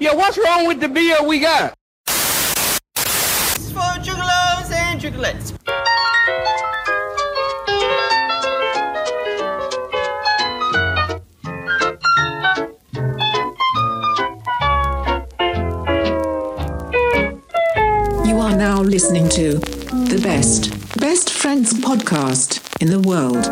Yeah, what's wrong with the beer we got? for juggalos and juggalettes. You are now listening to the best, best friends podcast in the world.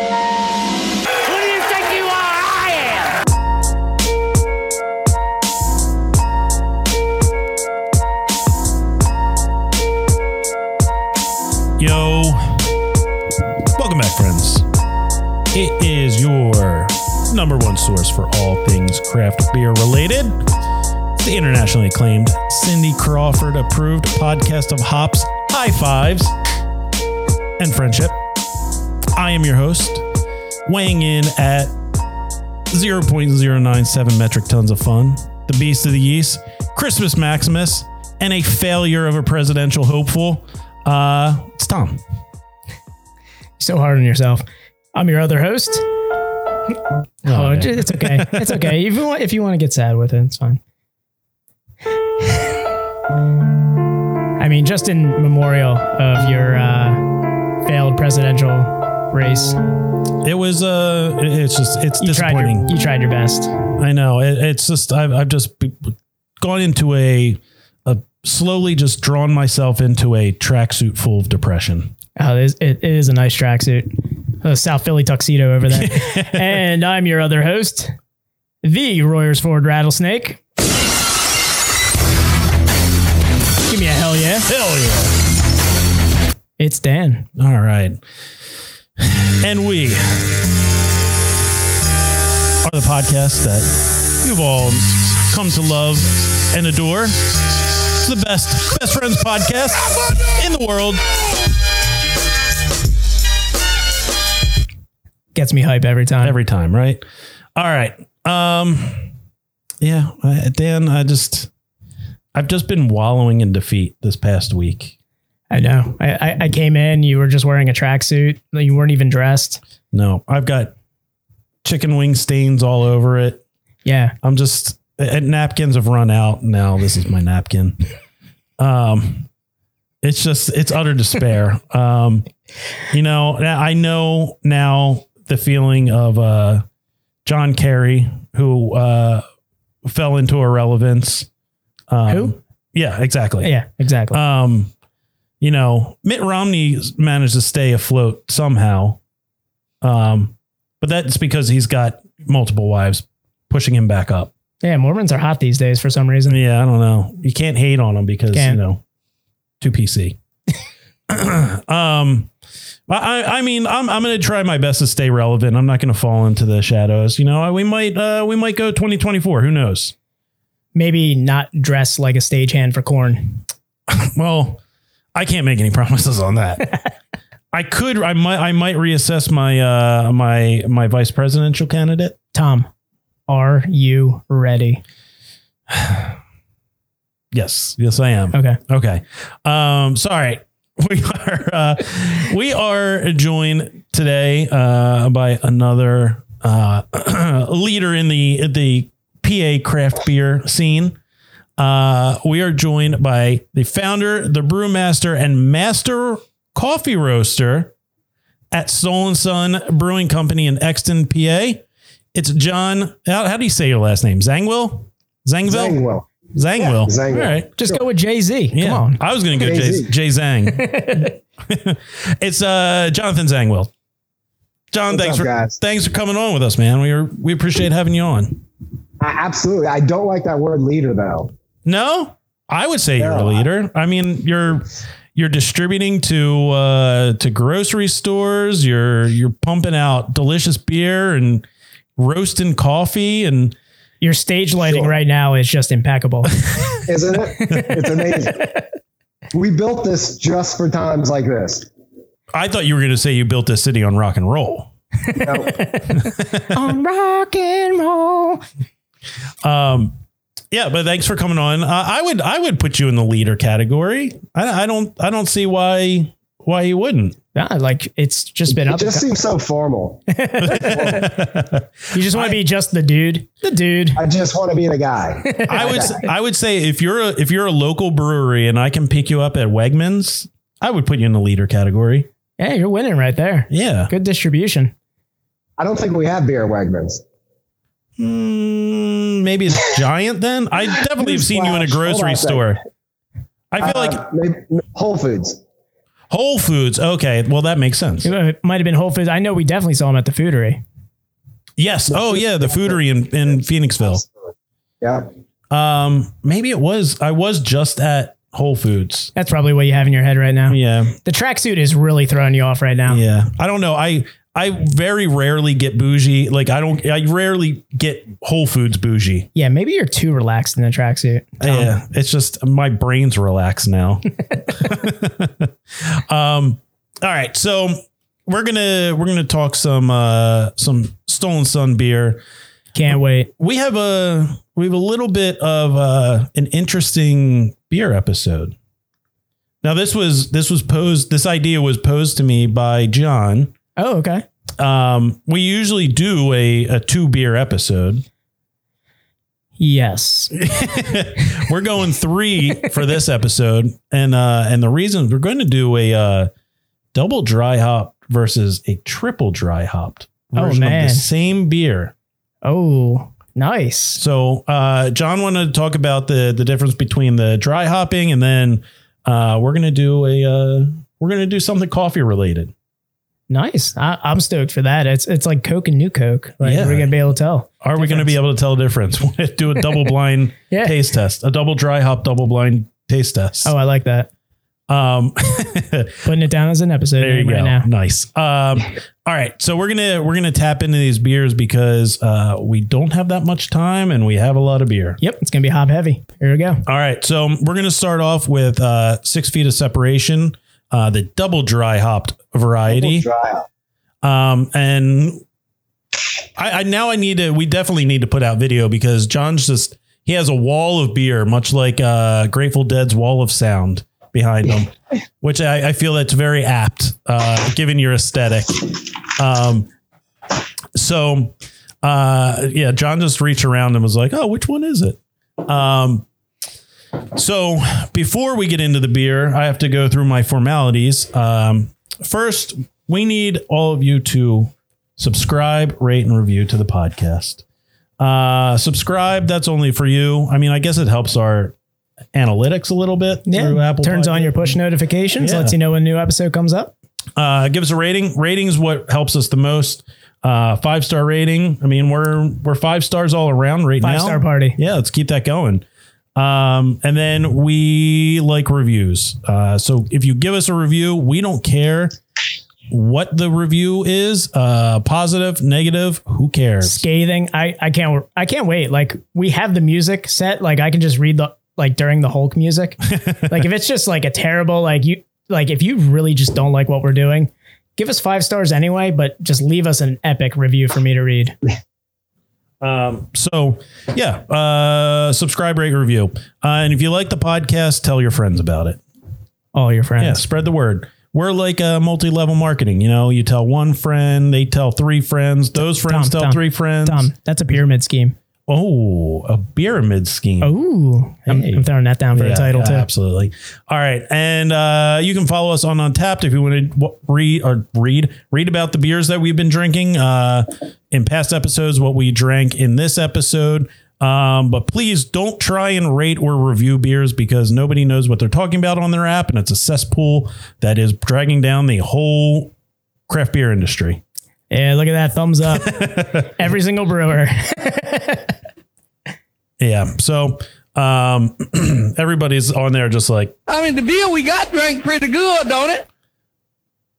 Who do you think you are? I am. Yo. Welcome back, friends. It is your number one source for all things craft beer related. It's the internationally acclaimed Cindy Crawford approved podcast of hops, high fives, and friendship. I am your host, weighing in at 0.097 metric tons of fun, the beast of the yeast, Christmas Maximus, and a failure of a presidential hopeful. Uh, it's Tom. so hard on yourself. I'm your other host. Oh, yeah. j- it's okay. It's okay. if you want, if you want to get sad with it, it's fine. I mean, just in memorial of your uh, failed presidential race, It was uh, it- it's just it's you tried disappointing. your you tried your best. I know. It, it's just I've I've just be- gone into a a slowly just drawn myself into a tracksuit full of depression. Oh, it is, it, it is a nice tracksuit, a South Philly tuxedo over there. and I'm your other host, the Royers Ford Rattlesnake. Give me a hell yeah! Hell yeah! It's Dan. All right, and we are the podcast that you've all come to love and adore. It's the best best friends podcast in the world. gets me hype every time. every time, right? All right. Um, yeah, I, Dan, I just, I've just been wallowing in defeat this past week. I know. I, I, I came in, you were just wearing a tracksuit. like, You weren't even dressed. No, I've got chicken wing stains all over it. Yeah. I'm just, and napkins have run out now. This is my napkin. Um, it's just, it's utter despair. um, you know, I know now the feeling of, uh, John Kerry, who, uh, fell into irrelevance. Um, Who? Yeah, exactly. Yeah, exactly. Um, you know, Mitt Romney managed to stay afloat somehow. Um, but that's because he's got multiple wives pushing him back up. yeah, Mormons are hot these days for some reason. Yeah, I don't know. You can't hate on him because Can't. you know, two PC. um, I I- I mean I'm I'm gonna try my best to stay relevant. I'm not gonna fall into the shadows. You know, we might uh we might go 2024. Who knows? Maybe not dressed like a stagehand for corn. Well, I can't make any promises on that. I could I might I might reassess my uh my my vice presidential candidate. Tom, are you ready? Yes, yes I am. Okay. Okay. Um, sorry. We are uh, we are joined today uh, by another uh, leader in the the PA craft beer scene. Uh, we are joined by the founder, the brewmaster, and master coffee roaster at Soul and Sun Brewing Company in Exton, PA. It's John. How, how do you say your last name? Zangwill. Zangville. Zangwill. Zangwill. Yeah, Zangwill. All right. Just go with Jay Z. Yeah. Come on. I was going to go Jay, Jay-Z. Jay Zang. it's uh, Jonathan Zangwill. John, What's thanks up, for guys? thanks for coming on with us, man. We are, we appreciate having you on. I, absolutely. I don't like that word leader though. No, I would say you're a No, I- leader. I mean, you're you're distributing to uh, to grocery stores. You're you're pumping out delicious beer and roasting coffee, and Your stage lighting Sure. right now is just impeccable. Isn't it? it's amazing. We built this just for times like this. I thought you were going to say you built this city on rock and roll. on rock and roll. Um, yeah, but thanks for coming on. Uh, I would I would put you in the leader category. I, I don't I don't see why why you wouldn't. Nah, like it's just been It up. just seems so formal. you just want to be just the dude, the dude. I just want to be the guy. I would s- I would say if you're a if you're a local brewery and I can pick you up at Wegmans, I would put you in the leader category. Yeah, you're winning right there. Yeah. Good distribution. I don't think we have beer at Wegmans. Mm, maybe it's giant then. I definitely have seen you in a Newsflash. Hold on grocery a second. store. I feel Uh, like maybe- Whole Foods. Whole Foods. Okay, well that makes sense. It might have been Whole Foods. I know we definitely saw him at the foodery. Yes. Oh yeah, the Foodery in in Phoenixville. Yeah. Um, maybe it was. I was just at Whole Foods. That's probably what you have in your head right now. Yeah. The tracksuit is really throwing you off right now. Yeah. I don't know. I I very rarely get bougie. Like I don't. I rarely get Whole Foods bougie. Yeah, maybe you're too relaxed in the tracksuit. Tom. Yeah. It's just my brain's relaxed now. um. All right. So we're gonna we're gonna talk some uh some stolen sun beer. Can't wait. We have a we have a little bit of uh, an interesting beer episode. Now this was this was posed this idea was posed to me by John. Oh, okay. Um, we usually do a, a two beer episode. Yes. We're going three for this episode, and uh, and the reason we're going to do a uh, double dry hop versus a triple dry hopped Oh, version man. of the same beer. Oh, nice. So uh, John wanted to talk about the the difference between the dry hopping and then uh, we're gonna do a uh, we're gonna do something coffee related. Nice. I, I'm stoked for that. It's it's like Coke and New Coke. Like Yeah. we're gonna be able to tell. Are we gonna be able to tell the difference? do a double blind Yeah. taste test, a double dry hop, double blind taste test. Oh, I like that. Um, Putting it down as an episode there you name go. right now. Nice. Um, all right, so we're gonna we're gonna tap into these beers because uh, we don't have that much time and we have a lot of beer. Yep, it's gonna be hop heavy. Here we go. All right, so we're going to start off with uh, six feet of separation, uh, the double dry hopped variety, Dry out. um, and I, I now I need to. We definitely need to put out video because John's just he has a wall of beer, much like uh, Grateful Dead's wall of sound behind him, which I, I feel that's very apt uh, given your aesthetic. Um, so, uh, yeah, John just reached around and was like, "Oh, which one is it?" Um, so before we get into the beer, I have to go through my formalities. Um, first, we need all of you to subscribe, rate, and review to the podcast. Uh, subscribe, that's only for you. I mean, I guess it helps our analytics a little bit through Apple. turns Podcast. on your push notifications, Yeah. lets you know when a new episode comes up. Uh, give us a rating. Ratings what helps us the most. Uh, five star rating. I mean, we're we're five stars all around right now. Five star party. Yeah, let's keep that going. Um, and then we like reviews. Uh, so if you give us a review, we don't care what the review is, uh, positive, negative, who cares? Scathing. I I can't I can't wait. Like we have the music set. Like I can just read the like during the Hulk music. like if it's just like a terrible like you like if you really just don't like what we're doing, give us five stars anyway. But just leave us an epic review for me to read. Um, so yeah, uh, subscribe, rate, review. Uh, and if you like the podcast, tell your friends about it. All your Yeah, friends. spread the word. We're like uh, multi-level marketing. You know, you tell one friend, they tell three friends, those friends Tom, tell Tom, three friends. Tom, that's a pyramid scheme. Oh, a pyramid scheme. Oh, I'm, Hey. I'm throwing that down for Yeah, a title yeah, too. Absolutely. All right, and uh, you can follow us on Untapped if you want to read or read read about the beers that we've been drinking uh, in past episodes, what we drank in this episode. Um, but please don't try and rate or review beers because nobody knows what they're talking about on their app, and it's a cesspool that is dragging down the whole craft beer industry. Yeah, look at that thumbs up. Every single brewer. Yeah. So um, everybody's on there just like I mean, the beer we got drank pretty good, don't it?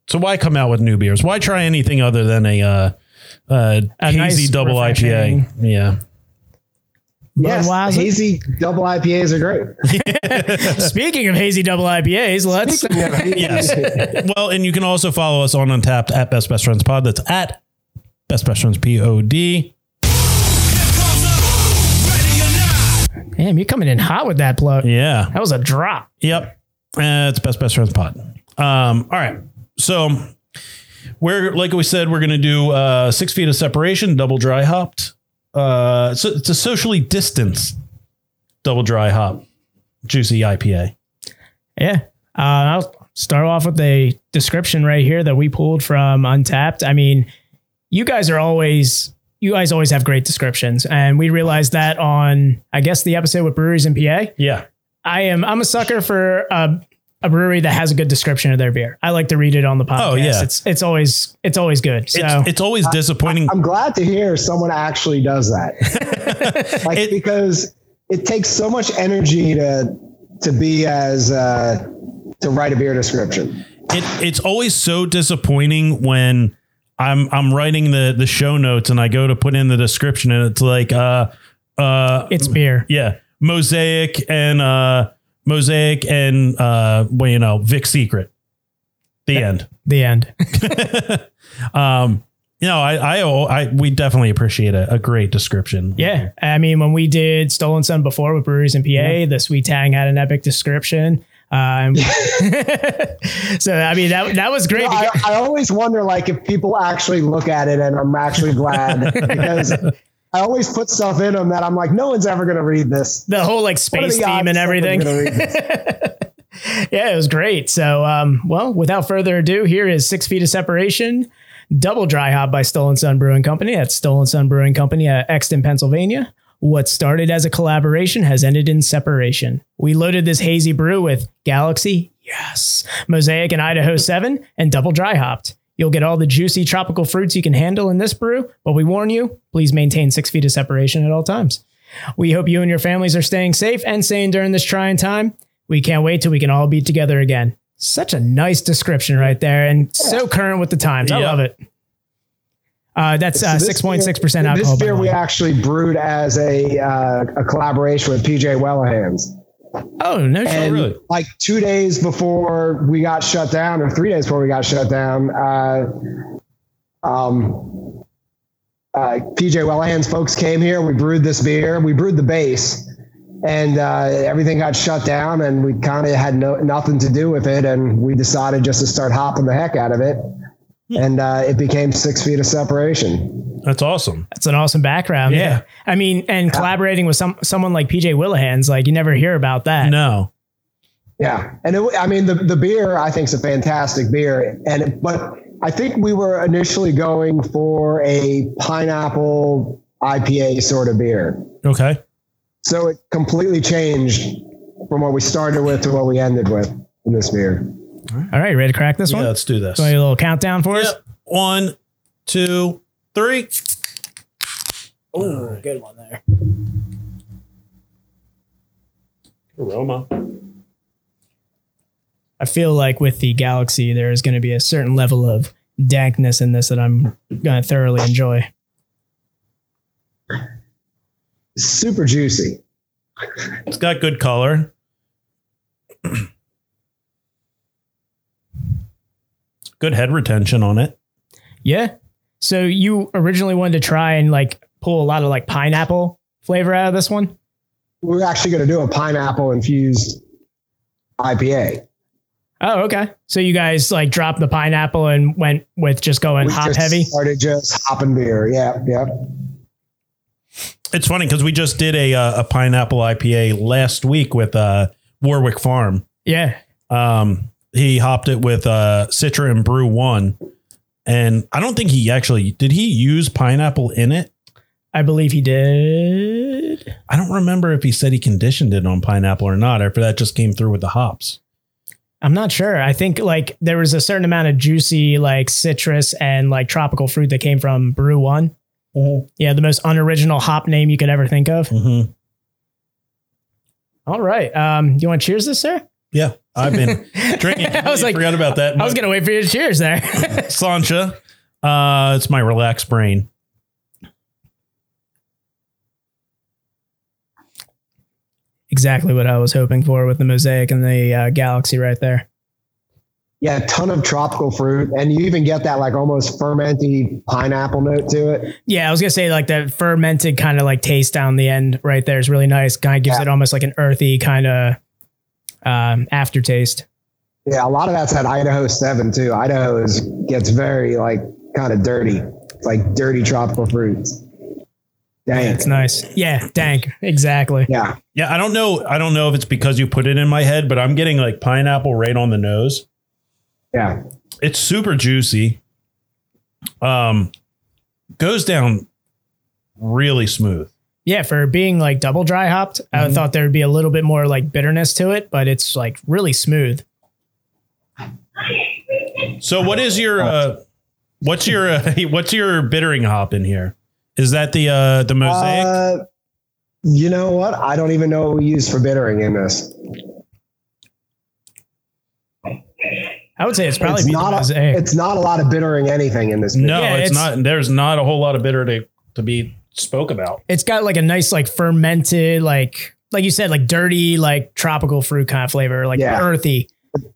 So why come out with new beers? Why try anything other than a uh, uh, A hazy nice, double IPA? Yeah, Yes, Budweiser? hazy double IPAs are great. Speaking of hazy double IPAs, let's yes. well, and you can also follow us on Untapped at Best Best Friends Pod. That's at Best Best Friends Pod. damn, you're coming in hot with that plug. Yeah. That was a drop. Yep. Uh, it's Best Best Friends Pod. Um, all right. So we're like we said, we're gonna do uh six feet of separation, double dry hopped. Uh so it's a socially distanced double dry hop, juicy IPA. Yeah. Uh, I'll start off with a description right here that we pulled from Untapped. I mean, you guys are always, you guys always have great descriptions. And we realized that on, I guess, the episode with breweries in PA. Yeah. I am, I'm a sucker for a, a brewery that has a good description of their beer. I like to read it on the podcast. Oh, yeah. It's, it's always, it's always good. So It's, it's always disappointing. I'm glad to hear someone actually does that. like It- because it takes so much energy to to be as uh, to write a beer description. it, it's always so disappointing when I'm I'm writing the the show notes and I go to put in the description and it's like uh uh it's beer. yeah mosaic and uh mosaic and uh well you know Vic Secret the end The end. um you know I I, I we definitely appreciate a, a great description Yeah. I mean, when we did Stolen Sun before with Breweries in PA, the Sweet Tang had an epic description. Um, so, I mean, that, that was great. No, I, I always wonder like if people actually look at it and I'm actually glad because I always put stuff in them that I'm like, no one's ever going to read this. the whole like What are space the theme odds and someone's everything. gonna read this? Yeah, it was great. So, um, well, without further ado, here is Six Feet of Separation, Double Dry Hop by Stolen Sun Brewing Company. That's Stolen Sun Brewing Company at Exton, Pennsylvania. What started as a collaboration has ended in separation. We loaded this hazy brew with Galaxy, yes, Mosaic and Idaho 7, and double dry hopped. You'll get all the juicy tropical fruits you can handle in this brew, but we warn you, please maintain six feet of separation at all times. We hope you and your families are staying safe and sane during this trying time. We can't wait till we can all be together again. Such a nice description right there, and so current with the times. I Yeah. love it. Uh, that's So this six point six beer- percent alcohol. This by beer we volume. actually brewed as a uh, a collaboration with PJ Wellahans. oh no, shit. And really? like two days before we got shut down, or three days before we got shut down, uh, um, uh, PJ Wellahan's folks came here. We brewed this beer. We brewed the base, and uh, everything got shut down. And we kind of had no nothing to do with it. And we decided just to start hopping the heck out of it. And uh, it became six feet of separation. that's awesome that's an awesome background. Yeah. I mean, and collaborating with some someone like PJ Willihan's, like you never hear about that. no Yeah, and it, I mean the the beer I think is a fantastic beer, and it, but I think we were initially going for a pineapple IPA sort of beer, okay so it completely changed from what we started with to what we ended with in this beer. All right, ready to crack this yeah one? let's do this So a little countdown for us. Yep. one two three Oh, good one there. aroma I feel like with the Galaxy, there is going to be a certain level of dankness in this that I'm going to thoroughly enjoy. Super juicy. it's got good color good head retention on it Yeah. So you originally wanted to try and like pull a lot of like pineapple flavor out of this one. We were actually going to do a pineapple infused IPA. Oh, okay. So you guys like dropped the pineapple and went with just going hop just heavy. Started just hopping beer. Yeah, yeah. It's funny because we just did a uh, a pineapple IPA last week with uh, Warwick Farm. Yeah. Um, he hopped it with uh, Citra and Brew One, and I don't think he actually did. He use pineapple in it. I believe he did. I don't remember if he said he conditioned it on pineapple or not, or if that just came through with the hops. I'm not sure. I think like there was a certain amount of juicy like citrus and like tropical fruit that came from Brew One. Yeah, the most unoriginal hop name you could ever think of. Mhm. All right. Um, you want to cheers this, sir? Yeah, I've been drinking. I was like, forgot about that. I was gonna wait for you to cheers there. Sancha. Uh, it's my relaxed brain. exactly what I was hoping for with the mosaic and the uh, galaxy right there. Yeah, a ton of tropical fruit, and you even get that like almost fermenty pineapple note to it. Yeah, I was gonna say like that fermented kind of like taste down the end right there is really nice. Kind of gives Yeah. it almost like an earthy kind of um, aftertaste. Yeah, a lot of that's at Idaho Seven too. Idaho is gets very like kind of dirty, It's like dirty tropical fruits. Dang. That's nice. Yeah, dank. Exactly. Yeah, Yeah, I don't know. I don't know if it's because you put it in my head, but I'm getting like pineapple right on the nose. yeah, It's super juicy. Um, goes down really smooth. Yeah, for being like double dry hopped, I Mm-hmm. thought there would be a little bit more like bitterness to it, but it's like really smooth. So, what is your uh, what's your uh, what's your bittering hop in here? Is that the uh, the mosaic? Uh, you know what? I don't even know what we use for bittering in this. I would say it's probably it's be not. the A, mosaic. it's not a lot of bittering anything in this. beer. no, yeah, it's, it's- not. There's not a whole lot of bitter to to be spoke about. it's got like a nice like fermented like like you said like dirty like tropical fruit kind of flavor like Yeah. earthy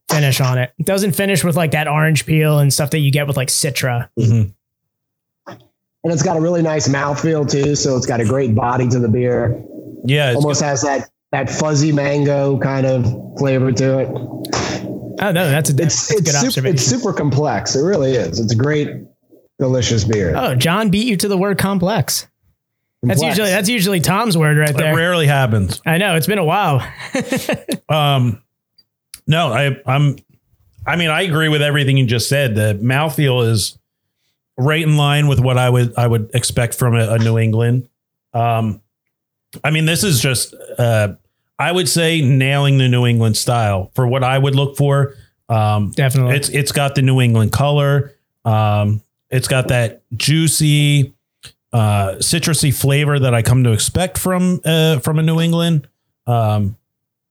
finish on it. it doesn't finish with like that orange peel and stuff that you get with like citra and it's got a really nice mouthfeel too. So it's got a great body to the beer. Yeah, it's, Almost has that that fuzzy mango kind of flavor to it. oh no that's a, It's that's a it's good super, observation it's super complex. It really is. It's a great, delicious beer. oh john beat you to the word complex that's Complex. usually that's usually tom's word right that there rarely happens. i know it's been a while Um, no, I, I'm, I mean, I agree with everything you just said. The mouthfeel is right in line with what I would, I would expect from a, a New England. Um, I mean, this is just, uh, I would say nailing the New England style for what I would look for. Um, definitely it's it's got the New England color. Um, it's got that juicy, uh, citrusy flavor that I come to expect from uh, from a New England. Um,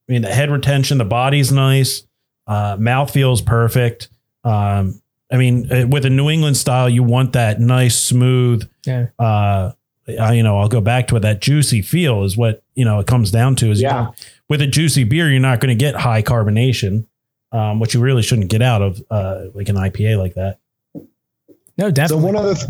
I mean, the head retention, the body's nice, uh, mouth feels perfect. Um, I mean, uh, with a New England style, you want that nice, smooth. Yeah. Uh, I, you know, I'll go back to it. That juicy feel is what you know it comes down to. Is you Yeah. don't- with a juicy beer, you're not going to get high carbonation um, which you really shouldn't get out of uh, like an IPA like that. no So definitely one other, th-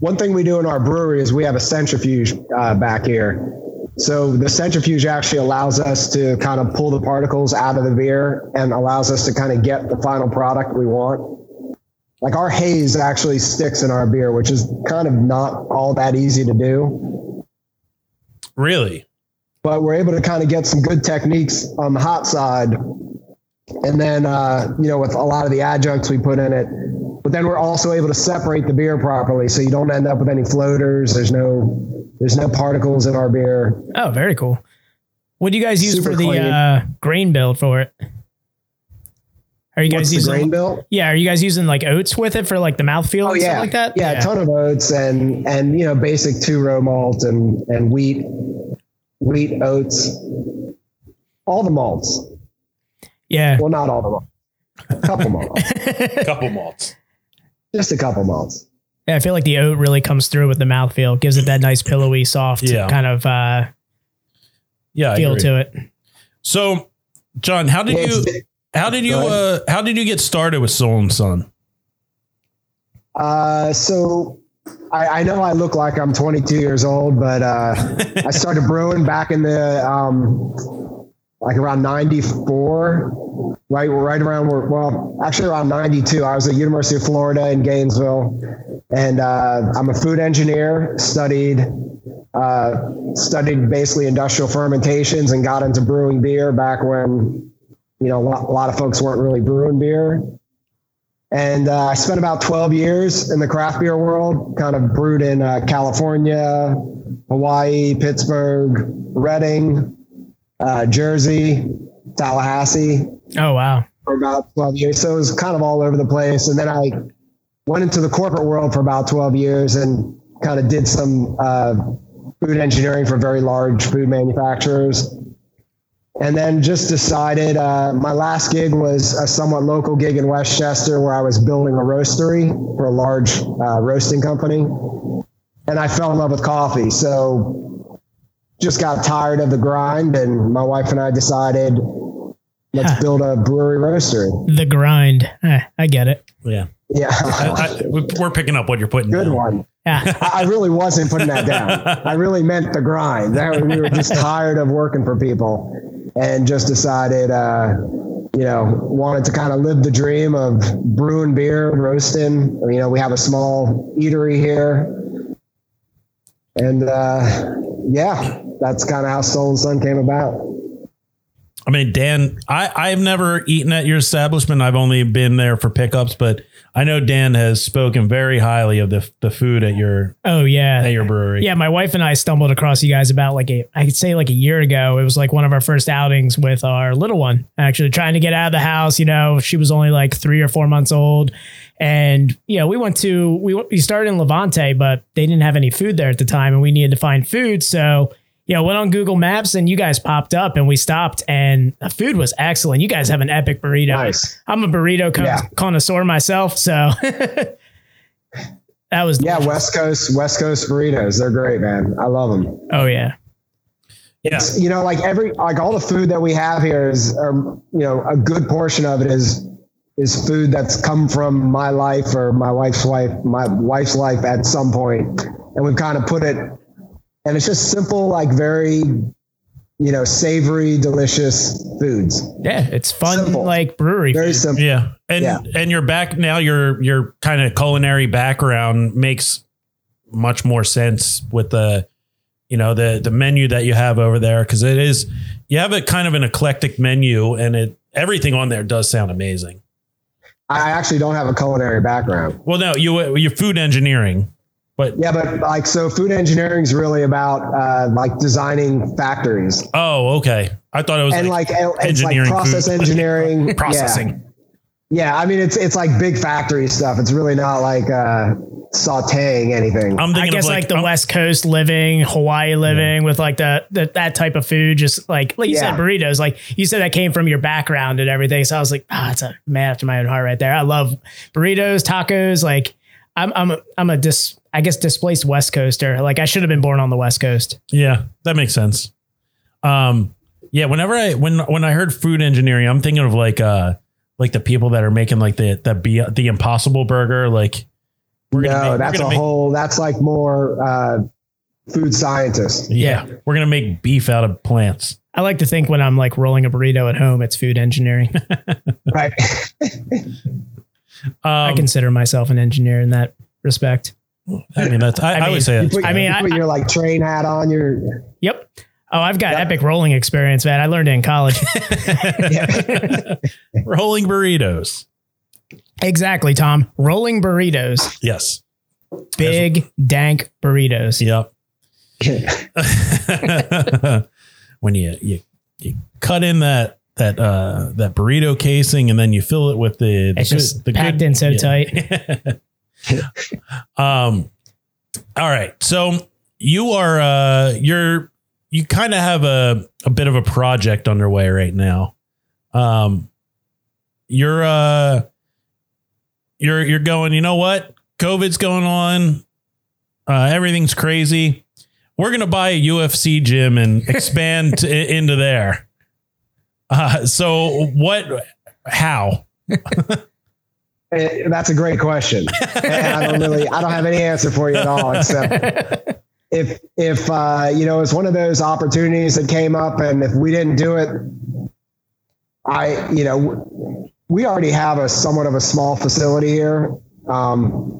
one thing we do in our brewery is we have a centrifuge uh, back here. So the centrifuge actually allows us to kind of pull the particles out of the beer and allows us to kind of get the final product we want. Like our haze actually sticks in our beer, which is kind of not all that easy to do. Really? But we're able to kind of get some good techniques on the hot side. And then, uh, you know, with a lot of the adjuncts we put in it, but then we're also able to separate the beer properly so you don't end up with any floaters there's no there's no particles in our beer oh very cool what do you guys use Super for the clean. uh grain build for it are you guys what's the using grain bill Yeah, are you guys using like oats with it for like the mouthfeel oh and yeah stuff like that? yeah, a ton of oats and and you know basic two row malt and and wheat wheat oats all the malts Yeah. well not all the malts a couple malts Couple malts. just a couple malts Yeah, I feel like the oat really comes through with the mouthfeel. Gives it that nice pillowy, soft Yeah. kind of uh, Yeah, I feel agree. to it. So, John, how did Yeah, you it's- how did you Go uh, how did you get started with Soul and Sun? Uh, so I, I know I look like I'm 22 years old, but uh, I started brewing back in the um, like around 94, right, right around where, well, actually around 92. I was at University of Florida in Gainesville, and uh, I'm a food engineer. Studied uh, studied basically industrial fermentations and got into brewing beer back when you know a lot, a lot of folks weren't really brewing beer. And uh, I spent about 12 years in the craft beer world, kind of brewed in uh, California, Hawaii, Pittsburgh, Reading, uh, Jersey, Tallahassee Oh wow. for about 12 years. So it was kind of all over the place. And then I went into the corporate world for about 12 years and kind of did some uh, food engineering for very large food manufacturers. And then just decided uh, my last gig was a somewhat local gig in Westchester where I was building a roastery for a large uh, roasting company. And I fell in love with coffee. So just got tired of the grind. And my wife and I decided let's Huh. build a brewery roastery. The grind. Eh, I get it. Yeah, I, Yeah. I, we're picking up what you're putting. Good down. one. Yeah. I I really wasn't putting that down. I really meant the grind. That, we were just tired of working for people and just decided uh, you know, wanted to kind of live the dream of brewing beer, roasting. You know, we have a small eatery here. And uh, yeah, that's kind of how Soul and Sun came about. I mean, Dan, I, I've never eaten at your establishment. I've only been there for pickups, but I know Dan has spoken very highly of the the food at your Oh at yeah. your brewery. Yeah, my wife and I stumbled across you guys about like a, I could say like a year ago. It was like one of our first outings with our little one, actually trying to get out of the house. You know, she was only like three or four months old. And, you know, we went to, we, went- we started in Levante, but they didn't have any food there at the time and we needed to find food. So, you know, went on Google Maps and you guys popped up and we stopped and the food was excellent. You guys have an epic burrito. Nice. I'm a burrito con- Yeah. connoisseur myself. So that was, Yeah, West Coast, West Coast burritos. They're great, man. I love them. oh, yeah. Yeah. you know like every like all the food that we have here is um, you know a good portion of it is is food that's come from my life or my wife's life my wife's life at some point and we've kind of put it and it's just simple like very you know savory delicious foods Yeah, it's fun Simple. like brewery. very food. simple Yeah. And Yeah. and your back now your your kind of culinary background makes much more sense with the you know the the menu that you have over there cuz it is you have a kind of an eclectic menu and it everything on there does sound amazing. i actually don't have a culinary background Well no, you uh, your food engineering. But yeah but like so food engineering is really about uh, like designing factories oh, okay. I thought it was and like, like it's like engineering process food. engineering yeah. processing. Yeah, I mean it's it's like big factory stuff. It's really not like uh, sautéing anything. I'm I thinking guess of like, um, like, the I'm- West Coast living, Hawaii living with like the, the that type of food, just like like you Yeah. said, burritos. Like you said, that came from your background and everything. So I was like, ah, it's a man after my own heart right there. I love burritos, tacos. Like I'm I'm a, I'm a dis I guess displaced West Coaster. Like I should have been born on the West Coast. Yeah, that makes sense. Um, yeah, whenever I when when I heard food engineering, I'm thinking of like uh like the people that are making like the the be the impossible burger, like we're no, make- we're that's a make, whole. That's like more uh, food scientist. yeah, we're gonna make beef out of plants. I like to think when I'm like rolling a burrito at home, it's food engineering. Right. Um, I I, consider myself an engineer in that respect. mean that's I, I, I mean, would say that's Put- I mean, you I- put your like train hat on. Your Yep. Oh, I've got epic rolling experience, man. I learned it in college. rolling burritos. exactly, Tom. Rolling burritos, Yes. big dank burritos. Yep. when you you you cut in that that uh that burrito casing and then you fill it with the, the It's just packed in so um all right so you are uh you're you kind of have a a bit of a project underway right now um you're uh you're you're going you know what covid's going on uh everything's crazy we're gonna buy a ufc gym and expand to, into there uh so what how eh, that's a great question. And I don't really. I don't have any answer for you at all, except if if uh, you know it's one of those opportunities that came up, and if we didn't do it, I you know w- we already have a somewhat of a small facility here um,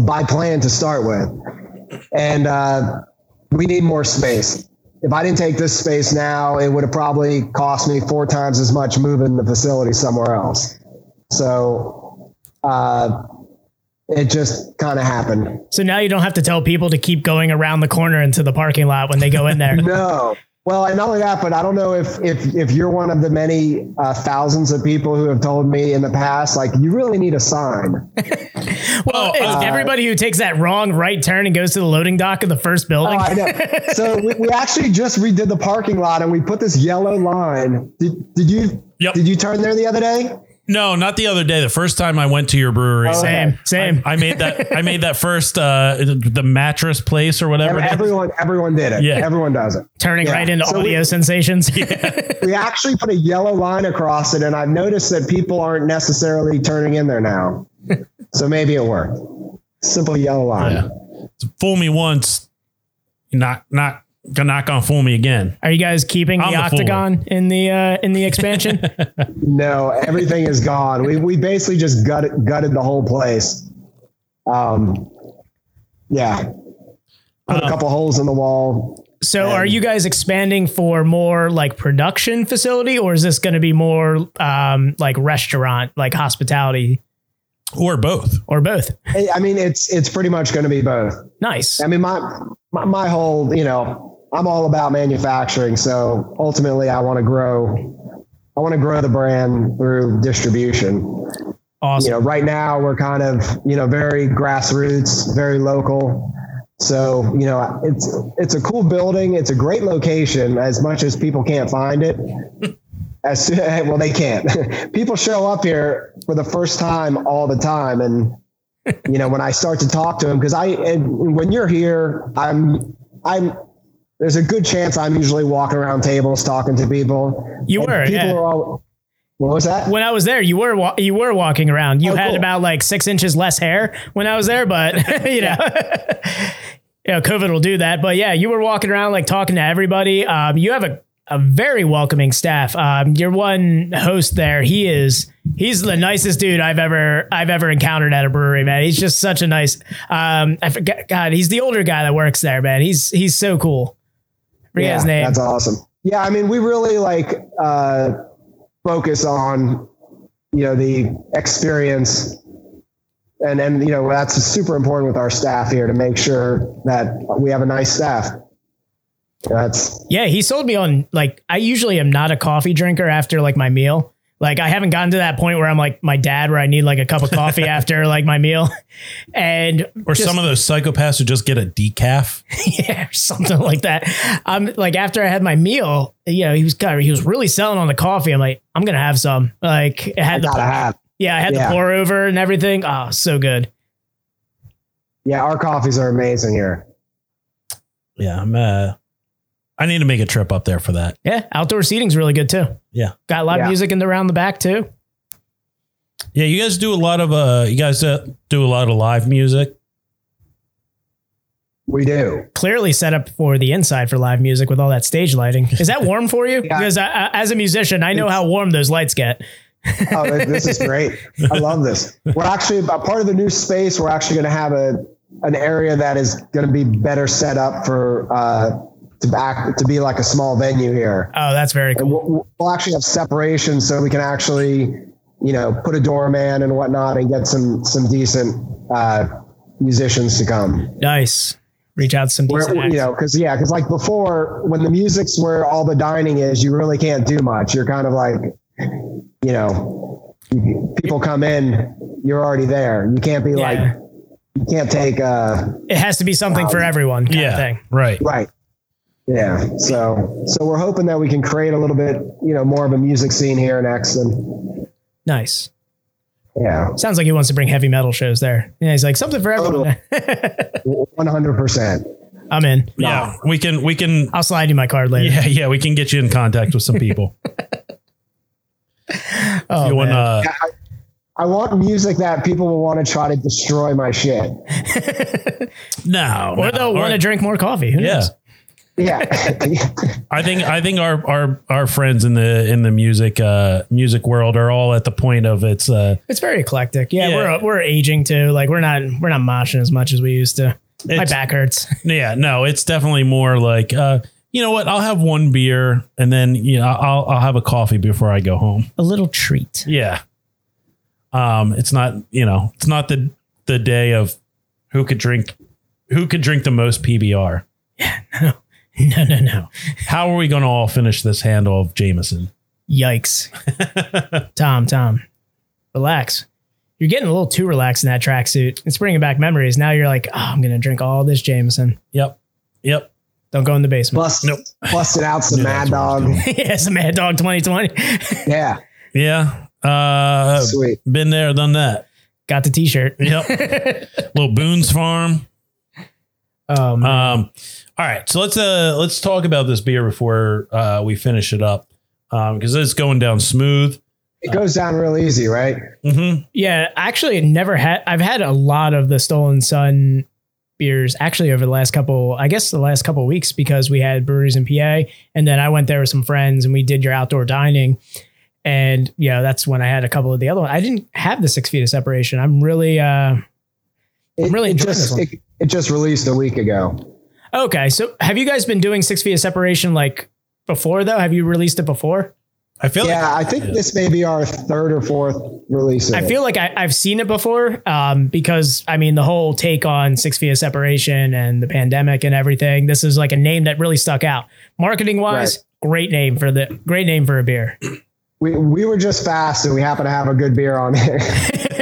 by plan to start with, and uh, we need more space. If I didn't take this space now, it would have probably cost me four times as much moving the facility somewhere else. So uh, it just kind of happened. So now you don't have to tell people to keep going around the corner into the parking lot when they go in there. No. Well, and not only that, but I don't know if if if you're one of the many uh, thousands of people who have told me in the past, like you really need a sign. well, it's uh, everybody who takes that wrong right turn and goes to the loading dock of the first building. Oh, I know. So we, we actually just redid the parking lot and we put this yellow line. Did, did you Yep. did you turn there the other day? No, not the other day. The first time I went to your brewery, Oh, I, okay. same, same. I made that. I made that first uh, the mattress place or whatever. it is. Everyone everyone did it. Yeah. Everyone does it. Turning yeah. right into So we- audio sensations. We actually put a yellow line across it and I've noticed that people aren't necessarily turning in there now. so maybe it worked. Simple yellow line. Fool me once, not not gonna knock on fool me again. Are you guys keeping I'm the the fool. octagon in the uh, in the expansion? No, everything is gone. We we basically just gutted gutted the whole place. Um, yeah, put a couple holes in the wall. so are you guys expanding for more like production facility, or is this going to be more um, like restaurant, like hospitality, Or both. or both? I I mean, it's it's pretty much going to be both. Nice. I mean, my, my my whole, you know, I'm all about manufacturing. So ultimately, I want to grow. I want to grow the brand through distribution. You Awesome. know, right now we're kind of you know very grassroots, very local. So you know, it's it's a cool building. It's a great location. As much as people can't find it, as soon, well they can't. people show up here for the first time all the time, and you know when I start to talk to them because I and when you're here, I'm I'm there's a good chance I'm usually walking around tables talking to people. You And were, people yeah. are all. What was that? When I was there, you were wa- you were walking around. You Oh, had cool. about like six inches less hair when I was there, but you know. You know, COVID will do that, but yeah, you were walking around like talking to everybody. Um, you have a, a very welcoming staff. Um, your one host there, he is he's the nicest dude I've ever I've ever encountered at a brewery, man. He's just such a nice. Um, I forget, God, he's the older guy that works there, man. He's he's so cool. I forget his name. That's awesome. Yeah, I mean, we really like uh, focus on you know the experience, and and you know that's super important with our staff here to make sure that we have a nice staff. That's Yeah, he sold me on like I usually am not a coffee drinker after like my meal. Like I haven't gotten to that point where I'm like my dad where I need like a cup of coffee after like my meal. And Or some of those psychopaths who just get a decaf. yeah, or something like that. I'm like after I had my meal, you know, he was kind of, he was really selling on the coffee. I'm like, I'm gonna have some. Like it had gotta the have. yeah, I had yeah. the pour over and everything. Oh, so good. Yeah, our coffees are amazing here. Yeah, I'm uh I need to make a trip up there for that. Yeah, outdoor seating's really good too. Yeah. Got live Yeah. music in the round the back too. Yeah, you guys do a lot of uh you guys uh, do a lot of live music. We do. clearly set up for the inside for live music with all that stage lighting. Is that warm for you? Yeah. Because I, I, as a musician, I know how warm those lights get. Oh, th- this is great. I love this. We're actually a part of the new space. We're actually going to have a an area that is going to be better set up for uh, to act to be like a small venue here. Oh, that's very And cool. we'll, we'll actually have separation so we can actually, you know, put a doorman and whatnot and get some some decent uh, musicians to come. Nice. Reach out some Where, decent you acts. know, because yeah, because like before, when the music's where all the dining is, you really can't do much. You're kind of like, you know, people come in, you're already there. You can't be like, Yeah. you can't take uh, It has to be something Um, for everyone. Kind Of thing. Right. Right. Yeah. So so we're hoping that we can create a little bit, you know, more of a music scene here in Exton. Nice. Yeah. Sounds like he wants to bring heavy metal shows there. Yeah, he's like something for Oh. everyone. One hundred percent. I'm in. Yeah. We can we can I'll slide you my card later. Yeah, yeah, we can get you in contact with some people. Oh, you want man. uh I want music that people will want to try to destroy my shit. no. or no. they'll Oh, All want to right. drink more coffee. Who Yeah. knows? Yeah. I think I think our our our friends in the in the music uh music world are all at the point of it's uh It's very eclectic. Yeah, Yeah. We're, we're aging too. Like we're not, we're not moshing as much as we used to. my It's- back hurts. yeah, no, it's definitely more like uh you know what? I'll have one beer and then you know I'll I'll have a coffee before I go home. A little treat. Yeah. Um, it's not you know it's not the the day of who could drink who could drink the most PBR. No, no, no. How are we going to all finish this handle of Jameson? Yikes. Tom, Tom, relax. You're getting a little too relaxed in that tracksuit. It's bringing back memories. Now you're like, oh, I'm going to drink all this Jameson. Yep. Yep. Don't go in the basement. Bust busted out some Yeah, mad that's what I was dog. doing. yeah, it's a Mad Dog 2020. Yeah. Yeah. Uh, Um, Sweet. been there, done that. Got the t shirt. Yep. Little Boone's Farm. Oh, man. Um, all right, so let's uh let's talk about this beer before uh we finish it up, um, because it's going down smooth. uh, It goes down real easy, right? Mm-hmm. yeah, actually, it never had. I've had a lot of the Stolen Sun beers actually over the last couple, I guess the last couple weeks because we had breweries in PA, and then I went there with some friends and we did your outdoor dining, and you know that's when I had a couple of the other one. I didn't have the six feet of separation. I'm really uh It, really it enjoying just this one. It, it just released a week ago. okay. So have you guys been doing six feet of separation like before though? Have you released it before? I feel like Yeah, I think this may be our third or fourth release. Of I it. feel like I, I've seen it before um, because I mean the whole take on six feet of separation and the pandemic and everything. This is like a name that really stuck out marketing wise. Great name for the great name for a beer. we we were just fast and we happen to have a good beer on here.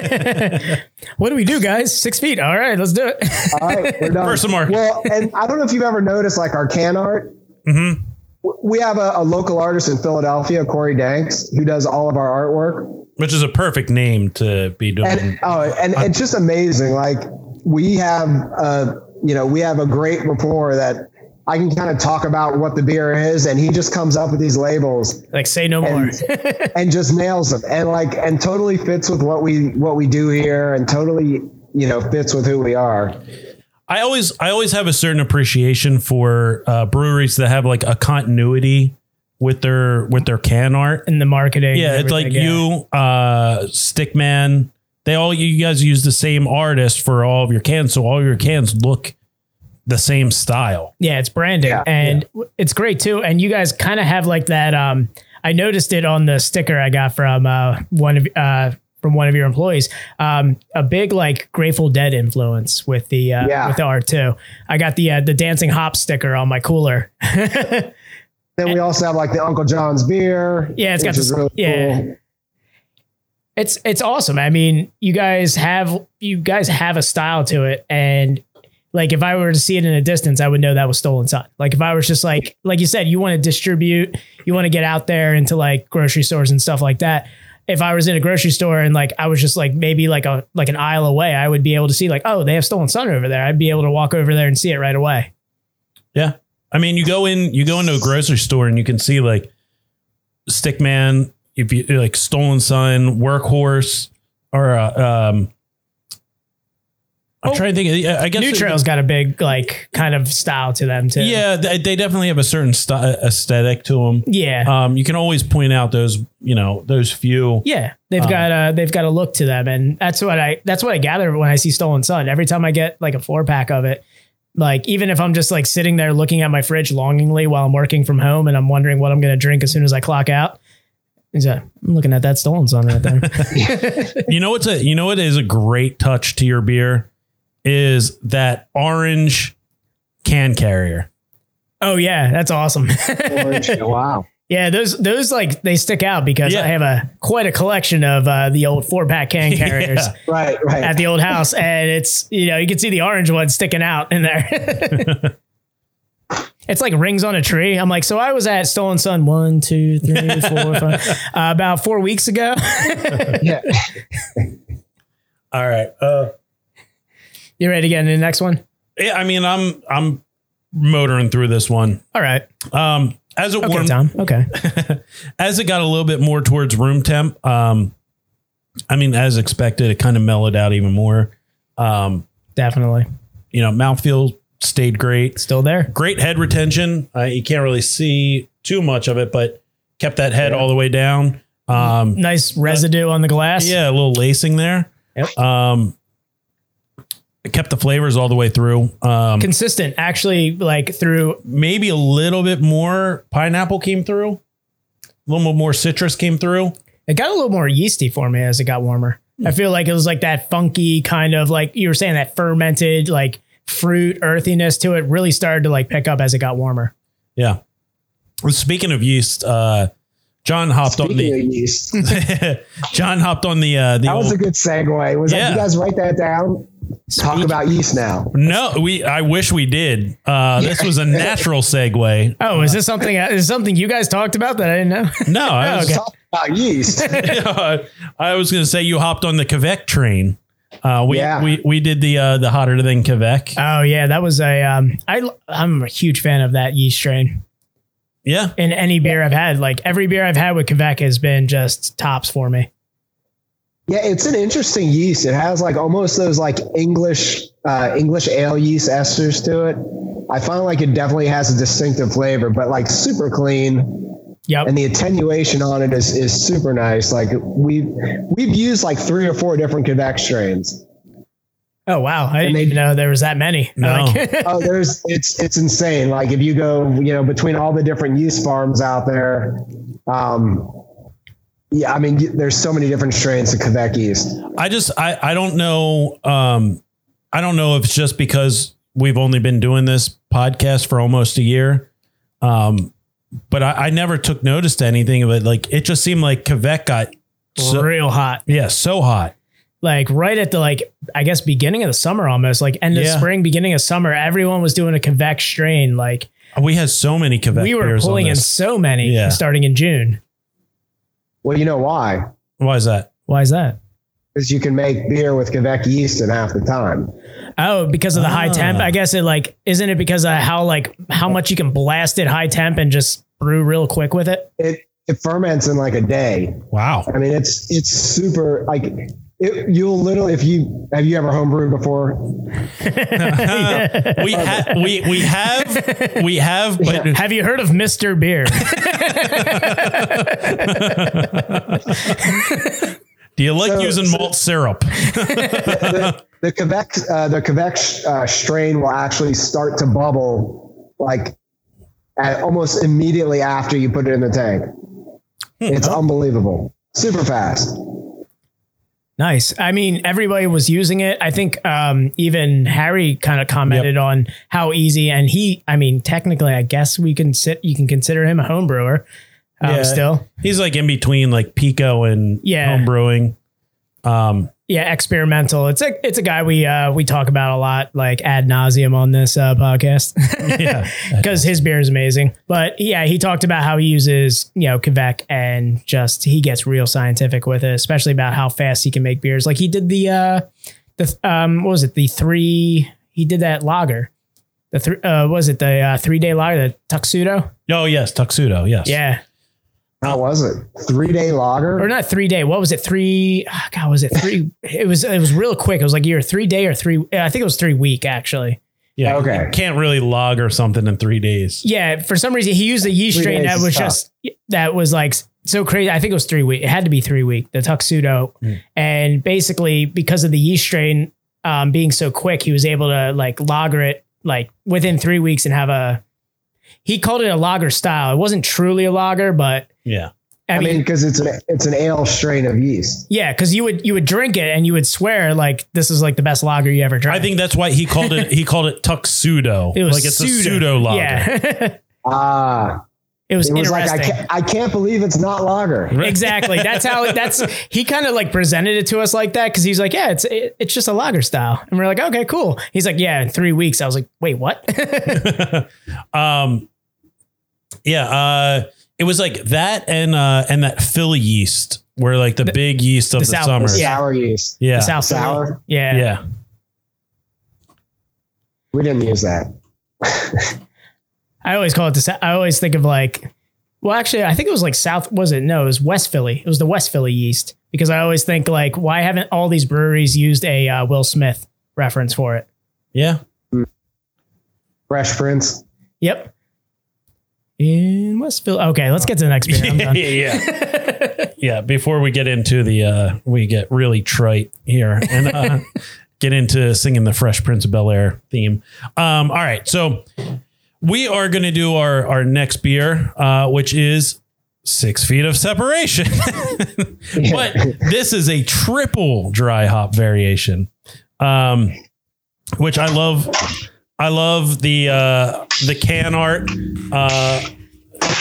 what do we do, guys? Six feet. All right, let's do it. All right, we're done. First of March. Well, and I don't know if you've ever noticed like our can art. Mm-hmm. W- We have a, a local artist in Philadelphia, Corey Danks, who does all of our artwork, which is a perfect name to be doing. and oh, and it's just amazing. Like we have, a, you know, we have a great rapport that I can kind of talk about what the beer is, and he just comes up with these labels like say no more. and, and just nails them, and like and totally fits with what we what we do here, and totally you know fits with who we are. I always I always have a certain appreciation for uh, breweries that have like a continuity with their with their can art. In the marketing. Yeah, and it's like everything, yeah. you, uh, Stickman. They all you guys use the same artist for all of your cans, so all your cans look the same style. Yeah, it's branding Yeah. and w- it's great too. And you guys kind of have like that. Um, I noticed it on the sticker I got from uh, one of uh, from one of your employees. Um, a big like Grateful Dead influence with the uh, Yeah. with the art too. I got the uh, the dancing hop sticker on my cooler. Then we also have like the Uncle John's beer. Yeah, it's got which the is s- yeah. it's it's awesome. I mean, you guys have you guys have a style to it, and like if I were to see it in a distance, I would know that was stolen son. Like if I was just like like you said, you want to distribute, you want to get out there into like grocery stores and stuff like that. If I was in a grocery store and like I was just like maybe like a like an aisle away, I would be able to see like oh they have stolen son over there. I'd be able to walk over there and see it right away. Yeah, I mean, you go in you go into a grocery store and you can see like Stickman, if you like Stolen Sun, Workhorse, or uh, um, I'm Oh, trying to think. I I guess New it- Trail's got a big like kind of style to them too. Yeah, they, they definitely have a certain sty aesthetic to them. yeah. Um, you can always point out those, you know, those few. Yeah, they've Uh-huh. got a they've got a look to them, and that's what I that's what I gather when I see Stolen Sun. Every time I get like a four pack of it, like even if I'm just like sitting there looking at my fridge longingly while I'm working from home and I'm wondering what I'm gonna drink as soon as I clock out, is that I'm looking at that Stolen Sun right there. You know what's a you know what is a great touch to your beer is that orange can carrier. oh yeah, that's awesome. cool. wow. yeah, those those like they stick out because Yeah. I have a quite a collection of uh, the old four pack can carriers. Yeah. Right, right. At the old house, and it's you know you can see the orange one sticking out in there. It's like rings on a tree. I'm like, so I was at Stolen Sun one, two, three, four, five, uh, about four weeks ago. yeah. All right. Uh, you ready to get into the next one? yeah, I mean, I'm I'm motoring through this one. All right. Um, as it Okay, warmed Tom. Okay. as it got a little bit more towards room temp, um, I mean, as expected, it kind of mellowed out even more. Um, Definitely. you know, mouthfeel stayed great. Still there. great head retention. Uh, you can't really see too much of it, but kept that head all the way down. Um, Nice residue on the glass. yeah, a little lacing there. Yep. Um, it kept the flavors all the way through. Um, Consistent, actually, like through. maybe a little bit more pineapple came through. A little bit more citrus came through. It got a little more yeasty for me as it got warmer. I feel like it was like that funky kind of like you were saying that fermented like fruit earthiness to it really started to like pick up as it got warmer. Yeah. Well, Speaking of yeast, uh, John hopped Speaking of on yeast, the John hopped on the uh, the that was old- a good segue. Was Yeah. that, you guys write that down? Talk about yeast now. no. We I wish we did. Uh, this was a natural segue. Oh, is this something? Is something you guys talked about that I didn't know? No, I was, Talk about yeast. I I was going to say you hopped on the Quebec train. Uh, we, Yeah. we we did the uh, the hotter than Quebec. Oh yeah, that was a um I I'm a huge fan of that yeast strain. yeah, In any beer I've had, like every beer I've had with Quebec has been just tops for me. Yeah, it's an interesting yeast. It has like almost those like English uh, English ale yeast esters to it. I find like it definitely has a distinctive flavor, but like super clean, Yep. and the attenuation on it is is super nice. Like we we've used like three or four different Quebec strains. oh wow, I didn't they- even know there was that many. No. Like, Oh, there's it's it's insane. Like if you go, you know, between all the different yeast farms out there, um, yeah, I mean, y- there's so many different strains of Quebec yeast. I just I I don't know um I don't know if it's just because we've only been doing this podcast for almost a year. Um but I, I never took notice to anything of it. Like it just seemed like Quebec got so real hot. yeah, so hot. Like right at the like I guess beginning of the summer almost, like end of Yeah. spring, beginning of summer, everyone was doing a Quebec strain. Like We had so many Quebec we were beers pulling on in this. so many Yeah. starting in June. Well, you know why? Why is that? Why is that? Because you can make beer with Quebec yeast in half the time. Oh, because of the high temp. Ah. I guess it like isn't it because of how like how much you can blast it high temp and just brew real quick with it? It it ferments in like a day. Wow. I mean, it's it's super like it, you'll literally if you have you ever homebrewed before? we ha- we we have we have but Have you heard of Mr. Beer? do you like So- using so- malt syrup? The Quebec uh, the Quebec uh, strain will actually start to bubble like at, almost immediately after you put it in the tank. Hmm. It's unbelievable, super fast. nice. I mean, everybody was using it. I think um, even Harry kind of commented on how easy and he. I mean, technically, I guess we can sit. You can consider him a home brewer. Um, Yeah. Still, He's like in between like Pico and Yeah. home brewing. Um yeah, experimental. It's a it's a guy we uh, we talk about a lot, like ad nauseum on this uh, podcast. yeah. because his beer is amazing. But yeah, he talked about how he uses you know Quebec and just he gets real scientific with it, especially about how fast he can make beers. Like he did the uh the um what was it the three he did that lager. The three uh what was it the uh, three day lager the tuxedo Oh yes, tuxedo. Yes. yeah How was it? Three day or lager. not three day what was it three ah, God was it three it was it was real quick it was like either three day or three I think it was three week actually Yeah. Okay. You can't really log or something in three days. Yeah, for some reason he used a yeast Three strain days that is was tough. just that was like so crazy. I think it was three week. It had to be three week. The tuxedo, Hmm. and basically because of the yeast strain um, being so quick, he was able to like lager it like within three weeks and have a. He called it a lager style. It wasn't truly a lager, but Yeah. I, I mean, mean, because it's an it's an ale strain of yeast. yeah, because you would you would drink it and you would swear like this is like the best lager you ever drank. I think that's why he called it he called it tuxedo. it was like it's a pseudo lager. Yeah, Ah, it was it was like interesting. I can't, I can't believe it's not lager. exactly. That's how. That's he kind of like presented it to us like that because he's like, yeah, it's it, it's just a lager style, and we're like, okay, cool. He's like, yeah, in three weeks. I was like, wait, what? Um Yeah, uh it was like that and uh and that Philly yeast were like the, big yeast of the, the South- summer. yeah. Sour yeast. Yeah. The South Sour? Philly. Yeah. yeah. We didn't use that. I always call it the. Sou- I always think of like, well, actually, I think it was like South. Was it no? It was West Philly. It was the West Philly yeast because I always think like, why haven't all these breweries used a uh, Will Smith reference for it? Yeah. Fresh Prince. Yep. In West Philly. Okay, let's get to the next beer. I'm yeah. done. Yeah. Yeah, Before we get into the uh we get really trite here and uh get into singing the Fresh Prince of Bel Air theme. Um, all right. So we are gonna do our our next beer, uh, which is six feet of separation. but this is a triple dry hop variation. Um which I love I love the uh, the can art. Uh,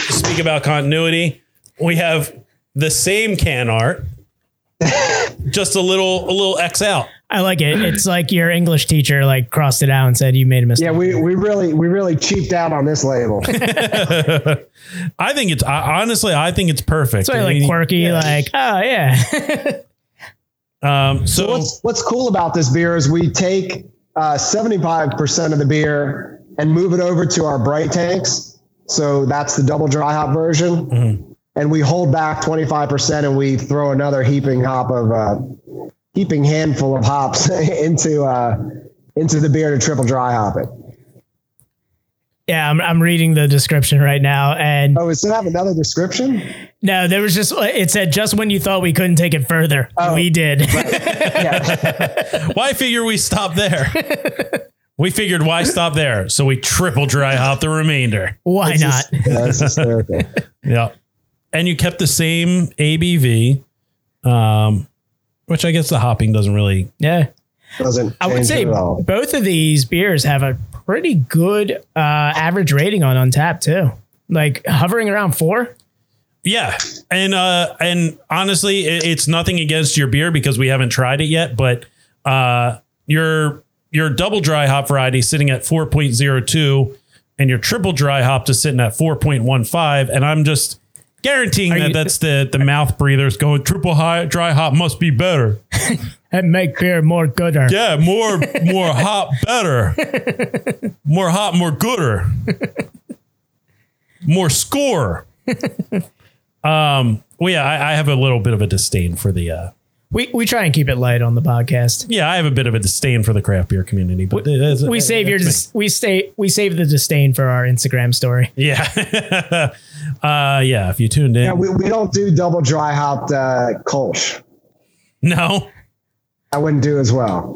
speak about continuity. We have the same can art, just a little a little X out. I like it. It's like your English teacher like crossed it out and said you made a mistake. Yeah, we, we really we really cheaped out on this label. I think it's I, honestly I think it's perfect. That's why I like quirky, like oh yeah, um, so What's what's cool about this beer is we take seventy five percent of the beer and move it over to our bright tanks. So that's the double dry hop version. and we hold back 25% and we throw another heaping hop of uh, heaping handful of hops into uh, into the beer to triple dry hop it. Yeah, I'm, I'm reading the description right now, and Oh, does it have another description? no, there was just it said just when you thought we couldn't take it further, Oh. we did. Yeah. Why figure we stop there? we figured why stop there, so we triple dry hop the remainder. Why It's not? just- yeah, it's hysterical. Yeah, and you kept the same ABV, um, which I guess the hopping doesn't really. yeah, Doesn't I would change say it at all. both of these beers have a pretty good uh, average rating on Untapped too, like hovering around four. Yeah, and uh, and honestly, it, it's nothing against your beer because we haven't tried it yet, but uh, your your double dry hop variety is sitting at four point zero two, and your triple dry hop is sitting at four point one five, and I'm just. Guaranteeing that you- that's the the mouth breathers going triple high dry hop must be better. And make beer more gooder. Yeah, more more hot, better. More hot, more gooder. More score. Um. Well, yeah, I, I have a little bit of a disdain for the. Uh, We we try and keep it light on the podcast. yeah, I have a bit of a disdain for the craft beer community, but it's- We save your that's dis- we stay we save the disdain for our Instagram story. me. Yeah. uh. Yeah. If you tuned in, Yeah, we, we don't do double dry hopped uh, Kolsch. no. I wouldn't do as well.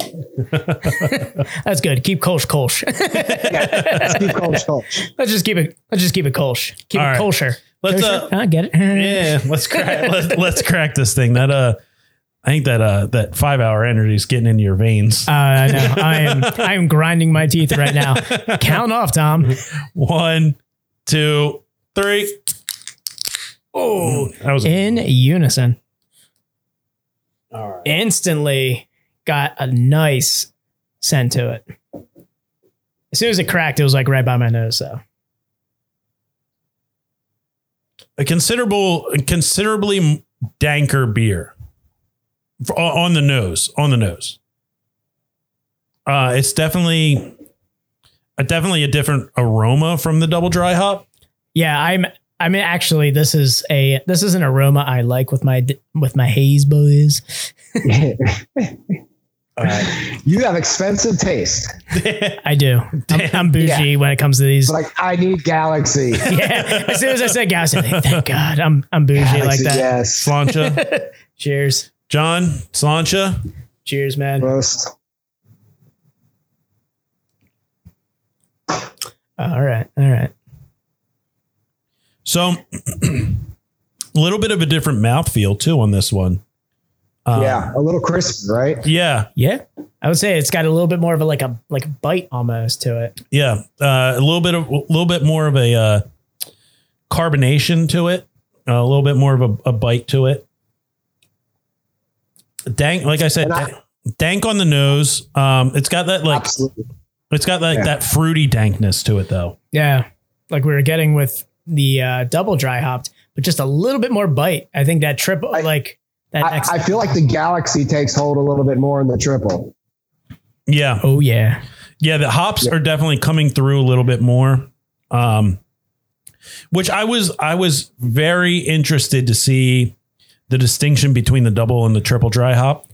That's good. Keep Kolsch Kolsch. Let's keep Kolsch Kolsch. let's just keep it. Let's just keep it Kolsch. Keep All it right. Kolscher. Let's, Kosher? uh, Huh, get it. Yeah. Let's crack. let's, let's crack this thing. That uh. I think that uh that five hour energy is getting into your veins. Uh, no, I am I am grinding my teeth right now. Count off, Tom. One, two, three. Oh, that was In unison. Instantly got a nice scent to it. As soon as it cracked, it was like right by my nose. So a considerable, considerably danker beer For- on the nose. On the nose. Uh, it's definitely, a, definitely a different aroma from the double dry hop. yeah, I'm. I mean, actually, this is a this is an aroma I like with my d- with my haze boys. Uh, You have expensive taste. I do. I'm, I'm bougie when it comes to these. It's like, I need Galaxy. yeah. As soon as I said gas, I was like, thank God, I'm I'm bougie like Galaxy, that. Yes. Slancha, Cheers, John, Slancha. cheers, man. Most. Uh, All right, all right. So, a little bit of a different mouthfeel too on this one. yeah, a little crisp, right? Yeah, Uh, Yeah, I would say it's got a little bit more of a like a like a bite almost to it. Yeah, uh, a little bit of a little bit more of a uh, carbonation to it, a little bit more of a, a bite to it. Dank, like I said, And I- dank, dank on the nose. Um, it's got that like Absolutely. it's got like that fruity dankness to it though. Yeah, like we were getting with the uh, double dry hopped, but just a little bit more bite. I think that triple I- like that I, next. I feel like the Galaxy takes hold a little bit more in the triple. Yeah, oh yeah, yeah. The hops are definitely coming through a little bit more. Um, which I was I was very interested to see the distinction between the double and the triple dry hop.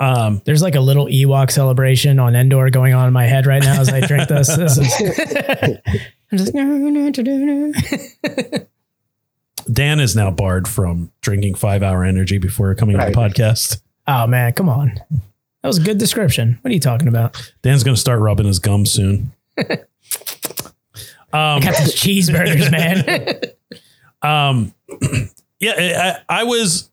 Um, there's like a little Ewok celebration on Endor going on in my head right now as I drink this. this is, I'm just no no no no. Dan is now barred from drinking five hour energy before coming on Right. the podcast. Oh man, come on. That was a good description. What are you talking about? Dan's going to start rubbing his gums soon. um, Got these cheeseburgers, man. um, yeah, I, I was,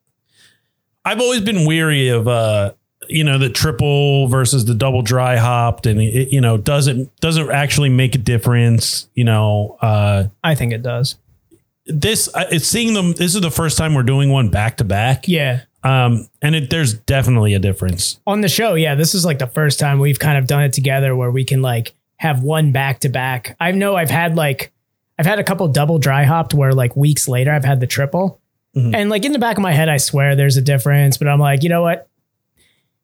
I've always been weary of, uh, you know, the triple versus the double dry hopped and it, you know, doesn't, doesn't actually make a difference. You know, uh, I think it does. this, I- it's seeing them. This is the first time we're doing one back to back. Yeah. Um, and it, there's definitely a difference. on the show, yeah, this is like the first time we've kind of done it together where we can like have one back to back. I know I've had like I've had a couple double dry hopped where like weeks later I've had the triple. Mhm. And like in the back of my head, I swear there's a difference, but I'm like, you know what?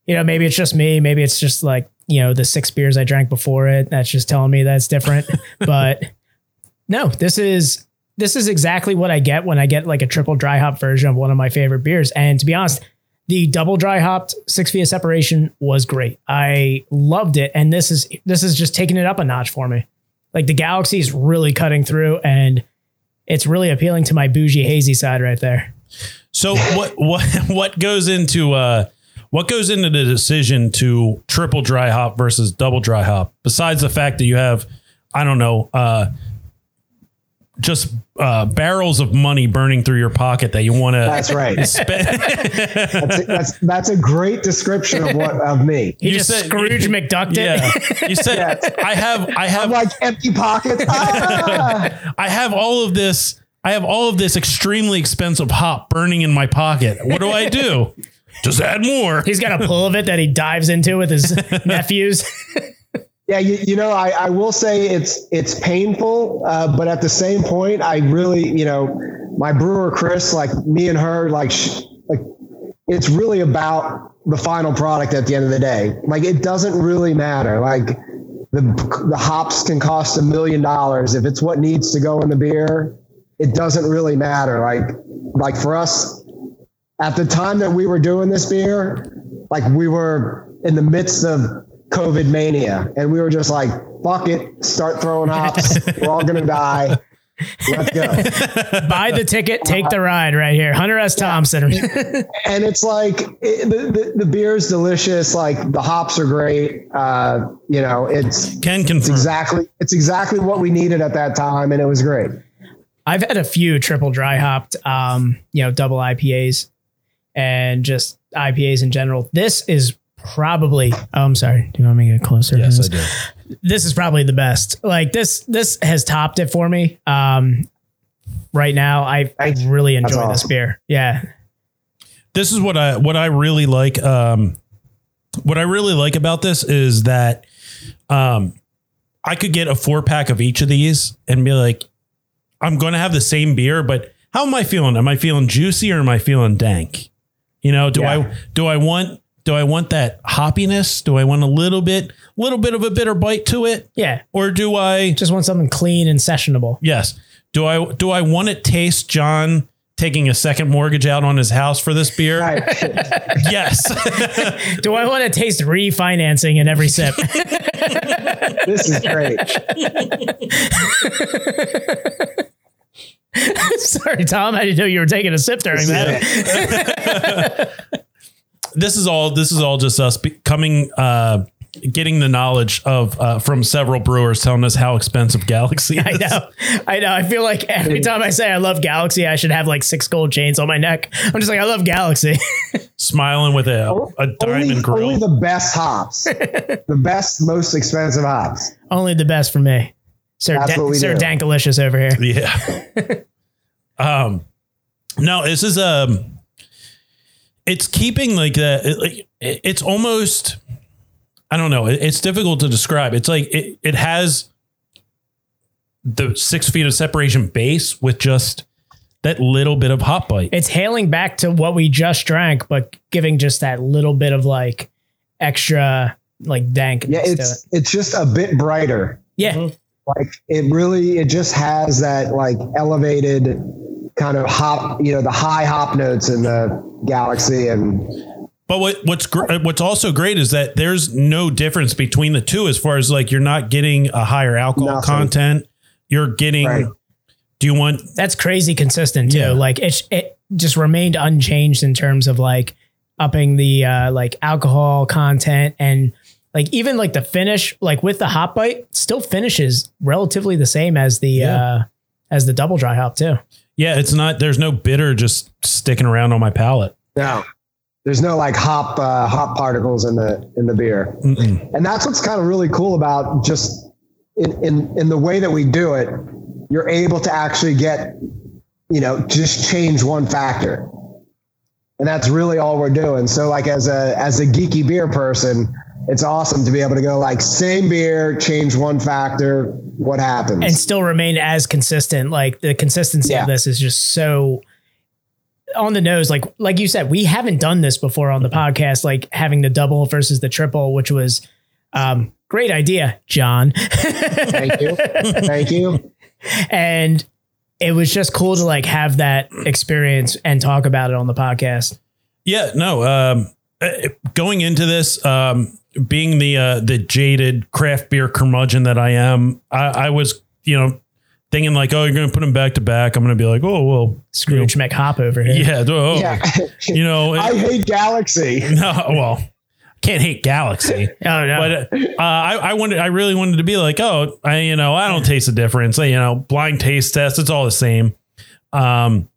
You know, maybe it's just me. Maybe it's just like, you know, the six beers I drank before it. That's just telling me that's different. but no, this is this is exactly what I get when I get like a triple dry hop version of one of my favorite beers. And to be honest, the double dry hopped six feet of separation was great. I loved it, and this is this is just taking it up a notch for me. Like the galaxy is really cutting through, and it's really appealing to my bougie hazy side right there. So what what what goes into uh what goes into the decision to triple dry hop versus double dry hop besides the fact that you have I don't know uh just uh barrels of money burning through your pocket that you want That's to right. that's, that's that's a great description of what of me. He You just said- Scrooge McDucked yeah it. you said I have I have I'm like empty pockets. Ah! I have all of this I have all of this extremely expensive hop burning in my pocket what do I do just add more He's got a pull of it that he dives into with his nephews. Yeah, you, you know, I, I will say it's it's painful, uh, but at the same point, I really, you know, my brewer Chris, like me and her, like sh- like it's really about the final product at the end of the day. Like it doesn't really matter. Like the the hops can cost a million dollars if it's what needs to go in the beer. It doesn't really matter. Like like for us, at the time that we were doing this beer, like we were in the midst of COVID mania, and we were just like, "Fuck it, start throwing hops. we're all gonna die. Let's go." Buy the ticket, take the ride right here. Hunter S. Thompson. and it's like it, the, the the beer's delicious. Like the hops are great. Uh, you know, it's Ken it's confirm exactly it's exactly what we needed at that time, and it was great. I've had a few triple dry hopped, um, you know, double IPAs and just IPAs in general. This is probably, oh, I'm sorry. Do you want me to get closer? to yes this? I do this is probably the best. Like this, this has topped it for me. Um, right now, I, I Nice. really enjoy That's this awesome. beer. Yeah. this is what I what I really like. Um, what I really like about this is that um, I could get a four pack of each of these and be like, I'm going to have the same beer, but how am I feeling? Am I feeling juicy or am I feeling dank? You know, do I do I want do I want that hoppiness? Do I want a little bit little bit of a bitter bite to it, Yeah. or do I Just want something clean and sessionable. Yes. Do I do I want to taste John taking a second mortgage out on his house for this beer? Right. Yes. Do I want to taste refinancing in every sip? This is great. Sorry, Tom. I didn't know you were taking a sip during that. this is all this is all just us be- coming uh getting the knowledge of uh from several brewers telling us how expensive Galaxy is. I know. I know. I feel like every time I say I love Galaxy, I should have like six gold chains on my neck. I'm just like, I love Galaxy. Smiling with a, a diamond only, grill. only the best hops, the best, most expensive hops. Only the best for me. Sir, That's what Dan- we Sir do. Dankalicious over here. yeah. um no, this is um it's keeping like that it- like, it- it's almost I don't know, it- it's difficult to describe. It's like it, it has the six feet of separation base with just that little bit of hot bite. It's hailing back to what we just drank, but giving just that little bit of like extra like dank. Yeah, it's it's just a bit brighter. yeah. Like it really, it just has that like elevated kind of hop. You know, the high hop notes in the galaxy, and But what what's gr- uh, what's also great is that there's no difference between the two as far as like you're not getting a higher alcohol Nothing. content. You're getting. Right. Do you want? That's crazy consistent too. Yeah. Like it, it just remained unchanged in terms of like upping the uh, like alcohol content and like even like the finish, like with the hop bite, still finishes relatively the same as the uh, as the double dry hop too. Yeah, it's not. There's no bitter just sticking around on my palate. no, there's no like hop uh, hop particles in the in the beer. Mm-mm. and that's what's kind of really cool about just in, in in the way that we do it you're able to actually get you know just change one factor and that's really all we're doing so like as a as a geeky beer person it's awesome to be able to go like same beer change one factor what happens and still remain as consistent. Like the consistency Yeah. of this is just so on the nose. Like like you said, we haven't done this before on the podcast. Like having the double versus the triple, which was um, great idea, John. thank you thank you and it was just cool to like have that experience and talk about it on the podcast. Yeah, no. Um, eh, going into this, um, being the uh, the jaded craft beer curmudgeon that I am, I, I was, you know, thinking like, oh, you're going to put them back to back. I'm going to be like, oh, well, Scrooge McHop over here. yeah, oh, Yeah. you know, I hate Galaxy. no, well, can't hate Galaxy. Oh no. But uh, I, I wanted, I really wanted to be like, oh, I, you know, I don't taste the difference. You know, blind taste test, it's all the same. Um,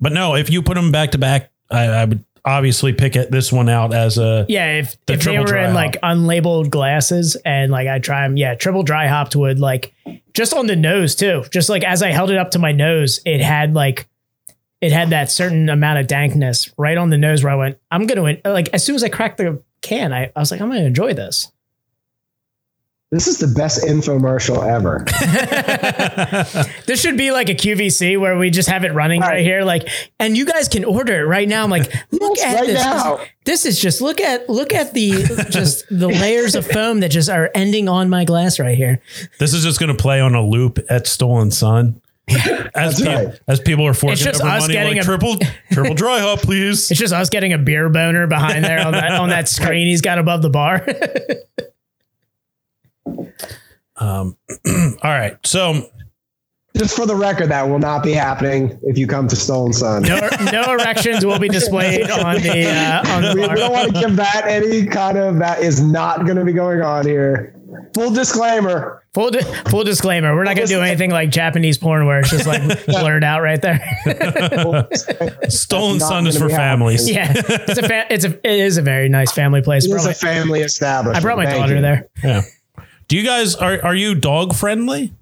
but no, if you put them back to back, I, I would obviously pick it, this one out as a yeah, if, The if they triple were dry in like unlabeled glasses and like I try them, yeah, triple dry hopped would like just on the nose too. Just like as I held it up to my nose, it had like it had that certain amount of dankness right on the nose where I went, I'm gonna like as soon as I cracked the can, I, I was like, I'm gonna enjoy this. This is the best infomercial ever. This should be like a QVC where we just have it running right, Right. here, like, and you guys can order it right now. I'm like, look Yes, at right this. This now. is- This is just look at look at the just the layers of foam that just are ending on my glass right here. This is just going to play on a loop at Stolen Sun. As, That's peop- right. as people are forking just over us money, getting like a- triple triple dry hop, please. It's just us getting a beer boner behind there on that on that screen he's got above the bar. Um, all right, so Just for the record, that will not be happening if you come to Stolen Sun. no, no erections will be displayed on the uh, on We, we the don't bar. want to give that any kind of that is not going to be going on here. Full disclaimer. Full di- full disclaimer: We're not going to do anything like Japanese porn where it's just like blurred out right there. Stolen That's not Sun is gonna for be happening. families. yeah, it's a fa- it's a it is a very nice family place. It's Probably- a family establishment. I brought my Thank daughter you. there. Yeah. Do you guys are are you dog friendly?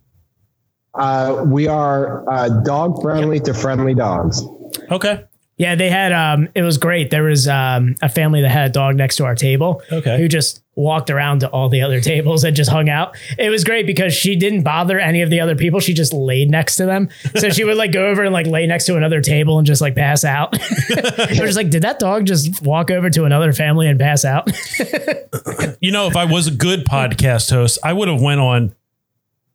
Uh, we are uh, dog friendly to friendly dogs. Okay. Yeah, they had um it was great. There was um a family that had a dog next to our table Okay. who just walked around to all the other tables and just hung out. It was great because she didn't bother any of the other people. She just laid next to them. So she would like go over and like lay next to another table and just like pass out. We're just like, did that dog just walk over to another family and pass out? You know, if I was a good podcast host, I would have went on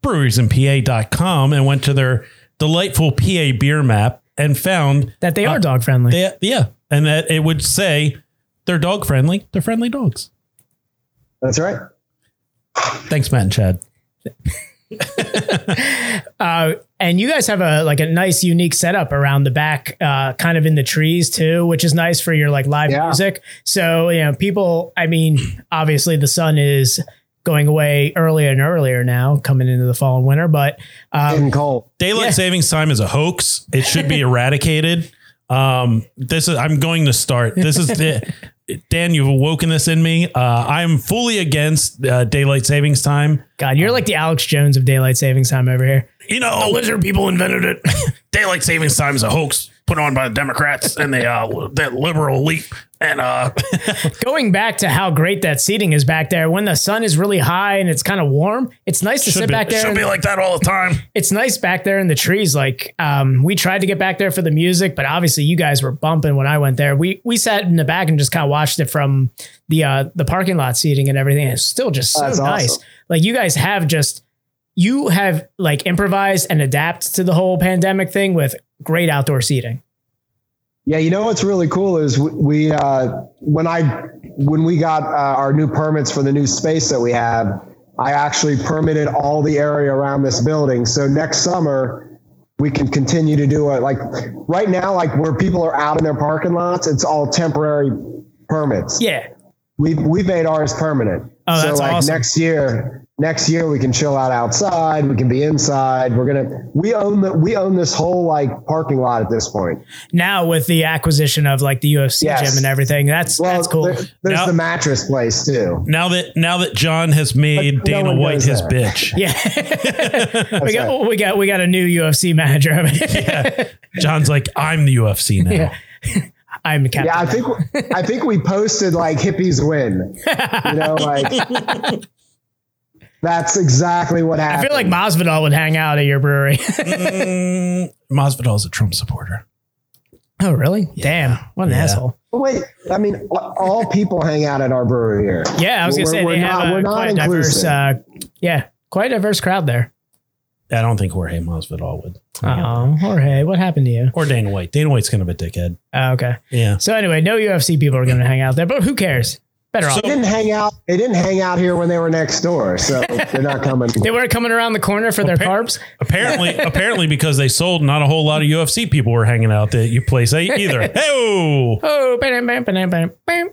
breweriesinpa.com and went to their delightful PA beer map and found that they Uh, are dog friendly. they yeah, and that it would say they're dog friendly. They're friendly dogs. That's right. Thanks, Matt and Chad. Uh, and you guys have a like a nice unique setup around the back, uh, kind of in the trees too, which is nice for your like live Yeah. music. So you know, people. I mean, obviously the sun is going away earlier and earlier now, coming into the fall and winter. But um, And cold. Daylight Yeah. savings time is a hoax. It should be eradicated. Um, this is I'm going to start. This is the Dan. You've awoken this in me. Uh, I'm fully against uh, daylight savings time. God, you're like the Alex Jones of daylight savings time over here. You know, lizard people invented it. daylight savings time is a hoax put on by the Democrats and the uh, that liberal elite. And uh, Going back to how great that seating is back there, when the sun is really high and it's kind of warm, it's nice to sit back there. and- like that all the time. it's nice back there in the trees. Like um, we tried to get back there for the music, but obviously you guys were bumping when I went there. We we sat in the back and just kind of watched it from the uh, the parking lot seating and everything. It's still just so That's nice. awesome. Like you guys have just you have like improvised and adapt to the whole pandemic thing with great outdoor seating. Yeah, you know what's really cool is we, we uh, when I when we got uh, our new permits for the new space that we have, I actually permitted all the area around this building. So next summer we can continue to do it. Like right now, like where people are out in their parking lots, it's all temporary permits. Yeah. we we made ours permanent. Oh, that's so like awesome. next year, next year we can chill out outside. We can be inside. We're gonna we own the we own this whole like parking lot at this point. Now with the acquisition of like the UFC Yes. gym and everything, that's Well, that's cool. there- there's Now- the mattress place too. Now that now that John has made But no Dana one White goes his there. bitch, yeah. we That's got right. we got we got a new UFC manager. over here. John's like I'm the UFC now. I'm captain. Yeah, I think I think we posted like hippies win. You know, like that's exactly what I happened. feel like Masvidal would hang out at your brewery. Mm, Masvidal's a Trump supporter. oh, really? Damn, what an asshole! Wait, I mean, all people hang out at our brewery here. Yeah, I was gonna We're- say we're they have not- uh, a we're uh, not quite a diverse. inclusive. Uh, yeah, quite a diverse crowd there. I don't think Jorge Masvidal would, Uh-huh. Oh, Jorge, what happened to you? or Dana White. Dana White's kind of a dickhead. Oh, okay. Yeah. So anyway, no UFC people are going to hang out there, but who cares? Better So- off. They didn't hang out. They didn't hang out here when they were next door, so they're not coming. They were coming around the corner for their carbs. Apparently, apparently, because they sold, not a whole lot of UFC people were hanging out that you place eh, either. Hey, Oh, bam, bam, bam, bam, bam.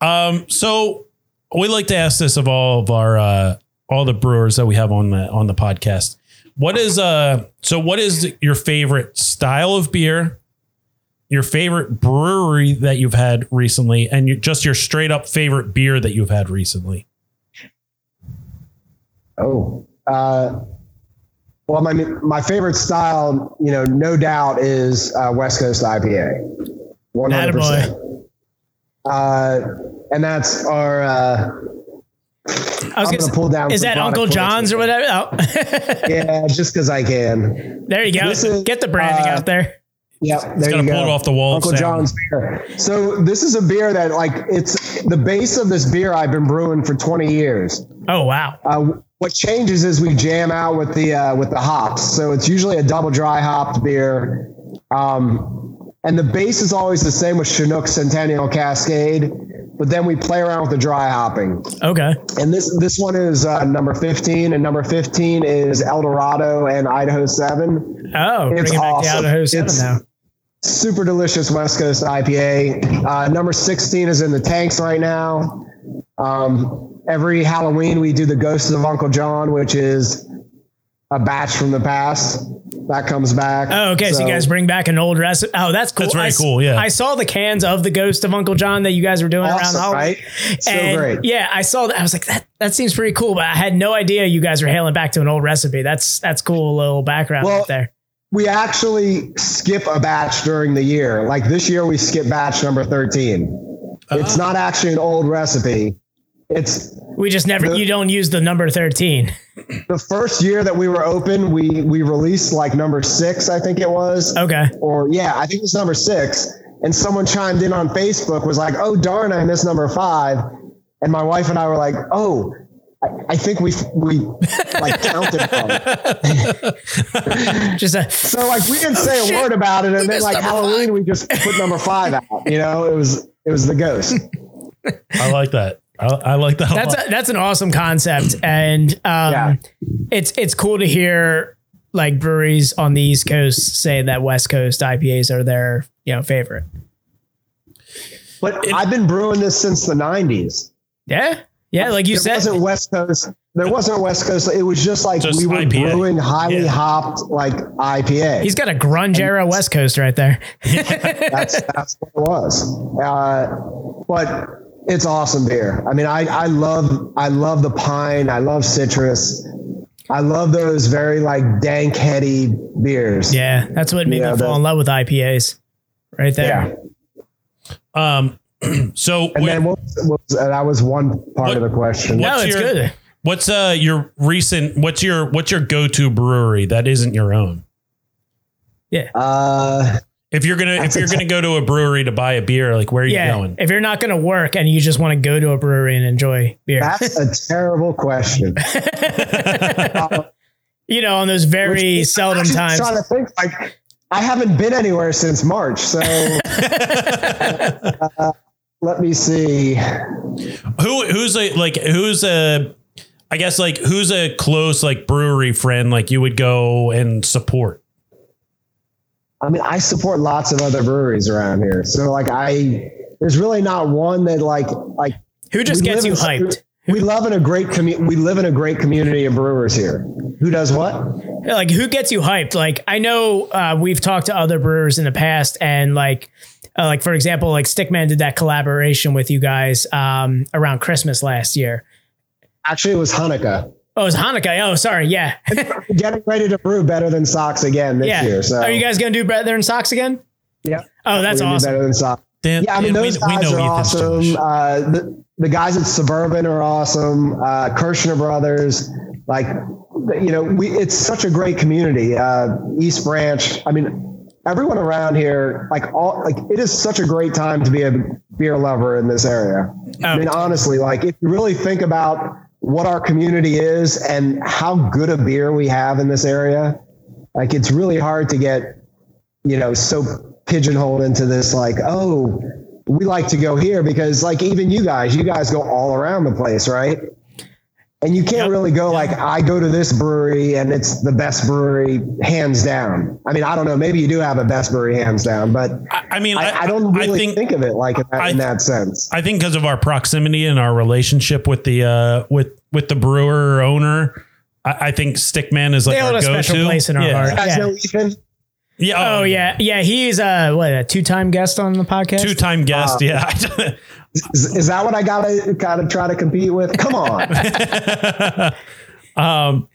um, so we like to ask this of all of our uh, all the brewers that we have on the on the podcast. What is uh? So what is your favorite style of beer? Your favorite brewery that you've had recently, and you, just your straight up favorite beer that you've had recently. Oh, uh, well, my my favorite style, you know, no doubt is uh, West Coast IPA, one hundred percent. Uh, And that's our. Uh, I was I'm gonna gonna say- pull down. Is some that product Uncle quotes. John's or whatever? Oh. Yeah, just because I can. there you go. This is, Get the branding uh, out there. Yep, It's there gonna you pull go. it off the wall. Uncle Sam. John's beer. So this is a beer that like it's the base of this beer I've been brewing for 20 years. Oh wow. Uh, what changes is we jam out with the uh, with the hops. So it's usually a double dry hopped beer. Um, and the base is always the same with Chinook Centennial Cascade, but then we play around with the dry hopping. Okay. And this this one is uh, number 15, and number 15 is El Dorado and Idaho 7. Oh, It's bringing back the awesome. Idaho Seven It's- now. super delicious West Coast IPA. Uh, number 16 is in the tanks right now. Um, every Halloween, we do the Ghosts of Uncle John, which is a batch from the past that comes back. Oh, okay. So, you guys bring back an old recipe. Oh, that's cool. That's very I s- cool, yeah. I saw the cans of the Ghost of Uncle John that you guys were doing around awesome, the holiday. right? So And, great. Yeah, I saw that. I was like, that that seems pretty cool, but I had no idea you guys were hailing back to an old recipe. That's that's cool little background Well, right there. We actually skip a batch during the year. Like this year, we skip batch number 13. Uh-huh. It's not actually an old recipe. It's We just never the- you don't use the number thirteen. the first year that we were open, we we released like number six, I think it was. Okay. or yeah, I think it was number six. And someone chimed in on Facebook was like, "Oh darn, I missed number five. And my wife and I were like, "Oh, I, I think we we like counted." wrong." Just a So like we Oh, didn't say a word about it, and then like Halloween, we just put number five out. You know, it was it was the ghost. I like that. I, I like that. a that's lot. a, that's an awesome concept, and um, Yeah. it's it's cool to hear like breweries on the East Coast say that West Coast IPAs are their you know favorite. But I've been brewing this since the '90s. Yeah, yeah, like you There said, wasn't West Coast. There wasn't West Coast. It was just like Just we were IPA. brewing highly Yeah. hopped like IPA. he's got a grunge era West Coast right there. that's that's what it was. Uh, but it's awesome beer. I mean, I I love I love the pine. I love citrus. I love those very like dank heady beers. Yeah, that's what made Yeah, me fall that- in love with IPAs, right there. Yeah. um, so And where- then what was, what was- uh, that was one part What- of the question. what- No, What's it's your- good. What's uh your recent what's your what's your go-to brewery that isn't your own? Uh, If you're gonna if That's a you're gonna go to a brewery to buy a beer, like where are you Yeah, going? if you're not going to work and you just want to go to a brewery and enjoy beer, that's a terrible question. you know, on those very seldom I'm just times. Trying to think, like I haven't been anywhere since March, so. uh, let me see. Who who's a like who's a I guess like who's a close like brewery friend like you would go and support? I mean, I support lots of other breweries around here. So like I there's really not one that like like Who just we gets live you in- hyped? We live in a great community. We live in a great community of brewers here. Who does what? like who gets you hyped like i know uh, we've talked to other brewers in the past and like uh, like for example like stickman did that collaboration with you guys um around christmas last year Actually, it was Hanukkah. oh it's hanukkah oh sorry yeah Getting ready to brew better than socks again this yeah year. So are you guys gonna do better than socks again Oh. Yeah. oh that's we're gonna do awesome better than socks. Dan- Yeah, I mean Dan, those guys are Ethan's awesome. Jewish. Uh, the, the guys at Suburban are awesome. Uh, Kirshner Brothers, like you know, we it's such a great community. Uh, East Branch. I mean, everyone around here, like all, like it is such a great Oh. time to be a beer lover in this area. I mean, honestly, like if you really think about what our community is and how good a beer we have in this area. Like it's really hard to get, you know, so pigeonholed into this like, oh, we like to go here because like even you guys, you guys go all around the place, right? And you can't really go like I go to this brewery and it's the best brewery hands down. I mean, I don't know, maybe you do have a best brewery hands down, but I, I mean, I, I don't really think, think, of it like in that, I- in that sense. I think because of our proximity and our relationship with the uh, with with the brewer or owner, I, I think Stickman is like They our hold a go-to. special place in our yeah. heart. You guys yeah. know Ethan? Yeah. Oh yeah, yeah. He's uh, what a two-time guest on the podcast. Two time guest. Uh, yeah. Is, is that what I gotta gotta try to compete with? Come on, um,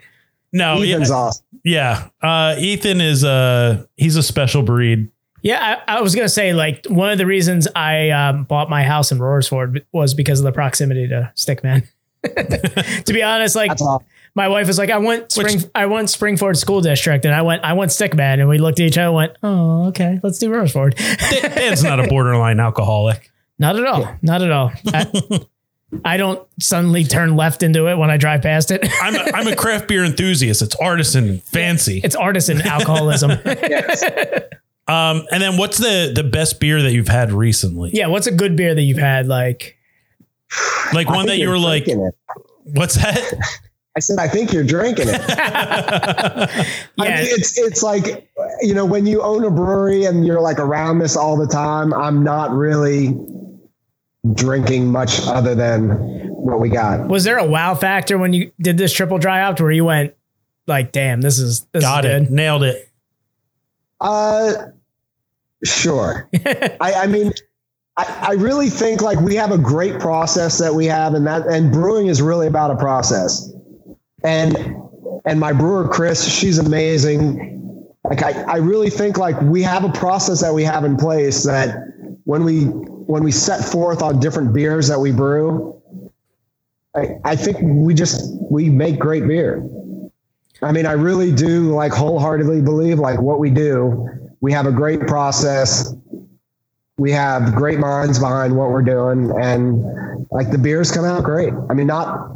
no. Yeah. Ethan's awesome. yeah. Uh, Ethan is a he's a special breed. Yeah, I, I was gonna say like one of the reasons I um, bought my house in Roarsford was because of the proximity to Stickman. to be honest, like That's awesome. my wife was like, I want Which- Spring, I want Springford School District, and I went, I want Stickman, and we looked at each other, and went, oh, okay, let's do Roarsford. Dan's not a borderline alcoholic. Not at all, not at all. I, I don't suddenly turn left into it when I drive past it. I'm a, I'm a craft beer enthusiast. It's artisan and fancy. It's artisan alcoholism. Um, and then what's the the best beer that you've had recently? yeah, what's a good beer that you've had? Like, Like I one think that you you're were like, drinking it. what's that? I said, I think you're drinking it. yeah, I mean, it's it's like you know when you own a brewery and you're like around this all the time. I'm not really drinking much other than what we got. Was there a wow factor when you did this triple dry out where you went like, damn, this is this Got is it. good. Nailed it. Uh, sure. I, I mean, I, I really think like we have a great process that we have, and that and brewing is really about a process. And and my brewer Chris, she's amazing. Like I, I really think like we have a process that we have in place that when we when we set forth on different beers that we brew, I, I think we just we make great beer. I mean, I really do like wholeheartedly believe like what we do. We have a great process. We have great minds behind what we're doing, and like the beers come out great. I mean, not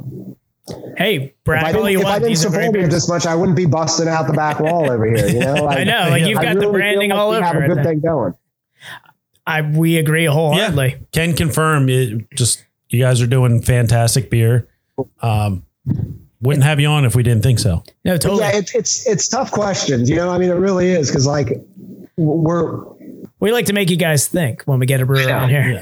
Hey, if Brad, I tell didn't, you if I what, didn't these are great support him beers. this much, I wouldn't be busting out the back wall over here. You know, like, I know, like you've I got really the feel branding like all we over Have a it. good thing going. I we agree wholeheartedly. Can confirm. You just you guys are doing fantastic beer. Um, wouldn't have you on if we didn't think so. Uh, No, totally. Yeah, it, it's it's tough questions. You know, I mean, it really is because like w- we're we like to make you guys think when we get a brewer on here.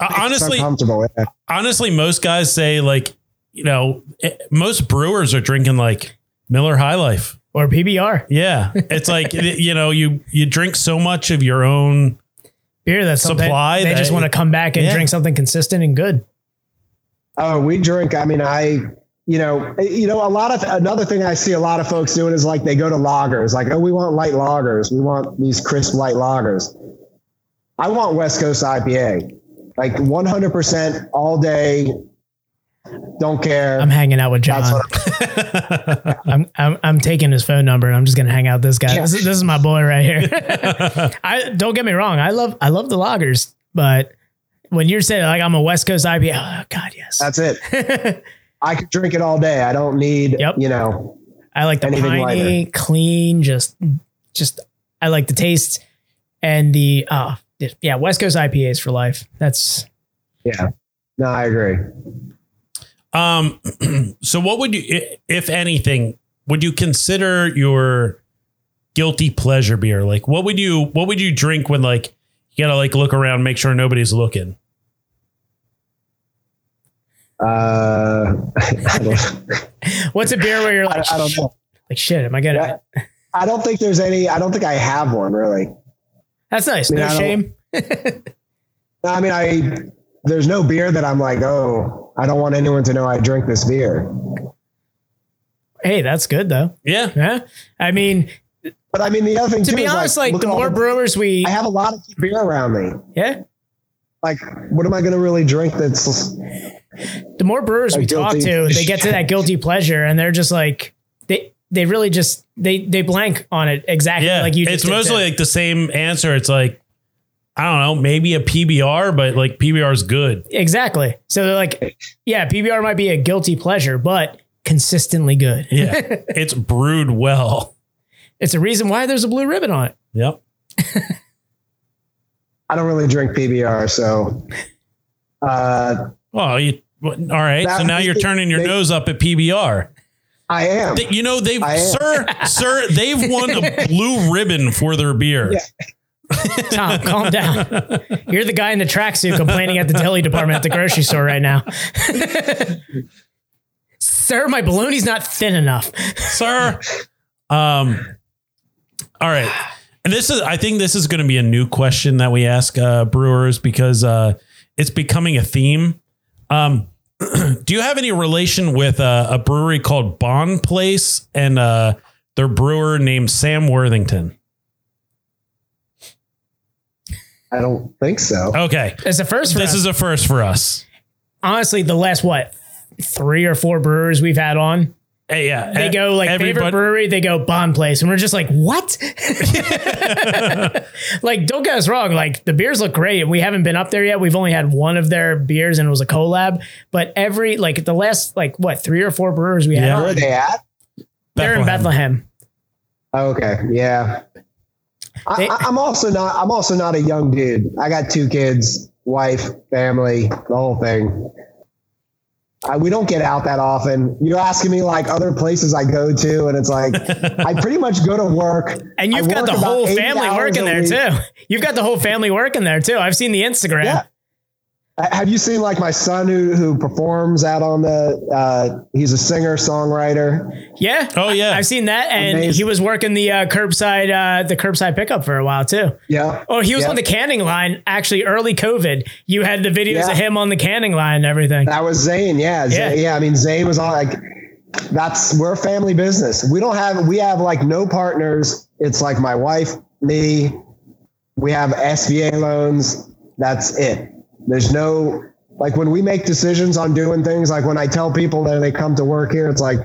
Uh, honestly, uncomfortable. Yeah. honestly, most guys say like, you know, it- most brewers are drinking like Miller High Life. or PBR. Yeah, it's like you know, you you drink so much of your own. Beer that's something- Supply They just that- want to come back and Yeah. drink something consistent and good. Oh, we drink. I mean, I, you know, eh, you know, a lot of another thing I see a lot of folks doing is like they go to loggers, like, oh, we want light loggers, we want these crisp light loggers. I want West Coast IPA, like 100% all day. Don't care. I'm hanging out with That's John. what I'm, I'm, I'm I'm taking his phone number and I'm just gonna hang out with this guy. This, is, this is my boy right here. I don't get me wrong. I love I love the loggers, but when you're saying like I'm a West Coast IPA, oh God, yes. that's it. I could drink it all day. I don't need, Yep. you know, I like the Anything piney, lighter. clean, just just I like the taste and the uh yeah, West Coast IPAs for life. That's yeah. No, I agree. Um, so what would you, i- if anything, would you consider your guilty pleasure beer? Like, what would you, what would you drink when like you gotta like look around, make sure nobody's looking? Uh, I don't, what's a beer where you're I, like, I don't know. like shit, am I gonna Yeah. I don't think there's any, I don't think I have one really. that's nice. I mean, No I don't- shame. No, I mean, I there's no beer that I'm like, oh, I don't want anyone to know I drink this beer. Hey, that's good though. Yeah. Yeah. I mean, But I mean, the other thing to too be is, honest, like, look the at all more brewers we I have a lot of beer around me. yeah, Like, what am I going to really drink? That's the more brewers we Like talk to, guilty. they get to that guilty pleasure and they're just like they they really just they they blank on it exactly Yeah. like you just it's did mostly there. like the same answer. It's like, I don't know, maybe a PBR, but like PBR is good. Exactly. So they're like, yeah, PBR might be a guilty pleasure, but consistently good. Yeah, it's brewed well. It's a reason why there's a blue ribbon on it. Yep. I don't really drink PBR, so uh, Well, you, all right. so That- now you're turning your they- nose up at PBR. I am. Th- You know they've I am. sir sir they've won a blue ribbon for their beer. Tom, calm down. You're the guy in the tracksuit complaining at the deli department at the grocery store right now. Sir, my baloney's not thin enough. sir. Um, all right. And this is, I think this is going to be a new question that we ask uh, brewers because uh, it's becoming a theme. Um, do you have any relation with uh, a brewery called Bond Place and uh, their brewer named Sam Worthington? I don't think so. Okay. It's the first for This us. is a first for us. honestly the last what three or four brewers we've had on. Hey, yeah. They go like favorite Everybody- brewery, they go Bond Place, and we're just like, what? like, don't get us wrong. Like the beers look great. We haven't been up there yet. We've only had one of their beers, and it was a collab. But every like the last like what three or four brewers we had, Yeah. on, Where are they at? they're in Bethlehem. Oh, Okay, yeah. I, They- I, I'm also not. I'm also not a young dude. I got two kids, wife, family, the whole thing. I, we don't get out that often. You're asking me like other places I go to, and it's like I pretty much go to work. And I you've got work the about whole 80 family hours working a there week. too. You've got the whole family working there too. I've seen the Instagram. Yeah. Uh, Have you seen like my son who who performs out on the? Uh, he's a singer songwriter. Yeah. Oh, yeah. I've seen that, and Amazing. he was working the uh, curbside uh, the curbside pickup for a while too. Yeah. Oh, he was Yeah. on the canning line actually early COVID. You had the videos Yeah. of him on the canning line and everything. That was Zane. Yeah. Z- Yeah. yeah. I mean, Zane was on like, that's, we're a family business. We don't have, we have like no partners. It's like my wife, me, we have SBA loans. That's it. There's no, like when we make decisions on doing things, like when I tell people that they come to work here, it's like,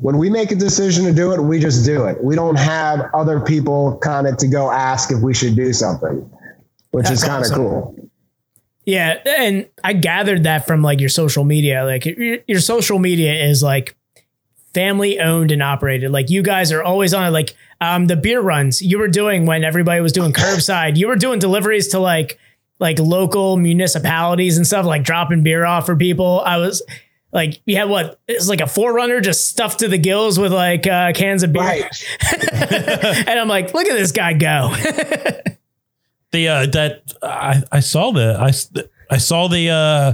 when we make a decision to do it, we just do it. We don't have other people kind of to go ask if we should do something, which That's is kind of awesome. cool. Yeah, and I gathered that from like your social media. Like your, your social media is like family owned and operated. Like you guys are always on it. Like um, the beer runs you were doing when everybody was doing curbside. You were doing deliveries to like like local municipalities and stuff, like dropping beer off for people. I was like, you had what? It's like a forerunner just stuffed to the gills with like uh, cans of beer. Right. and I'm like, look at this guy go. the uh that I I saw the I s- I saw the uh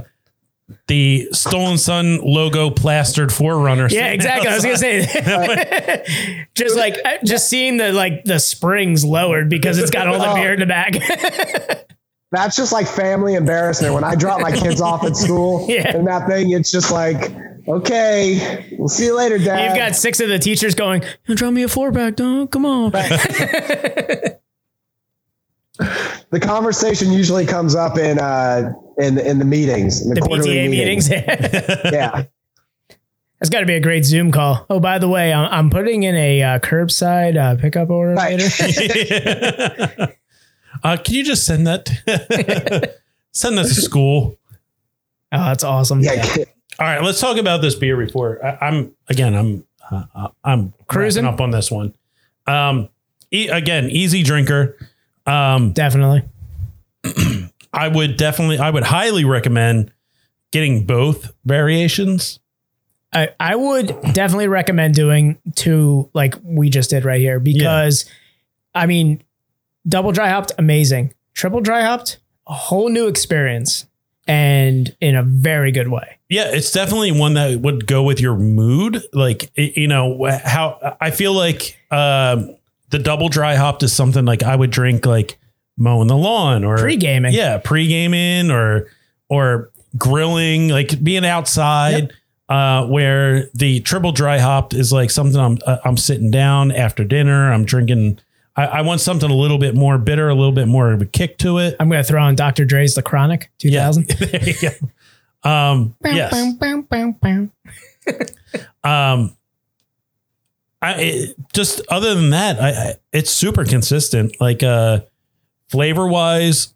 the Stolen Sun logo plastered forerunner. Yeah, exactly. I was gonna say, just like uh, just seeing the like the springs lowered because it's got all Oh. the beer in the back. that's just like family embarrassment. When I drop my kids off at school Yeah. and that thing, it's just like, okay, we'll see you later, Dad. You've got six of the teachers going, "You "Draw me a four pack, dog. Come on." the conversation usually comes up in uh in in the meetings, in the, The quarterly PTA meetings. Yeah. That's got to be a great Zoom call. Oh, by the way, I'm, I'm putting in a uh, curbside uh, pickup order Right. later. uh, can you just send that? send that to school. Oh, that's awesome. Yeah. All right, let's talk about this beer report. I, I'm again, I'm uh, uh, I'm Cruising? wrapping up on this one. Um, e- again, easy drinker. Um, Definitely. I would definitely, I would highly recommend getting both variations. I, I would definitely recommend doing two like we just did right here because I mean double dry hopped amazing triple dry hopped a whole new experience and in a very good way yeah it's definitely one that would go with your mood like it- you know wh- how i feel like um the double dry hopped is something like i would drink like mowing the lawn or pre-gaming yeah pre-gaming or or grilling like being outside uh where the triple dry hopped is like something i'm uh, i'm sitting down after dinner i'm drinking I, I want something a little bit more bitter a little bit more of a kick to it I'm gonna throw on Dr. Dre's The Chronic 2000 there you go. Um, yes. um, I it, just other than that, I, I it's super consistent. Like uh, flavor wise,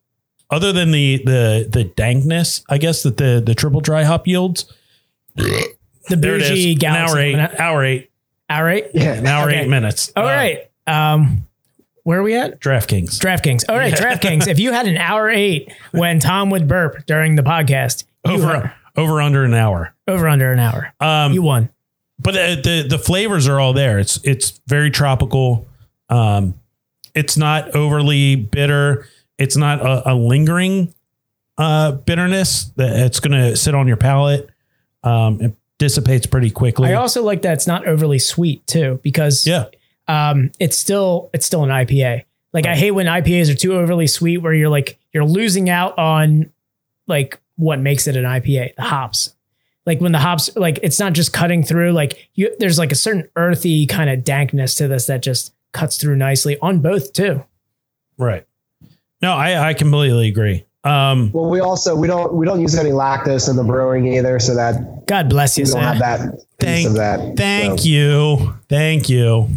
other than the the the dankness, I guess that the the triple dry hop yields. The There it bougie is. An galaxy. hour eight. Hour eight. Hour eight? Yeah. An hour Okay. eight minutes. All Uh, right. Um, where are we at? DraftKings. DraftKings. All right, DraftKings. If you had an hour eight when Tom would burp during the podcast, you over over under an hour. over under an hour, Um, you won. but the, the the flavors are all there. It's it's very tropical. Um, it's not overly bitter. It's not a, a lingering uh, bitterness that it's going to sit on your palate. Um, it dissipates pretty quickly. I also like that it's not overly sweet too, because yeah, um, it's still it's still an IPA. Like I hate when IPAs are too overly sweet, where you're like you're losing out on like what makes it an IPA, the hops. Like when the hops, like it's not just cutting through. Like you, there's like a certain earthy kind of dankness to this that just cuts through nicely on both too. right. No, I I completely agree. Um, Well, we also we don't we don't use any lactose in the brewing either, so that God bless you, we don't Sam. have that piece thank of that. thank So, you, thank you.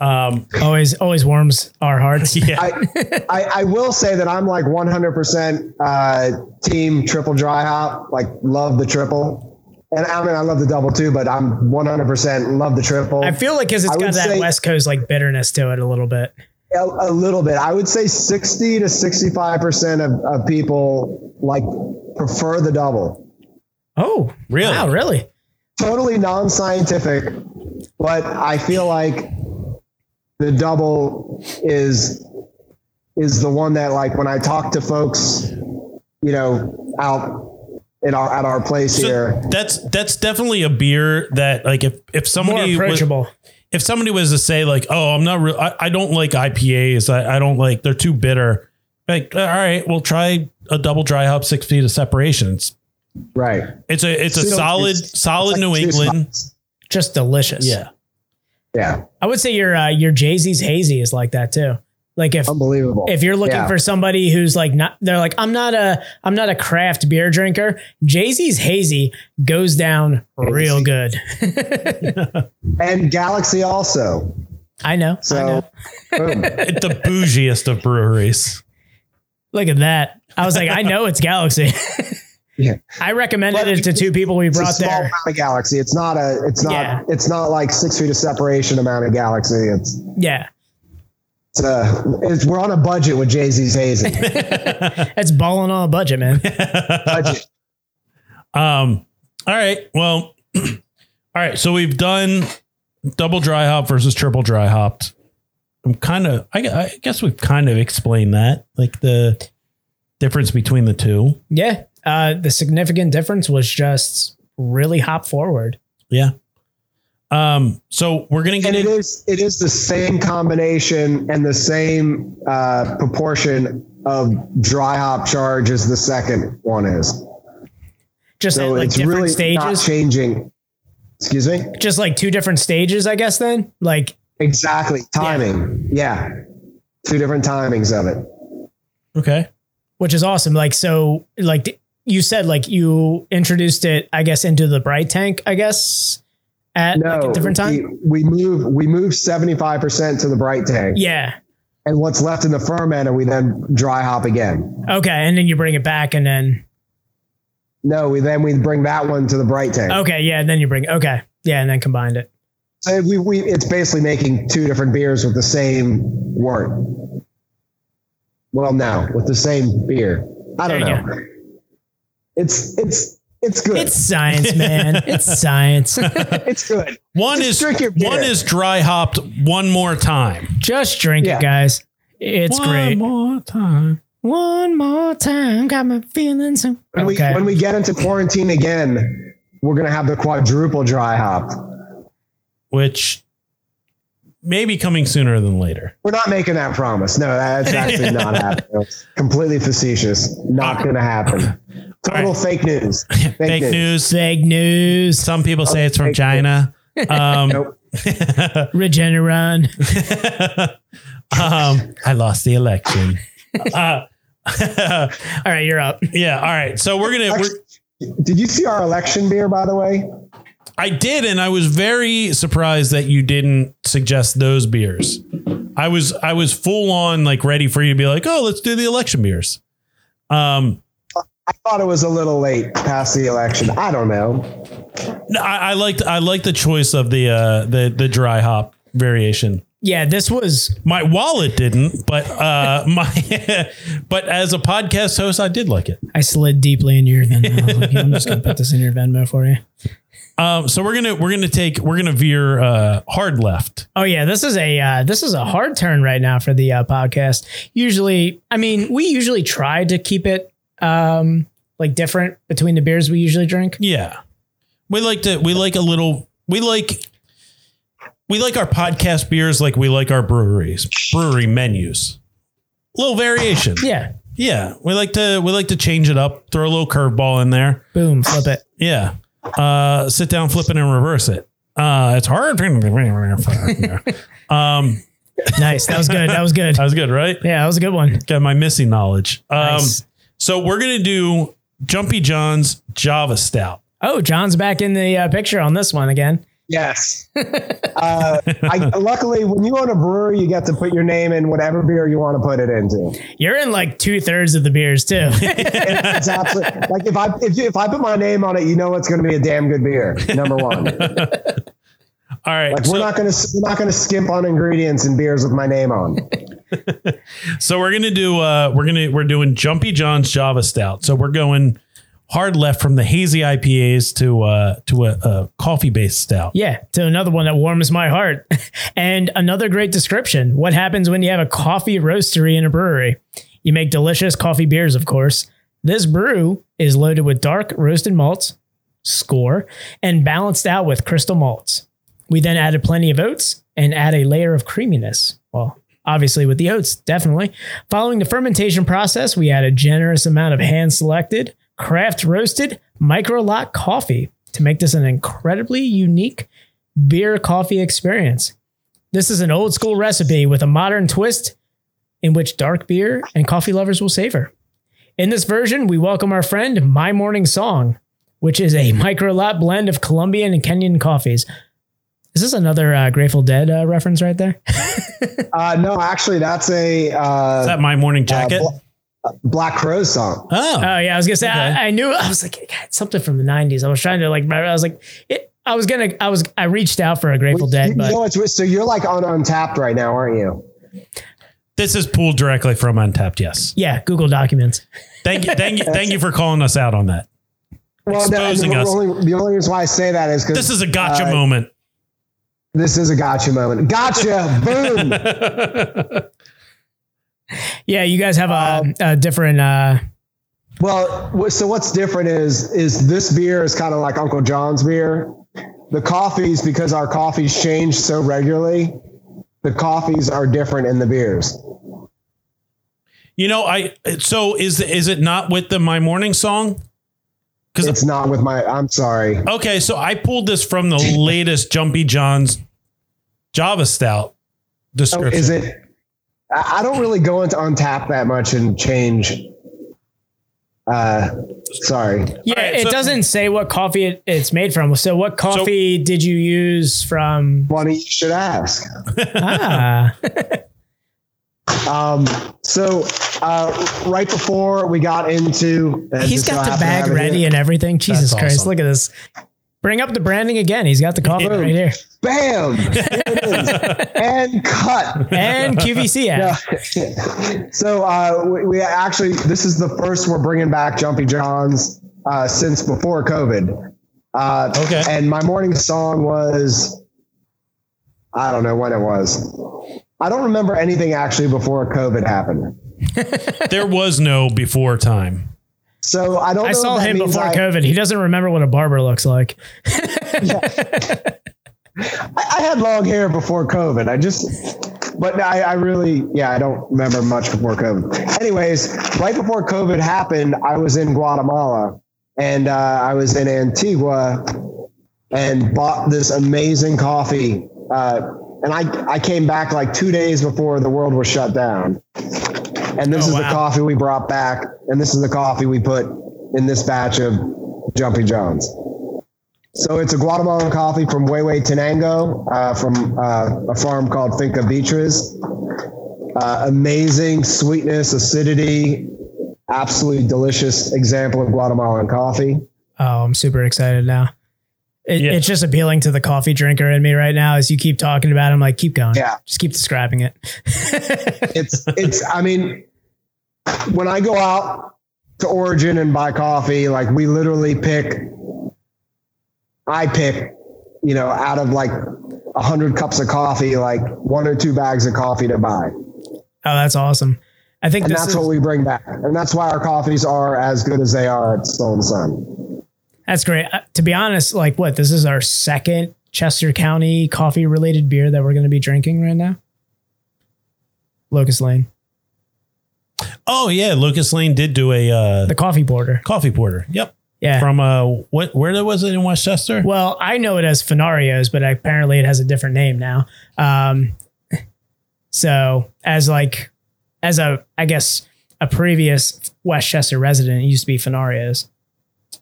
Um, Always, always warms our hearts. yeah, I, I I will say that I'm like 100% uh, team triple dry hop. Like love the triple, and I mean I love the double too, but I'm 100% love the triple. I feel like because it's I got would that say- West Coast like bitterness to it a little bit. a, a little bit. I would say 60 to 65% of, of people like prefer the double. Oh, Really? Wow, really? Totally non scientific, but I feel like the double is is the one that like when I talk to folks, you know, out in our at our place here. that's that's definitely a beer that like if if More somebody was, approachable. if somebody was to say like, "Oh, I'm not real. I, I don't like IPAs. I, I don't like. They're too bitter." Like, all right, we'll try a double dry hop, six feet of separation. It's, Right. it's a it's a It's- solid it's solid like New two England. spots. Just delicious. Yeah, Yeah. I would say your uh, your Jay Z's hazy is like that too. Like if Unbelievable. if you're looking Um, Yeah. for somebody who's like not, they're like I'm not a I'm not a craft beer drinker. Jay Z's hazy goes down real good. and Galaxy also. I know. I know. So boom. it's the bougiest of breweries. Look at that. I was like, I know it's Galaxy. Yeah. I recommended But it to two people we it's brought a small there. amount of galaxy. It's not a. It's not. Yeah. It's not like six feet of separation amount of galaxy. It's. Yeah. It's a. It's, we're on a budget with Jay Z's hazing. That's balling on a budget, man. Budget. Um. All right. Well. all right. So we've done double dry hop versus triple dry hopped. I'm kind of. I, gu- I guess we've kind of explained that, like the difference between the two. yeah. Uh, the significant difference was just really hop forward. Yeah. Um. So we're gonna get and it in. is. It is the same combination and the same uh, proportion of dry hop charge as the second one is. Just So at like it's different really not stages. changing. Excuse me. Just like two different stages, I guess then. Like Exactly. Timing. yeah. Two different timings of it. Okay. which is awesome. Like so like th- you said like you introduced it, I guess, into the bright tank, I guess. At like, a different time. We, we move we move seventy five percent to the bright tank, yeah. and what's left in the fermenter we then dry hop again. Okay. And then you bring it back and then No, we then we bring that one to the bright tank. okay, yeah, and then you bring okay. Yeah, and then combined it. So we, we it's basically making two different beers with the same wort. Well, no, with the same beer. I don't There you know. It's it's it's good. It's It's, science, man. It's science. good. One Just is drink your one beer. is dry hopped one more time. Just drink Yeah. it, guys. It's one great. more time. One more time, got my feelings. Okay. When we when we get into quarantine again, we're gonna have the quadruple dry hop. Which may be coming sooner than later. We're not making that promise. No, that's actually not happening. It's completely facetious. Not going to happen. Total Uh, All right. fake news. Fake, Fake news. Fake news, Some people say it's from fake China. Um, Nope. Regeneron. um, I lost the election. Uh, All right, you're up. yeah. All right. So we're gonna. We're, Did you see our election beer, by the way? I did, and I was very surprised that you didn't suggest those beers. I was I was full on like ready for you to be like, oh, let's do the election beers. Um, I thought it was a little late past the election. I don't know. no, I, I liked I liked the choice of the uh, the the dry hop variation. Yeah, this was My wallet didn't, but uh, my but as a podcast host, I did like it. I slid deeply into your Venmo. I was like, I'm just gonna put this in your Venmo for you. Um, so we're gonna we're gonna take we're gonna veer uh, hard left. Oh yeah, this is a uh, this is a hard turn right now for the uh, podcast. Usually, I mean, we usually try to keep it um, like different between the beers we usually drink. Yeah, we like to we like a little we like we like our podcast beers like we like our breweries brewery menus. Little variation. Yeah, Yeah, we like to we like to change it up, throw a little curveball in there. boom, flip it. Yeah. Uh, sit down, flip it, and reverse it. Uh, it's hard. um, Nice, that was good. That was good. that was good, right? Yeah, that was a good one. Got my missing knowledge. Um, Nice. so we're gonna do Jumpy John's Java Stout. Oh, John's back in the uh, picture on this one again. Yes. uh, I, luckily, when you own a brewery, you get to put your name in whatever beer you want to put it into. You're in like two thirds of the beers too. It's absolutely like if I if, you, if I put my name on it, you know it's going to be a damn good beer. Number one, like All right. so, we're not going to we're not going to skimp on ingredients in beers with my name on. so we're gonna do uh, we're gonna we're doing Jumpy John's Java Stout. So we're going hard left from the hazy IPAs to uh, to a, a coffee based stout. Yeah, to another one that warms my heart. and another great description. What happens when you have a coffee roastery in a brewery? You make delicious coffee beers, of course. This brew is loaded with dark roasted malts, score, and balanced out with crystal malts. We then added plenty of oats and add a layer of creaminess. Well, obviously with the oats, definitely. Following the fermentation process, we add a generous amount of hand selected, craft roasted, micro lot coffee to make this an incredibly unique beer coffee experience. This is an old school recipe with a modern twist in which dark beer and coffee lovers will savor. In this version, we welcome our friend My Morning Song, which is a micro lot blend of Colombian and Kenyan coffees. Is this another uh, Grateful Dead uh, reference right there? Uh, no, actually, that's a Is uh, that my morning jacket? Bla- Black Crow song. oh, Oh yeah, I was gonna say I, I knew I was like God, something from the '90s. I was trying to like remember. I was like, it, I was gonna, I was, I reached out for a Grateful You Dead, but know it's so you're like on Untapped right now, aren't you? this is pulled directly from Untapped. Yes. yeah, Google Documents. Thank you. Thank you. Thank you for calling us out on that. Well, Exposing the, the us. Only, the only reason why I say that is because This is a gotcha Uh, moment. This is a gotcha moment. Gotcha! Boom! Yeah, you guys have a, Um, a different. uh Well, wh- so what's different is is this beer is kind of like Uncle John's beer. The coffees, because our coffees change so regularly, the coffees are different in the beers. You know, I so is is it not with the my morning song? It's not with my. I'm sorry. Okay, so I pulled this from the latest Jumpy John's Java Stout description. Oh, Is it? I I don't really go into untap that much and change. Uh, sorry. Yeah, All right, it so- doesn't say what coffee it, it's made from. So, what coffee did you use from? Funny you should ask. Ah, Um, so uh, right before we got into, and he's just got so the happen to bag have it ready here. and everything. Jesus That's Christ, awesome. look at this. Bring up the branding again. He's got the coffee Boom. right here Bam! Here it is. and cut. and QVC app. so uh, we, we actually, this is the first we're bringing back Jumpy John's uh, since before COVID. Uh, Okay. And my morning song was, I don't know when it was. I don't remember anything actually before COVID happened. there was no before time. So I don't. I know if saw that him means before I- COVID. He doesn't remember what a barber looks like. I, I had long hair before COVID. I just, but I, I really, yeah, I don't remember much before COVID. Anyways, right before COVID happened, I was in Guatemala and uh, I was in Antigua and bought this amazing coffee. Uh, and I, I came back like two days before the world was shut down. And this Oh, is the wow. coffee we brought back. And this is the coffee we put in this batch of Jumpy Jones. So it's a Guatemalan coffee from Huehue Tenango, uh, from uh, a farm called Finca Beatriz. Uh, amazing sweetness, acidity, absolutely delicious example of Guatemalan coffee. Oh, I'm super excited now. It, Yeah. It's just appealing to the coffee drinker in me right now. As you keep talking about, it, I'm like, keep going. Yeah. Just keep describing it. It's it's. I mean, when I go out to Origin and buy coffee, like we literally pick. I pick, you know, out of like a hundred cups of coffee, like one or two bags of coffee to buy. Oh, that's awesome. I think and this that's is, what we bring back. And that's why our coffees are as good as they are at Soul and Sun. that's great. Uh, to be honest, like what this is our second Chester County coffee related beer that we're going to be drinking right now. Locust Lane, Oh yeah, Lucas Lane did do a uh, the coffee border. coffee porter. Yep. Yeah. From uh, what? Where was it in Westchester? well, I know it as Fenarios, but apparently it has a different name now. Um, so as like as a I guess a previous Westchester resident, it used to be Fenarios.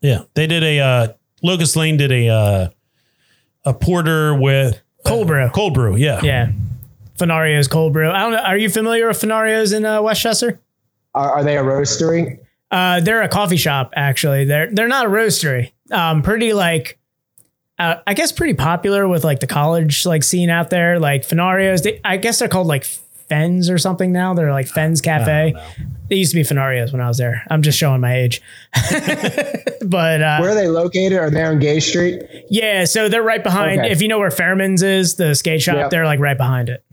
Yeah, they did a uh, Lucas Lane did a uh, a porter with Cold brew. cold brew. Yeah, Yeah. Fenarios cold brew. I don't know. Are you familiar with Fenarios in uh, Westchester? Are, are they a roastery? Uh, they're a coffee shop actually. They're they're not a roastery. Um, pretty like, uh, I guess pretty popular with like the college like scene out there. Like Fenarios, they, I guess they're called like Fens or something now. They're like Fens Cafe. They used to be Fenarios when I was there. I'm just showing my age, but uh, Where are they located? Are they on Gay Street? yeah. So they're right behind. Okay. If you know where Fairman's is, the skate shop, Yep. they're like right behind it.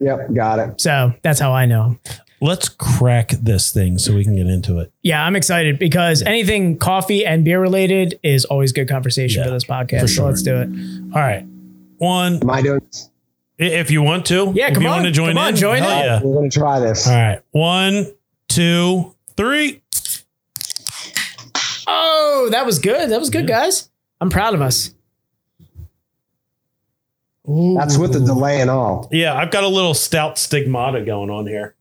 Yep, got it. So that's how I know 'em. Let's crack this thing so we can get into it Yeah, I'm excited because anything coffee and beer related is always good conversation Yeah, for this podcast. for So let's do it. All right, one Am I doing? i- if you want to. Yeah, if come you on. want to join Come on, in, join hell in. Yeah. We're gonna try this. All right, one, two, three. Oh, that was good. That was good, guys. I'm proud of us. That's with the delay and all. Yeah, I've got a little stout stigmata going on here.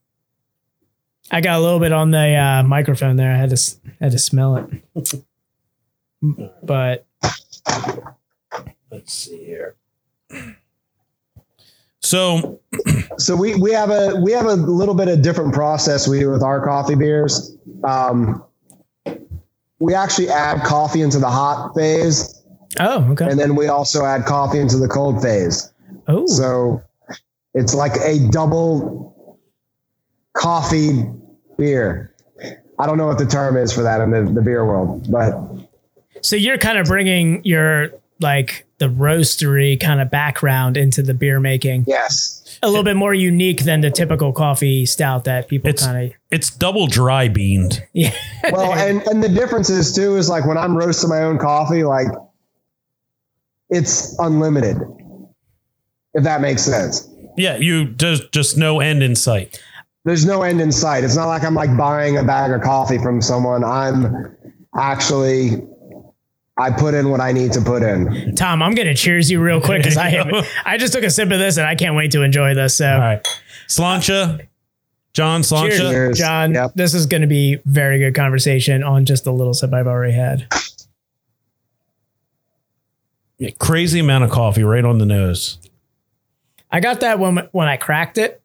I got a little bit on the uh, microphone there. I had to s- had to smell it, but Let's see here. So So we we have a we have a little bit of different process we do with our coffee beers. Um, we actually add coffee into the hot phase, oh, okay. and then we also add coffee into the cold phase. Oh, So it's like a double coffee beer. I don't know what the term is for that in the, the beer world, but so you're kind of bringing your like the roastery kind of background into the beer making yes, a little bit more unique than the typical coffee stout that people It's- kind of it's double dry beamed. yeah. well, and and the difference is too is like when I'm roasting my own coffee, like it's unlimited. If that makes sense, Yeah, you just just no end in sight. there's no end in sight. It's not like I'm like buying a bag of coffee from someone. I'm actually, I put in what I need to put in. Tom, I'm gonna cheers you real quick because I haven't- I just took a sip of this and I can't wait to enjoy this. So All right, Slancha, John Slancha. cheers, Cheers. John. Yep. This is gonna be very good conversation on just the little sip I've already had. Yeah, crazy amount of coffee right on the nose. I got that when when I cracked it,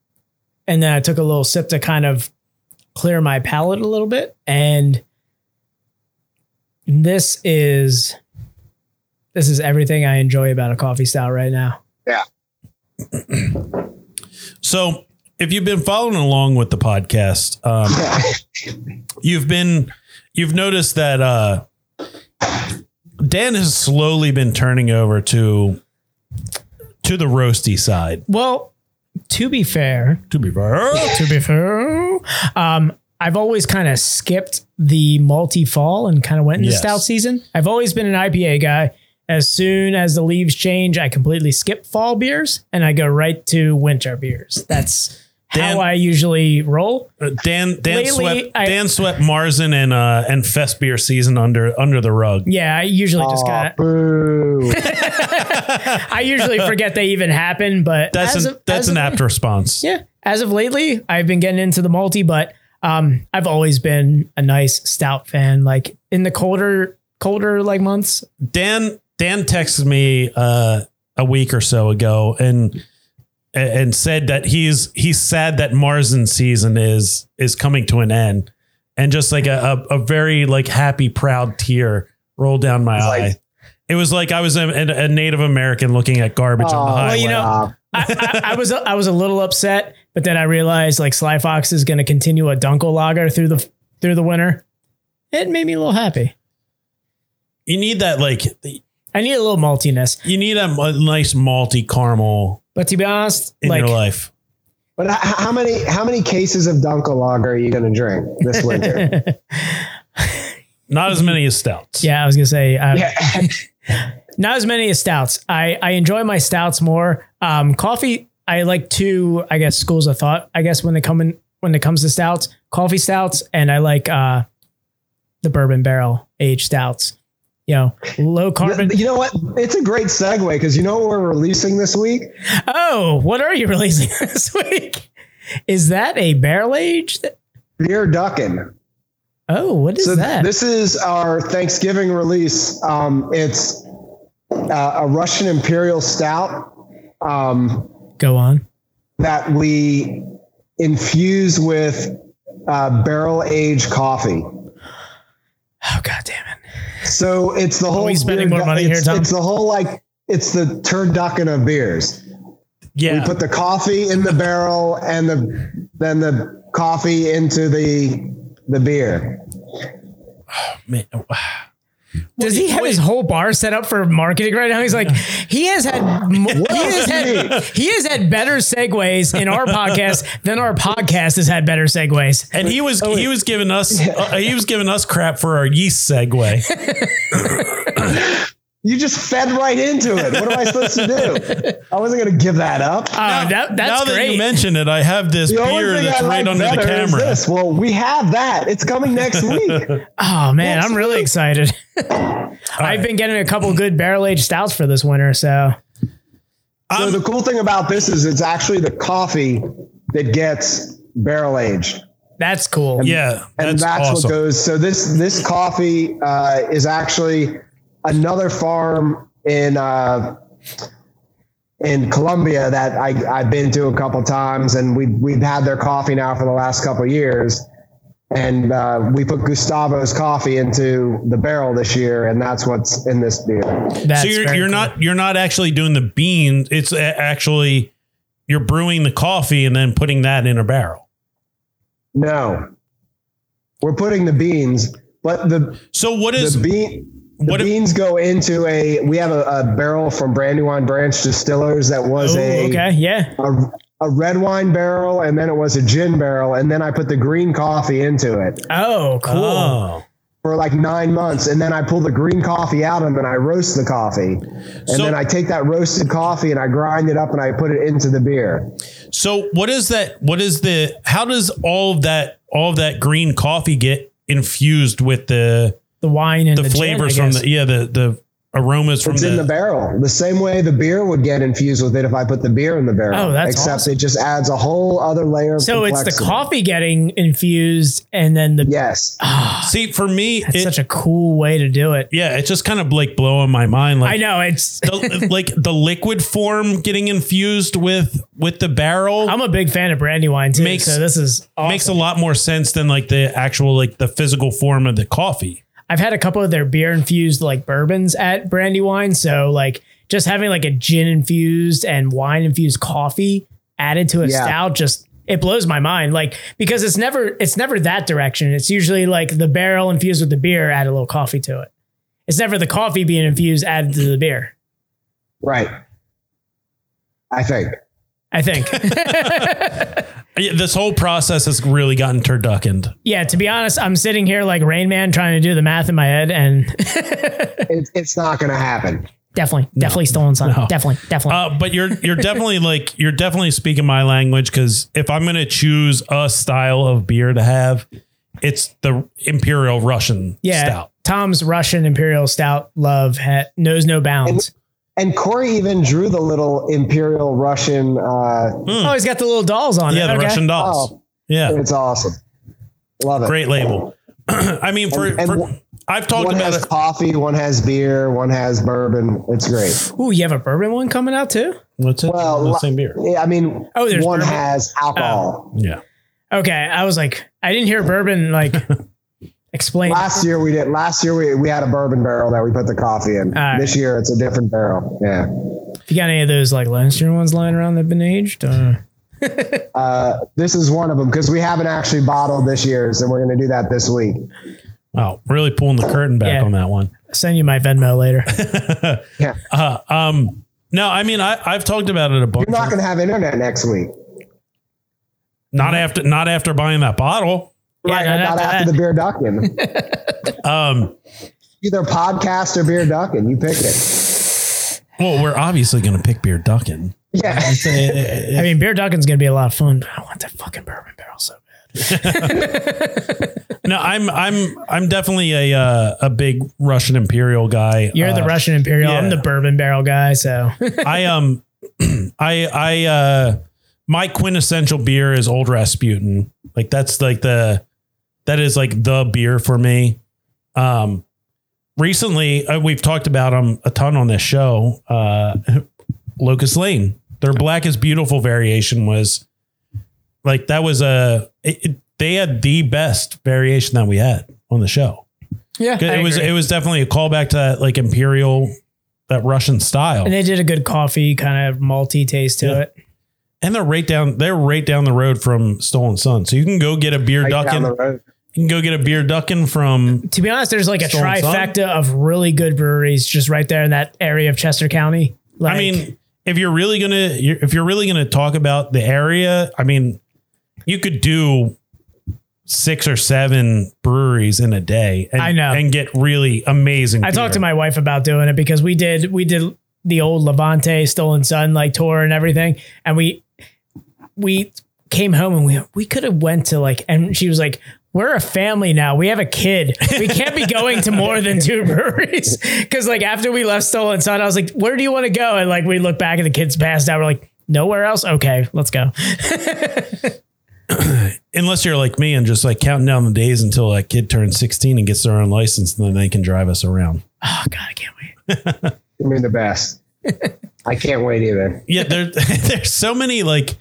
and then I took a little sip to kind of clear my palate a little bit. And this is this is everything I enjoy about a coffee style right now. So, if you've been following along with the podcast, um, you've been you've noticed that uh, Dan has slowly been turning over to to the roasty side. Well, to be fair, To be fair, to be fair. Um, I've always kind of skipped the multi fall and kind of went into Yes. stout season. I've always been an IPA guy. As soon as the leaves change, I completely skip fall beers and I go right to winter beers. That's Dan- how I usually roll. Uh, Dan Dan Lately, swept I- Dan swept Marzen and uh, and Fest beer season under under the rug. Yeah, I usually just Aw, kind of boo. I usually forget they even happen, but That's as an of- that's as an of- apt response. Yeah. As of lately, I've been getting into the multi, but um, I've always been a nice stout fan. Like in the colder, colder like months, Dan Dan texted me uh, a week or so ago, and a- and said that he's he's sad that Marzen season is is coming to an end, and just like a a, a very like happy proud tear rolled down my It's like- eye. it was like I was a, a a Native American looking at garbage on the Oh, highway. Well, you know, Uh, I, I, I was I was a little upset, but then I realized like Sly Fox is going to continue a Dunkel Lager through the through the winter. It made me a little happy. you need that like I need a little maltiness, you need a, a nice malty caramel but to be honest, in like your life. but h- how many how many cases of Dunkel Lager are you going to drink this winter? Not as many as stouts. yeah, I was gonna say uh, yeah, not as many as stouts. I I enjoy my stouts more. Um, coffee I like two. I guess schools of thought. I guess when they come in when it comes to stouts, coffee stouts, and I like uh the bourbon barrel aged stouts. You know, low carbon. you know what? It's a great segue because you know what we're releasing this week. Oh, what are you releasing this week? Is that a barrel aged? Dear Duckin. Oh, what is So that? this is our Thanksgiving release. Um, it's uh, a Russian Imperial Stout um, Go on. that we infuse with uh, barrel aged coffee. Oh god damn it! So it's the whole. we spending beer more money it's, here, Tom? It's the whole like it's the turducken of beers. yeah. We put the coffee in the barrel and the then the coffee into the the beer. Man, Does he have his whole bar set up for marketing right now? He's like, he has had mo- he has had he has had better segues in our podcast than our podcast has had better segues. and he oh, was he was giving us uh, he was giving us crap for our yeast segue. You just fed right into it. What am I supposed to do? I wasn't going to give that up. Oh, that, now that's that great. you mention it, I have this The only beer thing that's I right like under the better is camera. this. Well, we have that. It's coming next week. oh man, I'm really excited. I've been getting a couple good barrel aged stouts for this winter, so so the cool thing about this is it's actually the coffee that gets barrel aged. that's cool. Yeah, and that's, that's, awesome. what goes. So this this coffee uh, is actually another farm in uh, in Colombia that I, I've been to a couple times, and we we've had their coffee now for the last couple years. And uh, we put Gustavo's coffee into the barrel this year, and that's what's in this beer. That's so you're very you're cool. not you're not actually doing the beans. It's a- actually you're brewing the coffee and then putting that in a barrel. No, we're putting the beans, but the So what is the bean. The what if- beans go into a. We have a, a barrel from Brandywine Branch Distillers that was Ooh, a, Oh, okay, yeah. a a red wine barrel, and then it was a gin barrel, and then I put the green coffee into it Oh, cool. oh. for like nine months, and then I pull the green coffee out, and then I roast the coffee, and So- then I take that roasted coffee and I grind it up and I put it into the beer. So what is that? What is the? How does all of that all of that green coffee get infused with the the wine and the, the, gin, flavors I from guess. the yeah the the aromas from It's in the barrel, the same way the beer would get infused with it if I put the beer in the barrel. Oh, that's except awesome. it just adds a whole other layer. Of So it's the complexity. coffee getting infused and then the Yes. see for me that's it, such a cool way to do it. yeah it's just kind of like blowing my mind like I know it's the, like the liquid form getting infused with with the barrel I'm a big fan of brandywine too. Makes- so this is awesome. makes a lot more sense than like the actual like the physical form of the coffee. I've had a couple of their beer infused like bourbons at brandywine. So like just having like a gin infused and wine infused coffee added to a Yeah. stout just it blows my mind. Like because it's never it's never that direction. It's usually like the barrel infused with the beer add a little coffee to it. It's never the coffee being infused added to the beer. Right. I think. I think. Yeah, This whole process has really gotten turduckened. yeah, to be honest, I'm sitting here like Rain Man trying to do the math in my head and It, it's not going to happen. definitely, definitely stolen sign. no. Definitely, definitely. Uh, but you're you're definitely like you're definitely speaking my language because if I'm gonna choose a style of beer to have, it's the Imperial Russian yeah. stout. Tom's Russian Imperial Stout love ha- knows no bounds. And Corey even drew the little Imperial Russian. Uh, Oh, he's got the little dolls on Yeah, it. the okay. Russian dolls. oh, Yeah, it's awesome. Love it. great label. I mean, for, And- and for wh- I've talked One about has it. coffee, one has beer, one has bourbon. It's great. Ooh, you have a bourbon one coming out too? What's it? Well, The li- same beer. Yeah, I mean, Oh, there's one bourbon. has alcohol. Yeah. Okay, I was like, I didn't hear bourbon like explained. Last year we did. Last year we, we had a bourbon barrel that we put the coffee in. All right. This year it's a different barrel. Yeah. If you got any of those like last year ones lying around that've been aged, uh, Uh, this is one of them because we haven't actually bottled this year's, and we're going to do that this week. Wow. Really pulling the curtain back Yeah. on that one. send you my Venmo later. Yeah. Uh, um, no, I mean I, I've talked about it a bunch. You're not going to have internet next week. not after not after buying that bottle. Yeah, right, no, not after after that. the beer ducking. Um, Either podcast or beer ducking. You pick it. well, we're obviously going to pick beer ducking. Yeah. I mean, beer ducking's gonna be a lot of fun, but I want that fucking bourbon barrel so bad. No, I'm I'm I'm definitely a uh, a big Russian Imperial guy. You're the Uh, Russian Imperial. I'm yeah. the bourbon barrel guy. So I um I I uh my quintessential beer is Old Rasputin. Like that's like the that is like the beer for me. Um recently uh, we've talked about them a ton on this show. Uh Locust Lane. Their Black is Beautiful variation was like that was a it, it- they had the best variation that we had on the show. yeah, It was it was definitely a callback to that like imperial that Russian style. and they did a good coffee kind of malty taste to Yeah. it. And they're right down. They're right down the road from Stolen Sun, so you can go get a beer Right down ducking. the You road. can go get a beer ducking from. To be honest, there's like a Stolen Sun? trifecta of really good breweries just right there in that area of Chester County. Like, I mean, if you're really gonna, you're, if you're really gonna talk about the area, I mean, you could do six or seven breweries in a day. And, I know. and get really amazing. I talked to beer. my wife about doing it because we did we did the old Levante Stolen Sun like tour and everything, and we we came home and we we could have went to like and she was like. We're a family now. We have a kid. We can't be going to more than two breweries. Cause like after we left Stolen Sun, I was like, where do you want to go? And like we look back and the kids passed out. We're like, nowhere else? Okay, let's go. unless you're like me and just like counting down the days until that kid turns 16 and gets their own license, and then they can drive us around. Oh God, I can't wait. I mean, the best. I can't wait either. yeah, there, there's so many like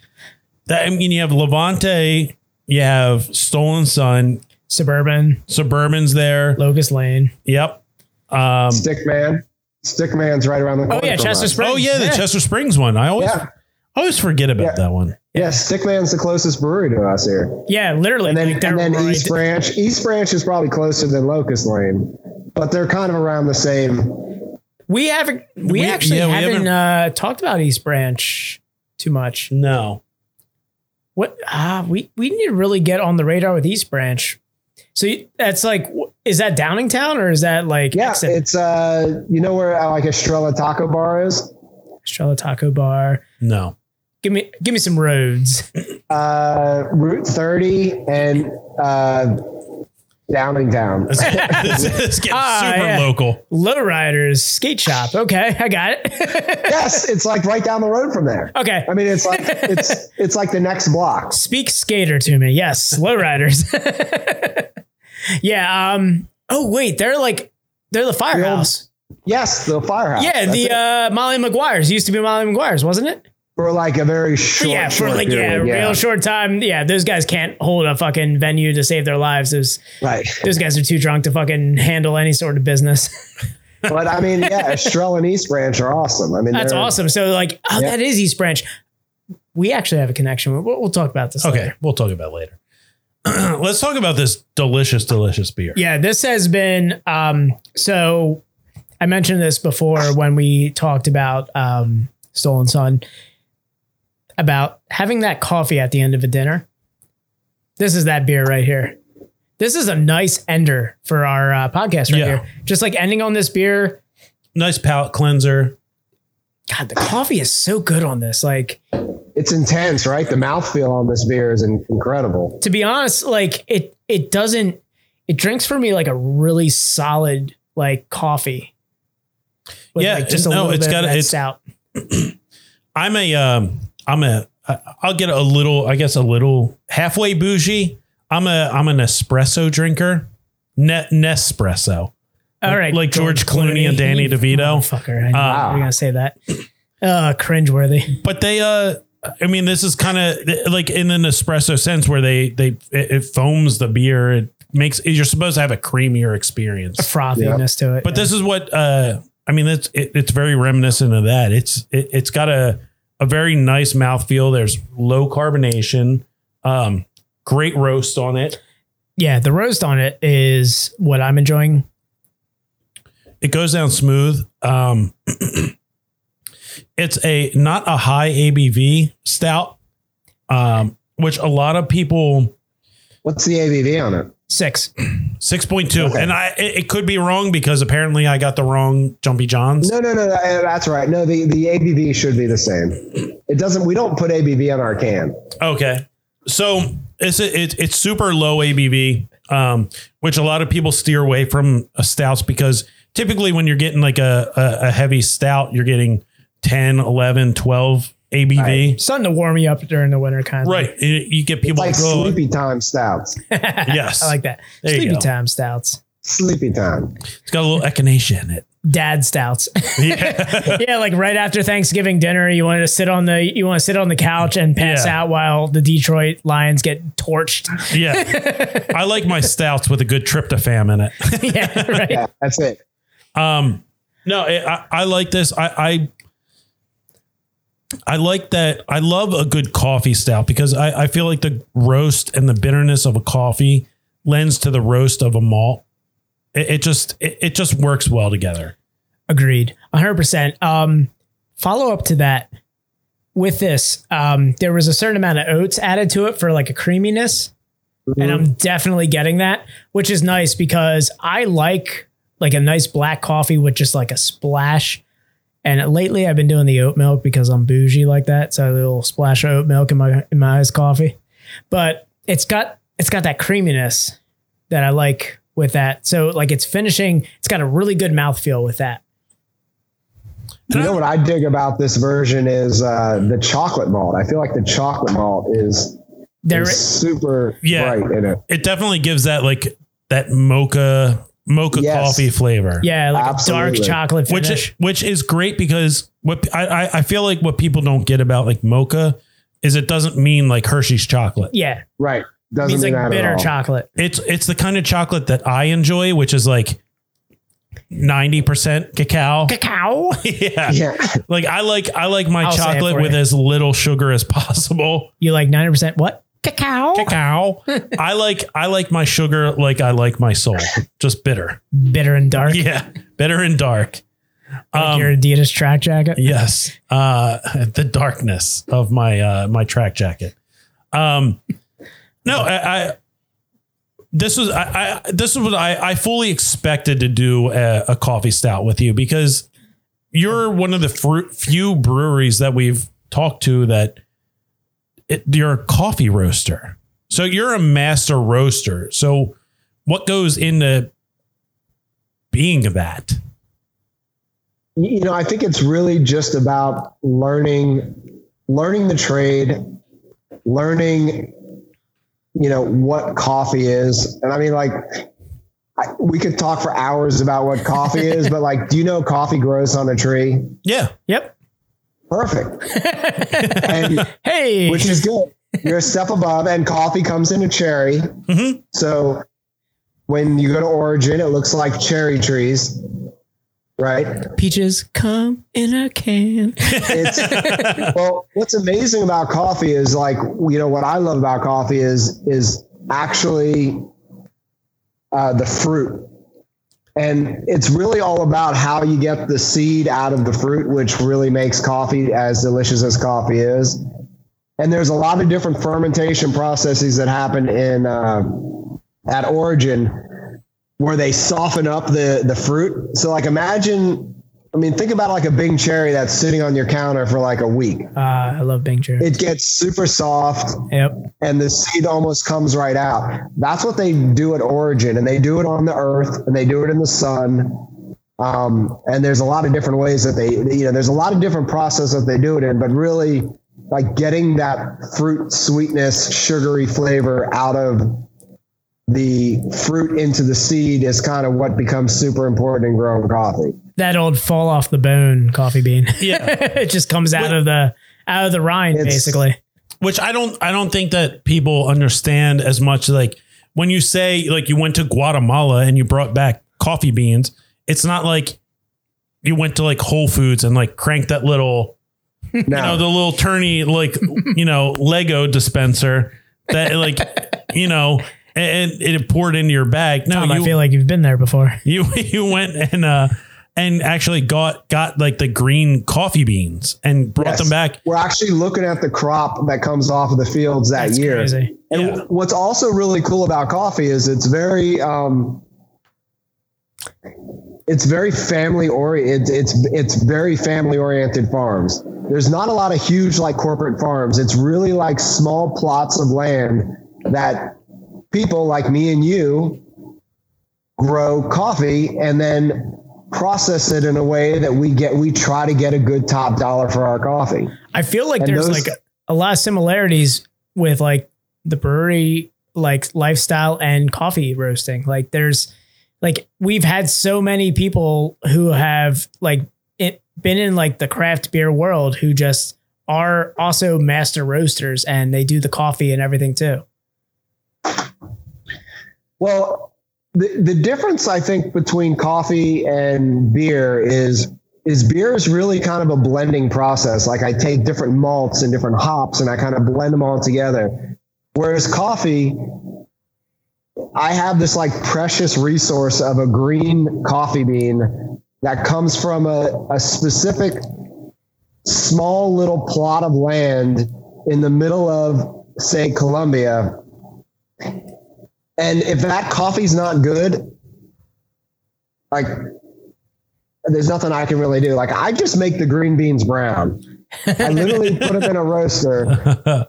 that. I mean, you have Levante, you have Stolen Sun, Suburban, Suburban's there. Locust Lane. Yep. Um, Stickman. Stickman's right around the corner. Oh yeah, from Chester us. Springs. oh yeah, the Chester Springs one. I always, Yeah. I always forget about Yeah. that one. Yeah, Stickman's the closest brewery to us here. Yeah, literally. And then, like, they're and then right- East Branch. East Branch is probably closer than Locust Lane, but they're kind of around the same. We haven't. We, We- actually yeah, we haven't, uh, talked about East Branch too much. No. What? Ah, we we need to really get on the radar with East Branch. So you- that's like, wh- is that Downingtown or is that like Yeah, Exit- it's uh, you know where uh, like Estrella Taco Bar is. Estrella Taco Bar? No. Give me give me some roads. Uh, Route 30 and uh, Downingtown. this is getting Ah, super yeah. local. Lowriders skate shop. Okay, I got it. yes, it's like right down the road from there. okay. I mean, it's like it's it's like the next block. Speak skater to me. Yes, lowriders. yeah. Um. Oh wait, they're like they're the firehouse. Yes, the firehouse. Yeah, Oh, That's the it. uh, Molly McGuire's used to be Molly McGuire's, wasn't it? for like a very short, yeah, for short like period, yeah, real short time. Yeah, those guys can't hold a fucking venue to save their lives. Those right. those guys are too drunk to fucking handle any sort of business. But I mean, yeah, Estrella and East Branch are awesome. I mean, That's they're- awesome. So like, oh, Yeah. that is East Branch. We actually have a connection. We'll, we'll talk about this. Okay, later. we'll talk about it later. Let's talk about this delicious, delicious beer. Yeah, this has been um so I mentioned this before when we talked about um Stolen Sun about having that coffee at the end of a dinner. This is that beer right here. This is a nice ender for our uh, podcast right Yeah. here. Just like ending on this beer. Nice palate cleanser. God, the coffee is so good on this. Like It's intense, right? The mouthfeel on this beer is in- incredible. to be honest, like it it doesn't it drinks for me like a really solid like coffee. With, Yeah, no, it's of got- that it's- stout. I'm a um I'm a I- I'll get a little I guess a little halfway bougie. I'm a I'm an espresso drinker. Ne- Nespresso. All right. like George Clooney and Danny DeVito. Fucker. I knew Ah. you were going to say that. Uh, cringeworthy. But they, uh, I mean, this is kind of like in an espresso sense where they they it, it foams the beer. It makes you're supposed to have a creamier experience. Frothiness to it. But this is what uh, I mean. It's it, it's very reminiscent of that. It's it, it's got a a very nice mouthfeel. There's low carbonation, um, great roast on it. yeah, the roast on it is what I'm enjoying. It goes down smooth. Um, it's a not a high ABV stout, um, which a lot of people What's the ABV on it? Six. six point two, Okay. and I it, it could be wrong because apparently I got the wrong Jumpy Johns. No, no, no. that- That's right. No, the, the ABV should be the same. It doesn't. We don't put ABV on our can. Okay. So it's it, it's super low ABV, um, which a lot of people steer away from a stouts because typically when you're getting like a, a, a heavy stout, you're getting 10, 11, 12 ABV. Something to warm you up during the winter kind of. Right. You, you get people Like like, oh, sleepy time stouts. yes. I like that. There you Sleepy go. time stouts. Sleepy time. it's got a little echinacea in it. Dad stouts. Yeah. yeah, like right after Thanksgiving dinner, you want to sit on the you want to sit on the couch and pass Yeah. out while the Detroit Lions get torched. yeah. I like my stouts with a good tryptophan in it. yeah, right. Yeah, that's it. Um, no, I, I- I like this. I, I I like that. I love a good coffee stout because I, I feel like the roast and the bitterness of a coffee lends to the roast of a malt. It, it just it, it just works well together. Agreed. 100%. Um, follow up to that with this. Um, there was a certain amount of oats added to it for like a creaminess. And I'm definitely getting that, which is nice because I like like a nice black coffee with just like a splash. And lately I've been doing the oat milk because I'm bougie like that. So a little splash of oat milk in my in my iced coffee. But it's got it's got that creaminess that I like with that. So like it's finishing, it's got a really good mouthfeel with that. You know what I dig about this version is uh, the chocolate malt. I feel like the chocolate malt is, There, is super Yeah. bright in it. It definitely gives that like that mocha mocha Yes. coffee flavor. yeah, like a Absolutely. dark chocolate which finish. is, which is great because what I, I I feel like what people don't get about like mocha is it doesn't mean like Hershey's chocolate. yeah, Right. it Doesn't means mean like that at bitter all. chocolate. it's it's the kind of chocolate that I enjoy, which is like ninety percent cacao. Cacao. yeah. Yeah. like I like I like my I'll say it chocolate for with you. as little sugar as possible. You like ninety percent what? Cacao. Cacao. I like I like my sugar like I like my soul, just bitter. Bitter and dark. Yeah, bitter and dark. Like Um, your Adidas track jacket. Yes, uh, the darkness of my uh, my track jacket. Um, no, I, I this was I, I this is what I, I fully expected to do a, a coffee stout with you because you're one of the fru- few breweries that we've talked to that it, you're a coffee roaster. So you're a master roaster. So what goes into being that? you know i think it's really just about learning learning the trade learning you know what coffee is and i mean like I, we could talk for hours about what coffee is but like do you know coffee grows on a tree Yeah. Yep. perfect and Hey. which is good you're a step above and coffee comes in a cherry Mhm. so when you go to origin it looks like cherry trees right peaches come in a can. it's well what's amazing about coffee is like you know what i love about coffee is is actually uh, the fruit and it's really all about how you get the seed out of the fruit which really makes coffee as delicious as coffee is and there's a lot of different fermentation processes that happen in uh, at origin where they soften up the the fruit so like imagine I mean, think about like a Bing cherry that's sitting on your counter for like a week. Uh, I love Bing Cherry. It gets super soft Yep. and the seed almost comes right out. That's what they do at Origin, and they do it on the earth and they do it in the sun. Um, and there's a lot of different ways that they, you know, there's a lot of different process that they do it in, but really like getting that fruit sweetness, sugary flavor out of the fruit into the seed is kind of what becomes super important in growing coffee. That old fall off the bone coffee bean. Yeah. it just comes out of the out of the rind It's- basically. Which I don't I don't think that people understand as much like when you say like you went to Guatemala and you brought back coffee beans, it's not like you went to like Whole Foods and like cranked that little you know Now, the little turny like you know Lego dispenser that like you know and, and it poured into your bag. No, Tom, Oh, you Um, I feel like you've been there before. you you went and uh and actually got got like the green coffee beans and brought Yes. them back. We're actually looking at the crop that comes off of the fields that That's year. crazy. And Yeah. what's also really cool about coffee is it's very um, it's very family oriented. It's it's very family oriented farms. There's not a lot of huge like corporate farms. It's really like small plots of land that people like me and you grow coffee and then process it in a way that we get we try to get a good top dollar for our coffee. I feel like And there's those- like a lot of similarities with like the brewery like lifestyle and coffee roasting. Like there's like we've had so many people who have like it, been in like the craft beer world who just are also master roasters and they do the coffee and everything too. Well, the the difference I think between coffee and beer is is beer is really kind of a blending process. Like I take different malts and different hops and I kind of blend them all together. Whereas coffee, I have this like precious resource of a green coffee bean that comes from a, a specific small little plot of land in the middle of, say, Colombia. And if that coffee's not good, like there's nothing I can really do. Like I just make the green beans brown. I literally put them in a roaster.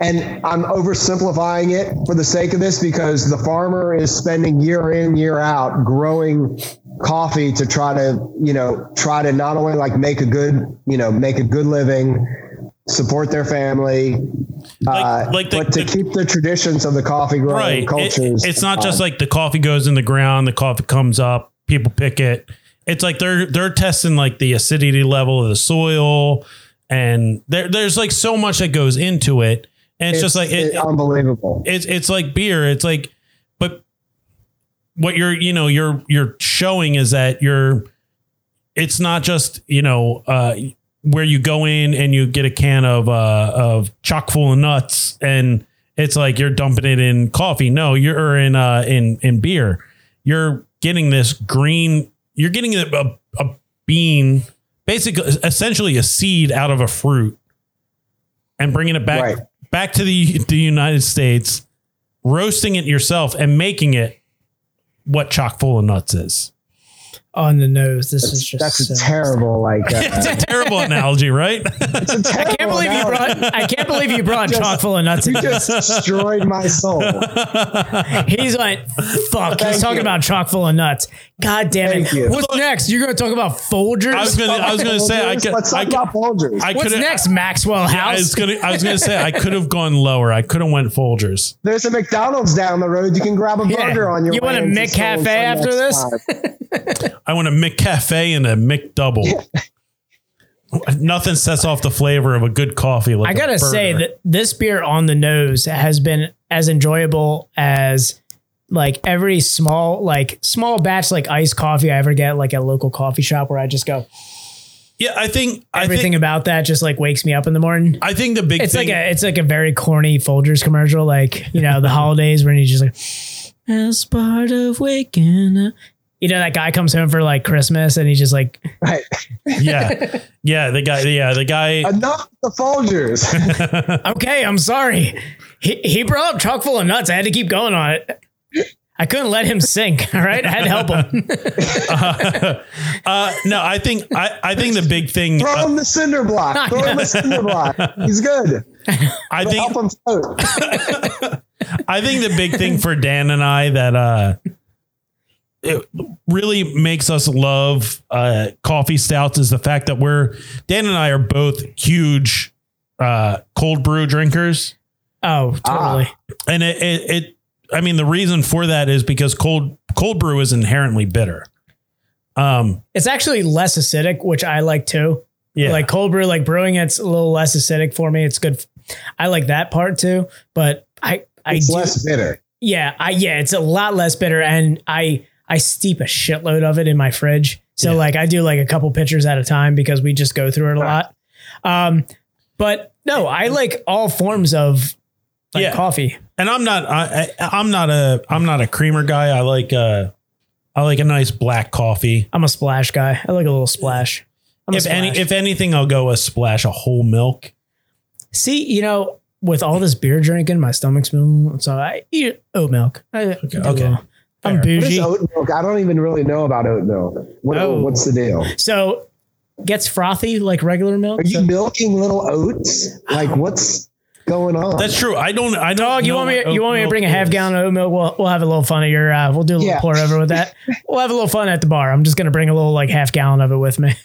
And I'm oversimplifying it for the sake of this because the farmer is spending year in, year out growing coffee to try to, you know, try to not only like make a good, you know, make a good living, support their family, Like uh, like the, but to the- keep the traditions of the coffee growing right. It- cultures. um, it's not just alive. like the coffee goes in the ground, the coffee comes up, people pick it. It's like they're they're testing like the acidity level of the soil and there there's like so much that goes into it. And it's, just like it- it- unbelievable. it's it's like beer. It's like, but what you're you know you're you're showing is that you're. It's not just you know uh, where you go in and you get a can of uh, of chock full of nuts and it's like you're dumping it in coffee. No, you're or in uh, in in beer. You're getting this green. You're getting a, a, a bean, basically essentially a seed out of a fruit, and bringing it back Right. back to the the United States, roasting it yourself and making it what chock full of nuts is. On the nose. This is just That's a so- terrible, like, uh, It's a terrible analogy, right? it's a terrible. I can't believe you brought I can't believe you brought a chock full of nuts. You just destroyed my soul. He's like, fuck. He's Thank talking you. about chock full of nuts. God damn it. Thank you. What's next? You're gonna talk about Folgers? I was gonna, I was gonna say I could, Let's talk I could, about Folgers. I could, What's next, Maxwell I House? was gonna, I was gonna say I could have gone lower. I could have went Folgers. There's a McDonald's down the road. You can grab a Yeah. burger on your You way want a into Mick school Cafe for after this? next time. I want a McCafe and a McDouble. Nothing sets off the flavor of a good coffee. Like I a gotta say burger. that this beer on the nose has been as enjoyable as like every small like small batch like iced coffee I ever get like at a local coffee shop where I just go yeah, I think I everything think about that just like wakes me up in the morning. I think the big It's thing like a it's like a very corny Folgers commercial, like you know the holidays when you just like as part of waking up. You know that guy comes home for like Christmas and he just like Right. yeah, yeah. The guy, yeah, the guy. Enough with the Folgers. okay, I'm sorry. He, he brought up chock full of nuts. I had to keep going on it. I couldn't let him sink. All right, I had to help him. Uh, no, I think I, I think the big thing. uh, Throw him the cinder block. Throw him the cinder block. He's good. I think Help him float. I think the big thing for Dan and I that uh it really makes us love uh coffee stouts is the fact that we're Dan and I are both huge uh cold brew drinkers Ah. Oh, totally. and it it, it I mean, the reason for that is because cold cold brew is inherently bitter. Um, It's actually less acidic, which I like too. yeah, Like cold brew, like brewing, it's a little less acidic for me. It's good. f- I like that part too, but I, I It's do, less bitter. yeah, I, yeah, it's a lot less bitter. And I, I steep a shitload of it in my fridge. So Yeah. like I do like a couple pitchers at a time because we just go through it a lot. Um, but no, I like all forms of like Yeah. coffee. and I'm not I, I, I'm not a I'm not a creamer guy. I like uh, I like a nice black coffee. I'm a splash guy. I like a little splash. I'm a If any splash. if anything, I'll go a splash of whole milk. See, you know, with all this beer drinking, my stomach's moving. So I eat oat milk. I, okay. okay. I'm Fair. What is bougie. oat milk? I don't even really know about oat milk. What, Oh. What's the deal? So gets frothy like regular milk. Are you So- milking little oats? Like what's going on? That's true. I don't. I don't. Dog, Oh, you know want me? what You want me to oat bring a milk half is. gallon of oat milk? We'll, we'll have a little fun at your. Uh, we'll do a little Yeah. pour over with that. we'll have a little fun at the bar. I'm just gonna bring a little like half gallon of it with me.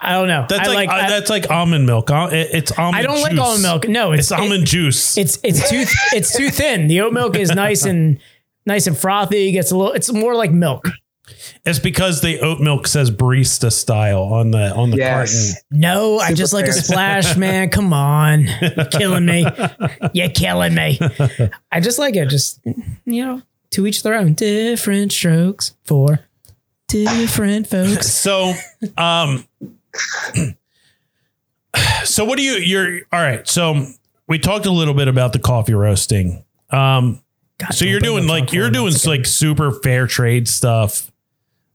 I don't know. That's I like, like. uh, I, that's like almond milk. Uh, it- It's almond. I don't like juice. almond milk. No, it's, It's almond juice. It's it's too it's too thin. The oat milk is nice and nice and frothy. Gets a little. It's more like milk. It's because the oat milk says barista style on the on the Yes. No, I just like a fair. splash, man. Come on, You're killing me. You're killing me. I just like it. Just you know, to each their own. Different strokes for different folks. carton. So, um, so what do you? You're all right. So we talked a little bit about the coffee roasting. Um, God, so don't you're bring doing the like fuck you're on. doing It's like super fair trade stuff.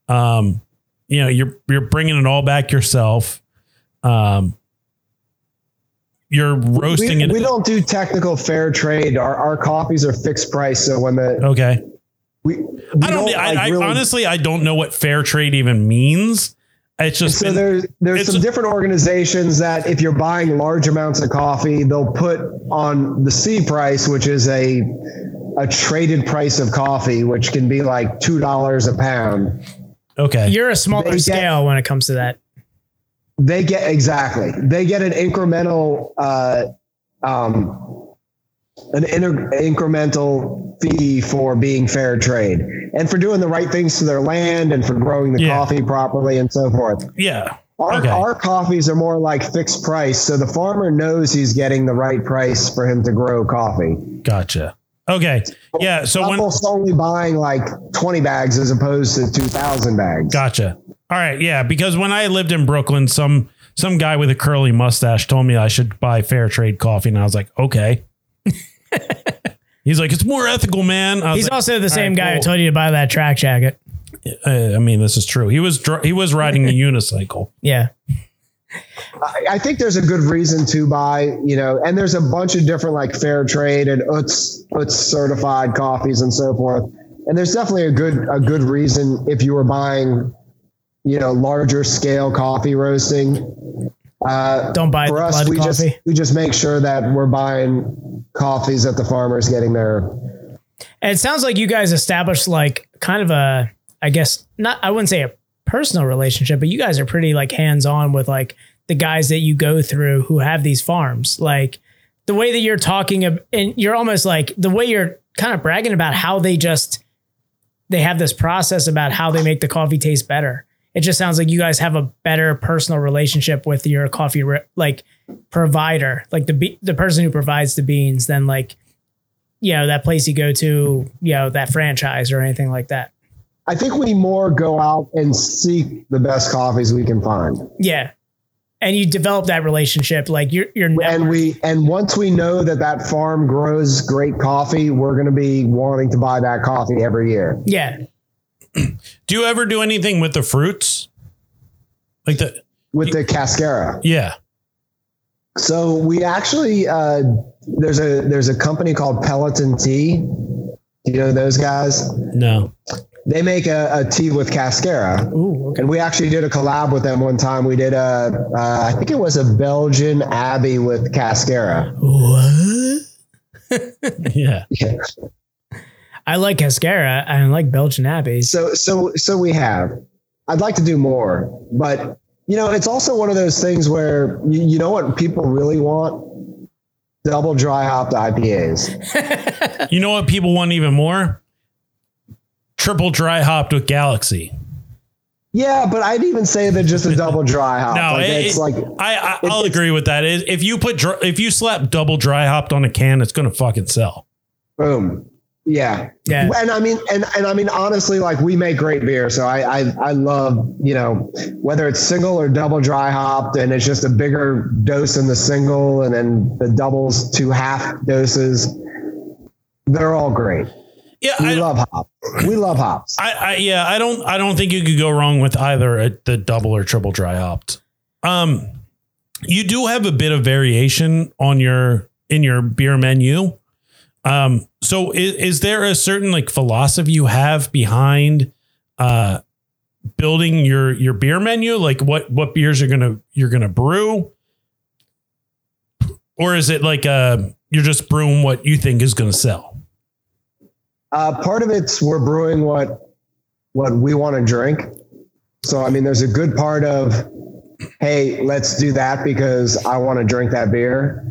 Um, you know you're you're bringing it all back yourself. Um, you're roasting we, it. we don't do technical fair trade. Our, our coffees are fixed price. So when the okay. we, we Uh, I don't. I, like, I really- honestly, I don't know what fair trade even means. It's just So been- there's there's it's some a- different organizations that if you're buying large amounts of coffee, they'll put on the C price, which is a a traded price of coffee, which can be like two dollars a pound. okay. You're a They smaller get- scale when it comes to that. They get exactly they get an incremental uh, um, an inter- incremental fee for being fair trade and for doing the right things to their land and for growing the Yeah. coffee properly and so forth. yeah. Our, Okay. our coffees are more like fixed price, so the farmer knows he's getting the right price for him to grow coffee. Gotcha. Okay. Yeah. So when Almost only buying like 20 bags as opposed to 2,000 bags. gotcha. All right. Yeah. Because when I lived in Brooklyn, some some guy with a curly mustache told me I should buy fair trade coffee, and I was like, okay. He's like, it's more ethical, man. I was He's like, also the same right, guy who cool. told you to buy that track jacket. "Uh, I mean, this is true. He was dr- he was riding a unicycle. Yeah. I, I think there's a good reason to buy, you know, and there's a bunch of different like fair trade and UTS, UTS certified coffees and so forth. And there's definitely a good a good reason if you were buying, you know, larger scale coffee roasting. Uh, Don't buy the for us, blood we coffee. just we just make sure that we're buying coffees that the farmers getting their. And it sounds like you guys established like kind of a, I guess not, I wouldn't say a personal relationship, but you guys are pretty like hands on with like the guys that you go through who have these farms. Like the way that you're talking ab- and you're almost like the way you're kind of bragging about how they just, they have this process about how they make the coffee taste better. It just sounds like you guys have a better personal relationship with your coffee re- like provider, like the be- the person who provides the beans than like you know that place you go to you know that franchise or anything like that I think we more go out and seek the best coffees we can find, yeah and you develop that relationship like you're you're and we and once we know that that farm grows great coffee, we're going to be wanting to buy that coffee every year. yeah Do you ever do anything with the fruits? Like the with the cascara. yeah. So we actually uh, there's a there's a company called Peloton Tea. Do You know those guys? No. They make a, a tea with cascara, ooh okay and we actually did a collab with them one time. We did a uh, I think it was a Belgian abbey with cascara. what Yeah. i like cascara and i like belgian abbeys So so so we have. I'd like to do more, but you know, it's also one of those things where you, you know what people really want double dry hop the IPAs. You know what people want even more? Triple dry hopped with Galaxy. Yeah, but I'd even say they're just a double dry hop. No, like, it- it's it- like I, I I'll it's- agree with that. It- If you put dr- if you slap double dry hopped on a can, it's gonna fucking sell. boom. Yeah. Yeah. And I mean, and, and I mean, honestly, like we make great beer. So I, I, I love, you know, whether it's single or double dry hopped and it's just a bigger dose in the single and then the doubles to half doses. They're all great. Yeah, We I, love hops. We love hops. I, I yeah, I don't I don't think you could go wrong with either a, the double or triple dry opt. Um you do have a bit of variation on your in your beer menu. Um so is, is there a certain like philosophy you have behind uh building your your beer menu like what what beers you're going to you're going to brew? Or is it like uh you're just brewing what you think is going to sell? Uh, part of it's we're brewing what what we want to drink. So I mean, there's a good part of hey, let's do that because I want to drink that beer.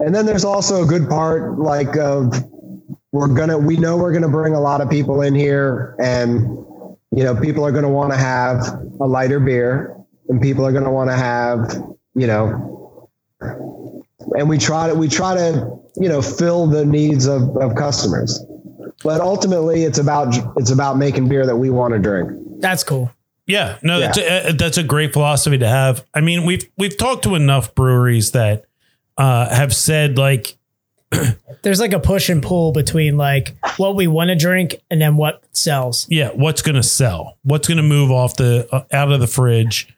And then there's also a good part like of we're gonna we know we're gonna bring a lot of people in here, and you know people are gonna want to have a lighter beer, and people are gonna want to have you know, and we try to we try to you know fill the needs of of customers but ultimately it's about it's about making beer that we want to drink That's cool. Yeah, no, Yeah. That's, a, uh, that's a great philosophy to have. I mean, we've we've talked to enough breweries that uh, have said like, There's like a push and pull between like what we want to drink and then what sells. yeah, what's going to sell? What's going to move off the uh, out of the fridge?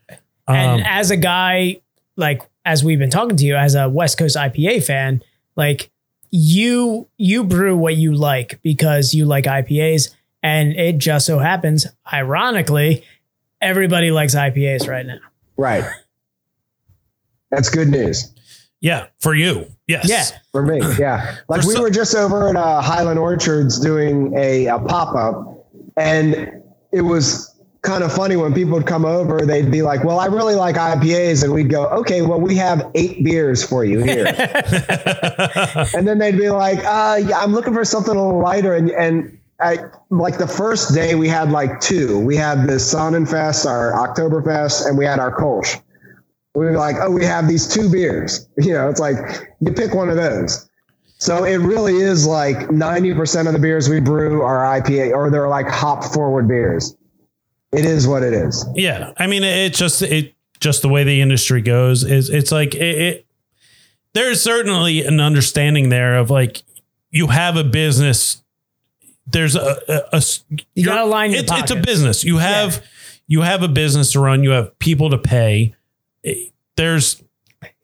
Um, and as a guy, like as we've been talking to you, as a West Coast IPA fan, like you you brew what you like because you like IPAs, and it just so happens, ironically, everybody likes IPAs right now. right that's good news yeah, for you, yes, Yeah. for me yeah like For we so- were just over at uh, highland orchards doing a, a pop-up and it was kind of funny when people would come over they'd be like well i really like ipas and we'd go okay well we have eight beers for you here and then they'd be like, uh, yeah, I'm looking for something a little lighter. And, and I, like the first day we had like two, we had the Sonnenfest, our Oktoberfest, and we had our Kolsch. We were like, oh, we have these two beers. You know, it's like you pick one of those. So it really is like 90% of the beers we brew are IPA or they're like hop forward beers. It is what it is. yeah. I mean, it, it's just it just the way the industry goes is it's like it, it. There's certainly an understanding there of like you have a business. There's a, a- a s- You You're- gotta line your it's, it's a pockets. business. You have you have a business to run. You have people to pay. There's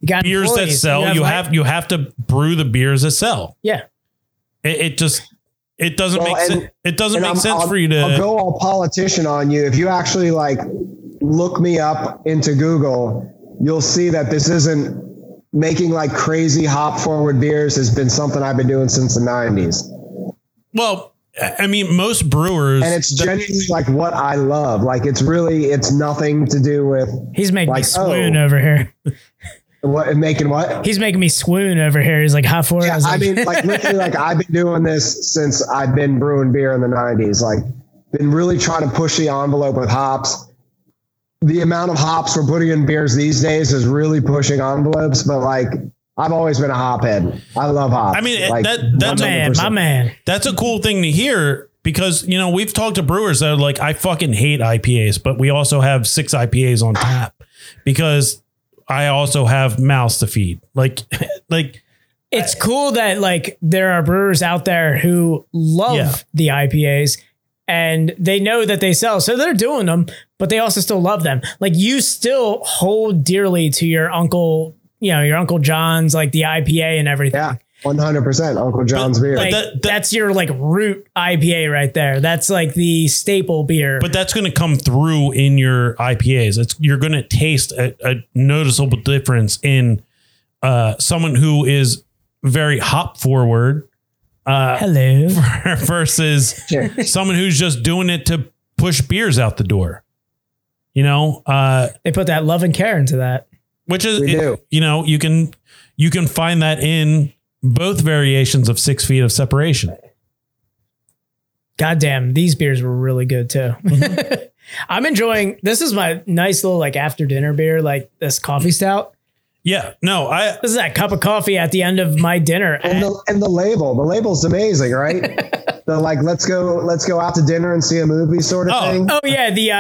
You got beers that employees, sell. You like- have you have to brew the beers that sell. yeah. It, it just it doesn't Well, make and- sense. It doesn't make And sense for you to. I'll go all politician on you. If you actually like look me up into Google, you'll see that this isn't making like crazy hop forward beers has been something I've been doing since the 90s. well, I I mean, most brewers. And it's genuinely like what I love. Like it's really it's nothing to do with He's making me Like, swoon oh. over here. what making what. He's making me swoon over here. He's like hot for it. Yeah, was I like, mean, like literally, like I've been doing this since I've been brewing beer in the '90s. Like, been really trying to push the envelope with hops. The amount of hops we're putting in beers these days is really pushing envelopes. But like, I've always been a hophead. I love hops. I mean, it- like, that that's a, man, my man. that's a cool thing to hear because you know we've talked to brewers that are like, I fucking hate IPAs, but we also have six IPAs on tap because I also have mouths to feed. Like, like. It's cool that like there are brewers out there who love Yeah. the IPAs and they know that they sell. So they're doing them, but they also still love them. Like you still hold dearly to your uncle, you know, your uncle John's like the IPA and everything. yeah, 100 percent Uncle John's beer. Like That- that- that's your like root IPA right there. That's like the staple beer. But that's going to come through in your IPAs. It's you're going to taste a, a noticeable difference in uh, someone who is very hop forward Hello. versus someone who's just doing it to push beers out the door. You know, uh, They put that love and care into that. which is We do. you know you can you can find that in both variations of six feet of separation. Goddamn, these beers were really good too. I'm enjoying. This is my nice little like after dinner beer, like this coffee stout. Yeah, no, I This is that cup of coffee at the end of my dinner. And the, and the label, the label's amazing, right? the like, let's go, let's go out to dinner and see a movie sort of Oh, thing. oh yeah, the uh,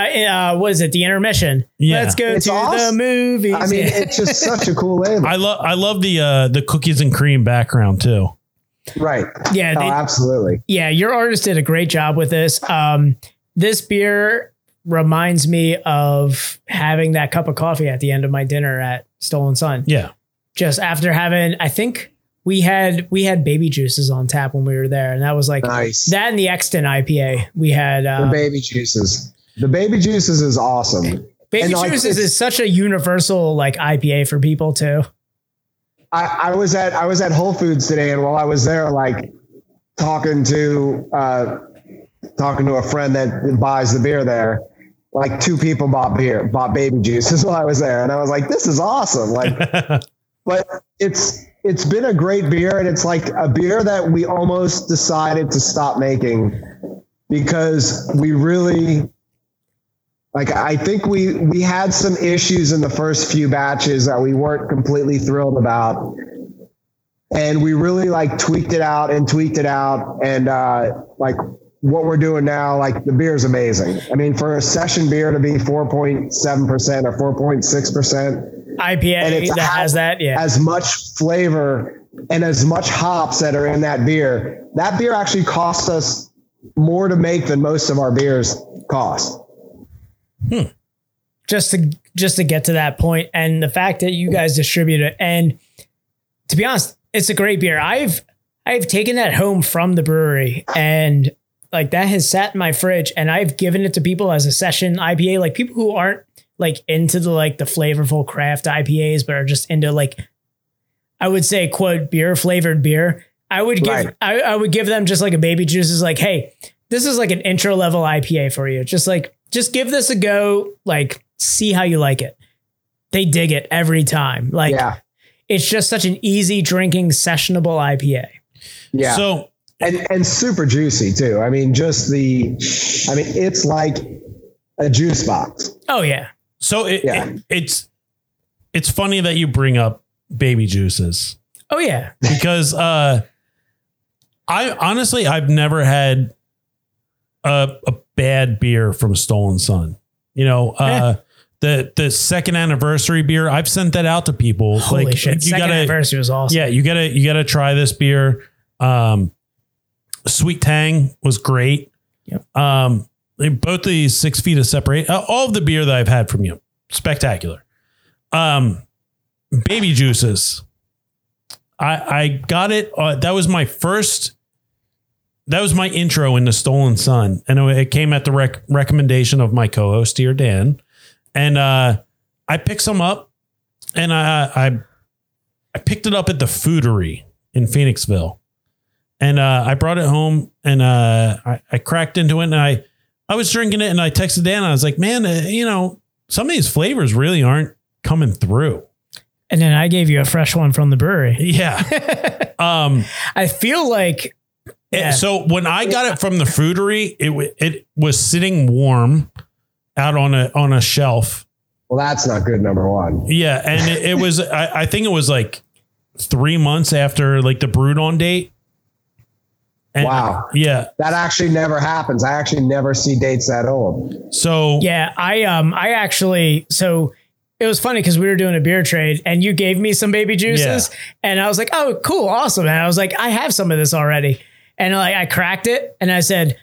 uh, what is it? The intermission. Yeah. Let's go It's to awesome. the movies. I mean, Yeah. it's just such a cool label, I love I love the uh the cookies and cream background too. right? yeah, Oh, they- absolutely. yeah, your artist did a great job with this. Um, this beer reminds me of having that cup of coffee at the end of my dinner at Stolen Sun. Yeah. Just after having, I think we had we had baby juices on tap when we were there, and that was like Nice. that and the Exton IPA. We had the uh, baby juices. The baby juices is awesome. baby and, like, juices it's- is such a universal like IPA for people too. I, I was at I was at Whole Foods today, and while I was there, like talking to uh, talking to a friend that buys the beer there, like two people bought beer, bought baby juices while I was there, and I was like, "This is awesome!" Like, but it's it's been a great beer, and it's like a beer that we almost decided to stop making because we really like I think we we had some issues in the first few batches that we weren't completely thrilled about. And we really like tweaked it out and tweaked it out and uh like what we're doing now, like the beer's amazing. I mean, for a session beer to be 4.7% or 4.6%, And IPA it's that has that, yeah. as much flavor and as much hops that are in that beer, that beer actually cost us more to make than most of our beers cost. just to just to get to that point and the fact that you guys distribute it and to be honest it's a great beer i've i've taken that home from the brewery and like that has sat in my fridge and i've given it to people as a session ipa like people who aren't like into the like the flavorful craft ipas but are just into like i would say quote beer flavored beer i would give Right. I, I would give them just like a baby juice is like hey this is like an intro level IPA for you. Just like, just give this a go. Like, see how you like it. They dig it every time. Like, Yeah. it's just such an easy drinking, sessionable IPA. Yeah. So and and super juicy too. I mean, just the, I mean, it's like a juice box. Oh yeah, so it, Yeah. it- it's it's funny that you bring up baby juices oh yeah. because uh I honestly I've never had a, a bad beer from Stolen Sun. You know, Eh. uh the the second anniversary beer, I've sent that out to people. Holy like shit! you Second gotta anniversary was awesome. Yeah, you gotta you gotta try this beer. Um, Sweet Tang was great. Yep. Um, they- both the six feet of separate. uh, all of the beer that I've had from you, spectacular. Um, baby juices. I I got it. Uh, that was my first. That was my intro into Stolen Sun, and it, it came at the rec- recommendation of my co-host, dear Dan, and uh, I picked some up, and I I I picked it up at the foodery in Phoenixville, and uh, I brought it home and uh, I, I cracked into it and I I was drinking it and I texted Dan. I was like, man, uh, you know, some of these flavors really aren't coming through. And then I gave you a fresh one from the brewery. Yeah. um. I feel like and Yeah. So when I got it from the foodery, it wa- it was sitting warm out on a on a shelf Well, that's not good. Number one. Yeah, and it, it was I, I think it was like three months after like the brood on date. And- Wow. Yeah. That actually never happens. I actually never see dates that old. So Yeah, I um I actually so it was funny because we were doing a beer trade and you gave me some baby juices and I was like, oh cool, awesome. And I was like, I have some of this already. And like I cracked it and I said,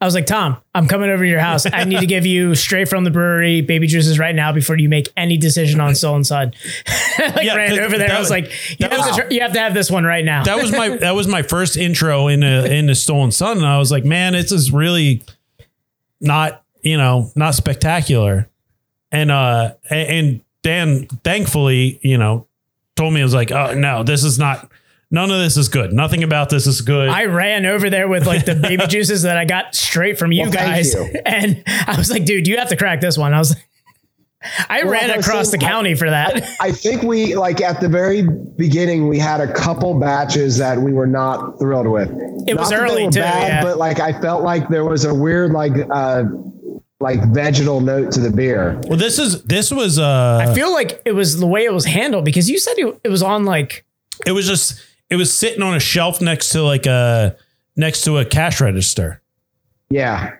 I was like, Tom, I'm coming over to your house. I need to give you straight from the brewery baby juices right now before you make any decision on Soul and Sun. like Yeah, ran 'cause over there. that I was- was like, you that have, was- to tr- you have to have this one right now. that was my that was my first intro in a in the stolen sun. And I was like, man, this is really not, you know, not spectacular. And uh a- and Dan thankfully, you know, told me I was like, oh no, this is not none of this is good. Nothing about this is good. I ran over there with like the baby juices that I got straight from you Well, thank guys. you. And I was like, dude, you have to crack this one. I was I ran like I was across saying, the county for that. I think we like at the very beginning we had a couple batches that we were not thrilled with. It Not was that they early were too. bad, yeah. but like I felt like there was a weird like uh like vegetal note to the beer. Well, this is this was uh I feel like it was the way it was handled because you said it, it was on like it was just it was sitting on a shelf next to like a next to a cash register. Yeah.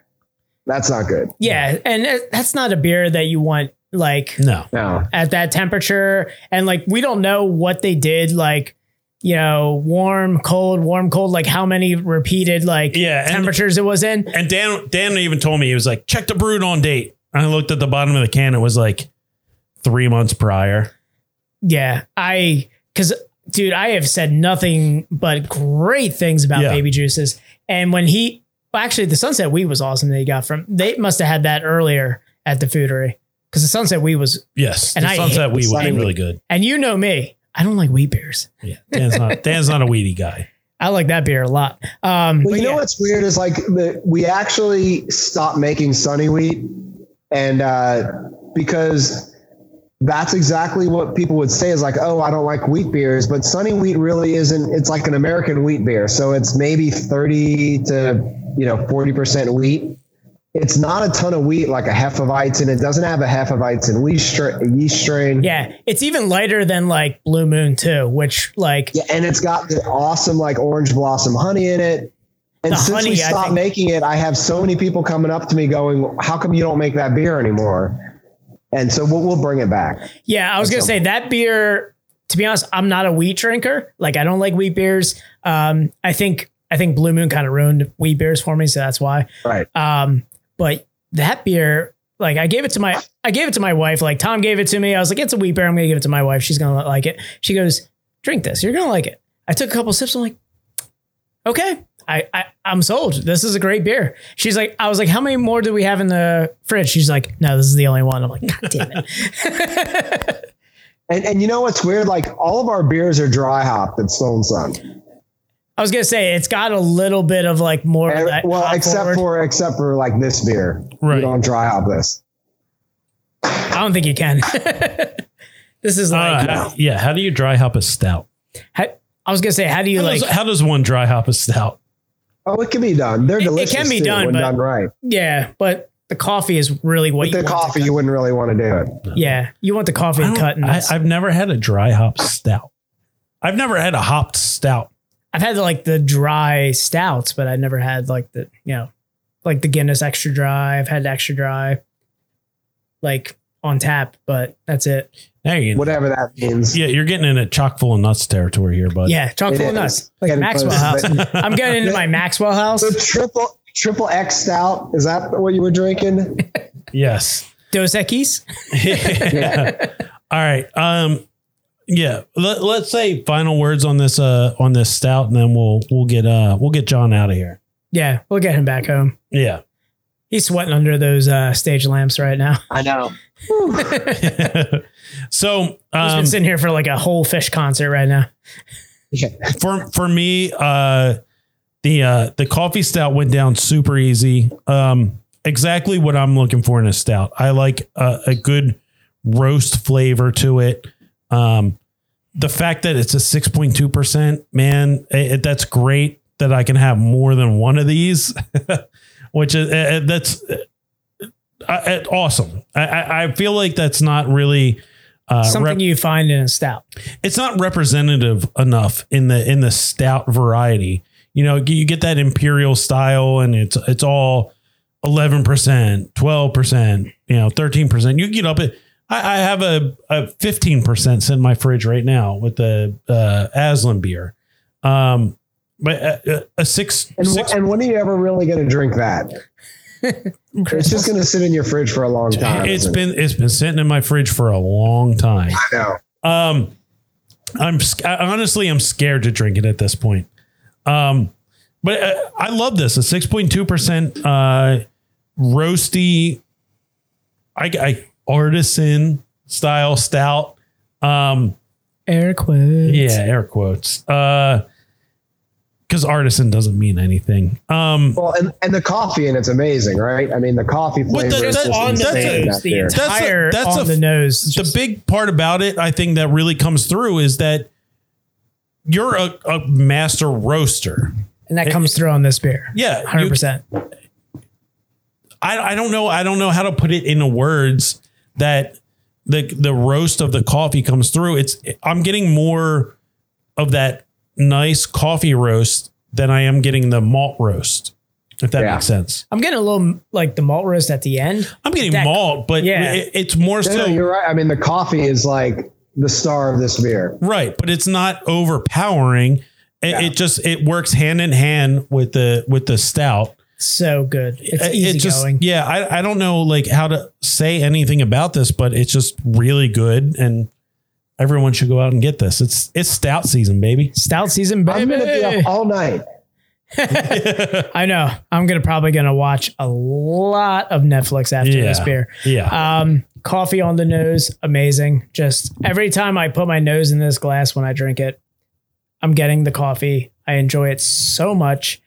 That's not good. yeah, and it- that's not a beer that you want like No. No. at that temperature and like we don't know what they did like you know warm cold warm cold like how many repeated like Yeah, and- temperatures it was in And Dan Dan even told me he was like, check the brewed on date. And I looked at the bottom of the can, it was like three months prior. yeah i because dude i have said nothing but great things about Yeah. baby juices and when he well, actually the sunset weed was awesome that he got from they must have had that earlier at the foodery because the sunset weed was Yes. And the I sunset hate wheat was sunny really good. and you know me i don't like wheat beers Yeah. Dan's not Dan's not a weedy guy. i like that beer a lot um Well, but you know yeah. what's weird is like the, we actually stopped making sunny wheat, and uh, because that's exactly what people would say is like, oh, I don't like wheat beers, but sunny wheat really isn't. It's like an American wheat beer, so it's maybe thirty to you know forty percent wheat. It's not a ton of wheat like a Hefeweizen. It doesn't have a Hefeweizen yeast, stra- yeast strain. Yeah, it's even lighter than like Blue Moon too, which like Yeah, and it's got the awesome like orange blossom honey in it. And The since we honey, I stopped think- making it, I have so many people coming up to me going, "How come you don't make that beer anymore?" And so we'll, we'll bring it back. yeah, I was gonna say that beer. To be honest, I'm not a wheat drinker. Like I don't like wheat beers. Um, I think I think Blue Moon kind of ruined wheat beers for me, so that's why. Right. Um, but that beer, like I gave it to my I gave it to my wife. Like Tom gave it to me. I was like, it's a wheat beer. I'm gonna give it to my wife. She's gonna like it. She goes, drink this. You're gonna like it. I took a couple sips. I'm like, okay. I, I I'm sold. This is a great beer. She's like, I was like, how many more do we have in the fridge? She's like, no, this is the only one. I'm like, god damn it. And and you know what's weird? Like all of our beers are dry hopped at Stone Sun. I was gonna say it's got a little bit of like more. of And- that well, hop except forward. for except for like this beer, Right. we don't dry hop this. I don't think you can. this is Uh, like how- yeah. How do you dry hop a stout? how- I was gonna say, how do you How, like? does, how does one dry hop a stout? Oh, it can be done. They're it can delicious. be too, done, when but- done right. Yeah, but the coffee is really what With you the want coffee, you wouldn't really want to do it. To, yeah, you want the coffee I to don't- cut. In I, this. I, I've never had a dry hop stout. I've never had a hopped stout. have had like the dry stouts, but I never had like the you know, like the Guinness extra dry. I've had extra dry, like on tap, but that's it. Now you're getting- Whatever that means. yeah, you're getting in a chock full of nuts territory here, bud. yeah, chocolate It and is. nuts, like Getting Maxwell close, House. I'm getting into my Maxwell House. The triple triple X stout. Is that what you were drinking? Yes. Dos Equis. All right. Um yeah, Let, let's say final words on this uh on this stout and then we'll we'll get uh we'll get John out of here. Yeah, we'll get him back home. Yeah. He's sweating under those uh, stage lamps right now. I know. so, He's um been sitting here for like a whole fish concert right now. for for me uh the uh the coffee stout went down super easy. Um exactly what I'm looking for in a stout. I like a, a good roast flavor to it. Um the fact that it's a 6.2%, man, it, it- that's great that I can have more than one of these, which is eh, eh, that's eh, I- eh, awesome. I, I, I feel like that's not really uh, Something rep- you find in a stout. it's not representative enough in the in the stout variety. You know, you get that imperial style, and it's it's all eleven percent, twelve percent, you know, thirteen percent. You get up at I, I have a a fifteen percent in my fridge right now with the uh, Aslan beer, um, but a, a- a six And, six wh- and when are you ever really going to drink that? it's just going to sit in your fridge for a long time. it's been it's been sitting in my fridge for a long time. I know. Um, I'm sc- I- honestly I'm scared to drink it at this point. Um, but uh, I love this a six point two percent uh roasty, I, I artisan style stout. Um, Air quotes. yeah, air quotes. Uh, because artisan doesn't mean anything. Um, Well, and, and the coffee and it's amazing, right? I mean, the coffee flavor the- is that's just on the insane nose, out the there. entire That's a- that's on a- the nose. the just- big part about it, I think, that really comes through is that you're a, a master roaster. and that comes through on this beer. eh, Yeah, you- hundred percent. I, I don't know. I don't know how to put it into words that the the roast of the coffee comes through. It's I'm getting more of that nice coffee roast than I am getting the malt roast. If that Yeah. makes sense, I'm getting a little like the malt roast at the end. I'm getting That- malt, but yeah. it- it's more No, no, so you're right. I mean, the coffee is like the star of this beer. right, but it's not overpowering. It, it just it works hand in hand with the with the stout. So good. It's Uh, It- easy it just going. yeah. I I don't know like how to say anything about this, but it's just really good, and everyone should go out and get this. It's it's stout season, baby. Stout season, baby. I'm gonna be up all night. I know. I'm gonna probably gonna watch a lot of Netflix after Yeah. this beer. Yeah, Um, coffee on the nose, amazing. Just every time I put my nose in this glass when I drink it, I'm getting the coffee. I enjoy it so much.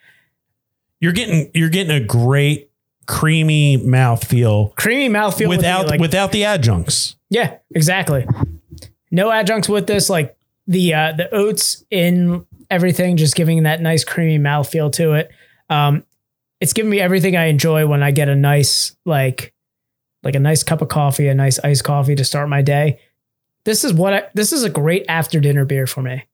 you're getting you're getting a great creamy mouthfeel Creamy mouthfeel would be without like, without the adjuncts. yeah, exactly. No adjuncts with this, like the uh, the oats in everything, just giving that nice creamy mouthfeel to it. Um, it's giving me everything I enjoy when I get a nice like like a nice cup of coffee, a nice iced coffee to start my day. This is what I, this is a great after dinner beer for me.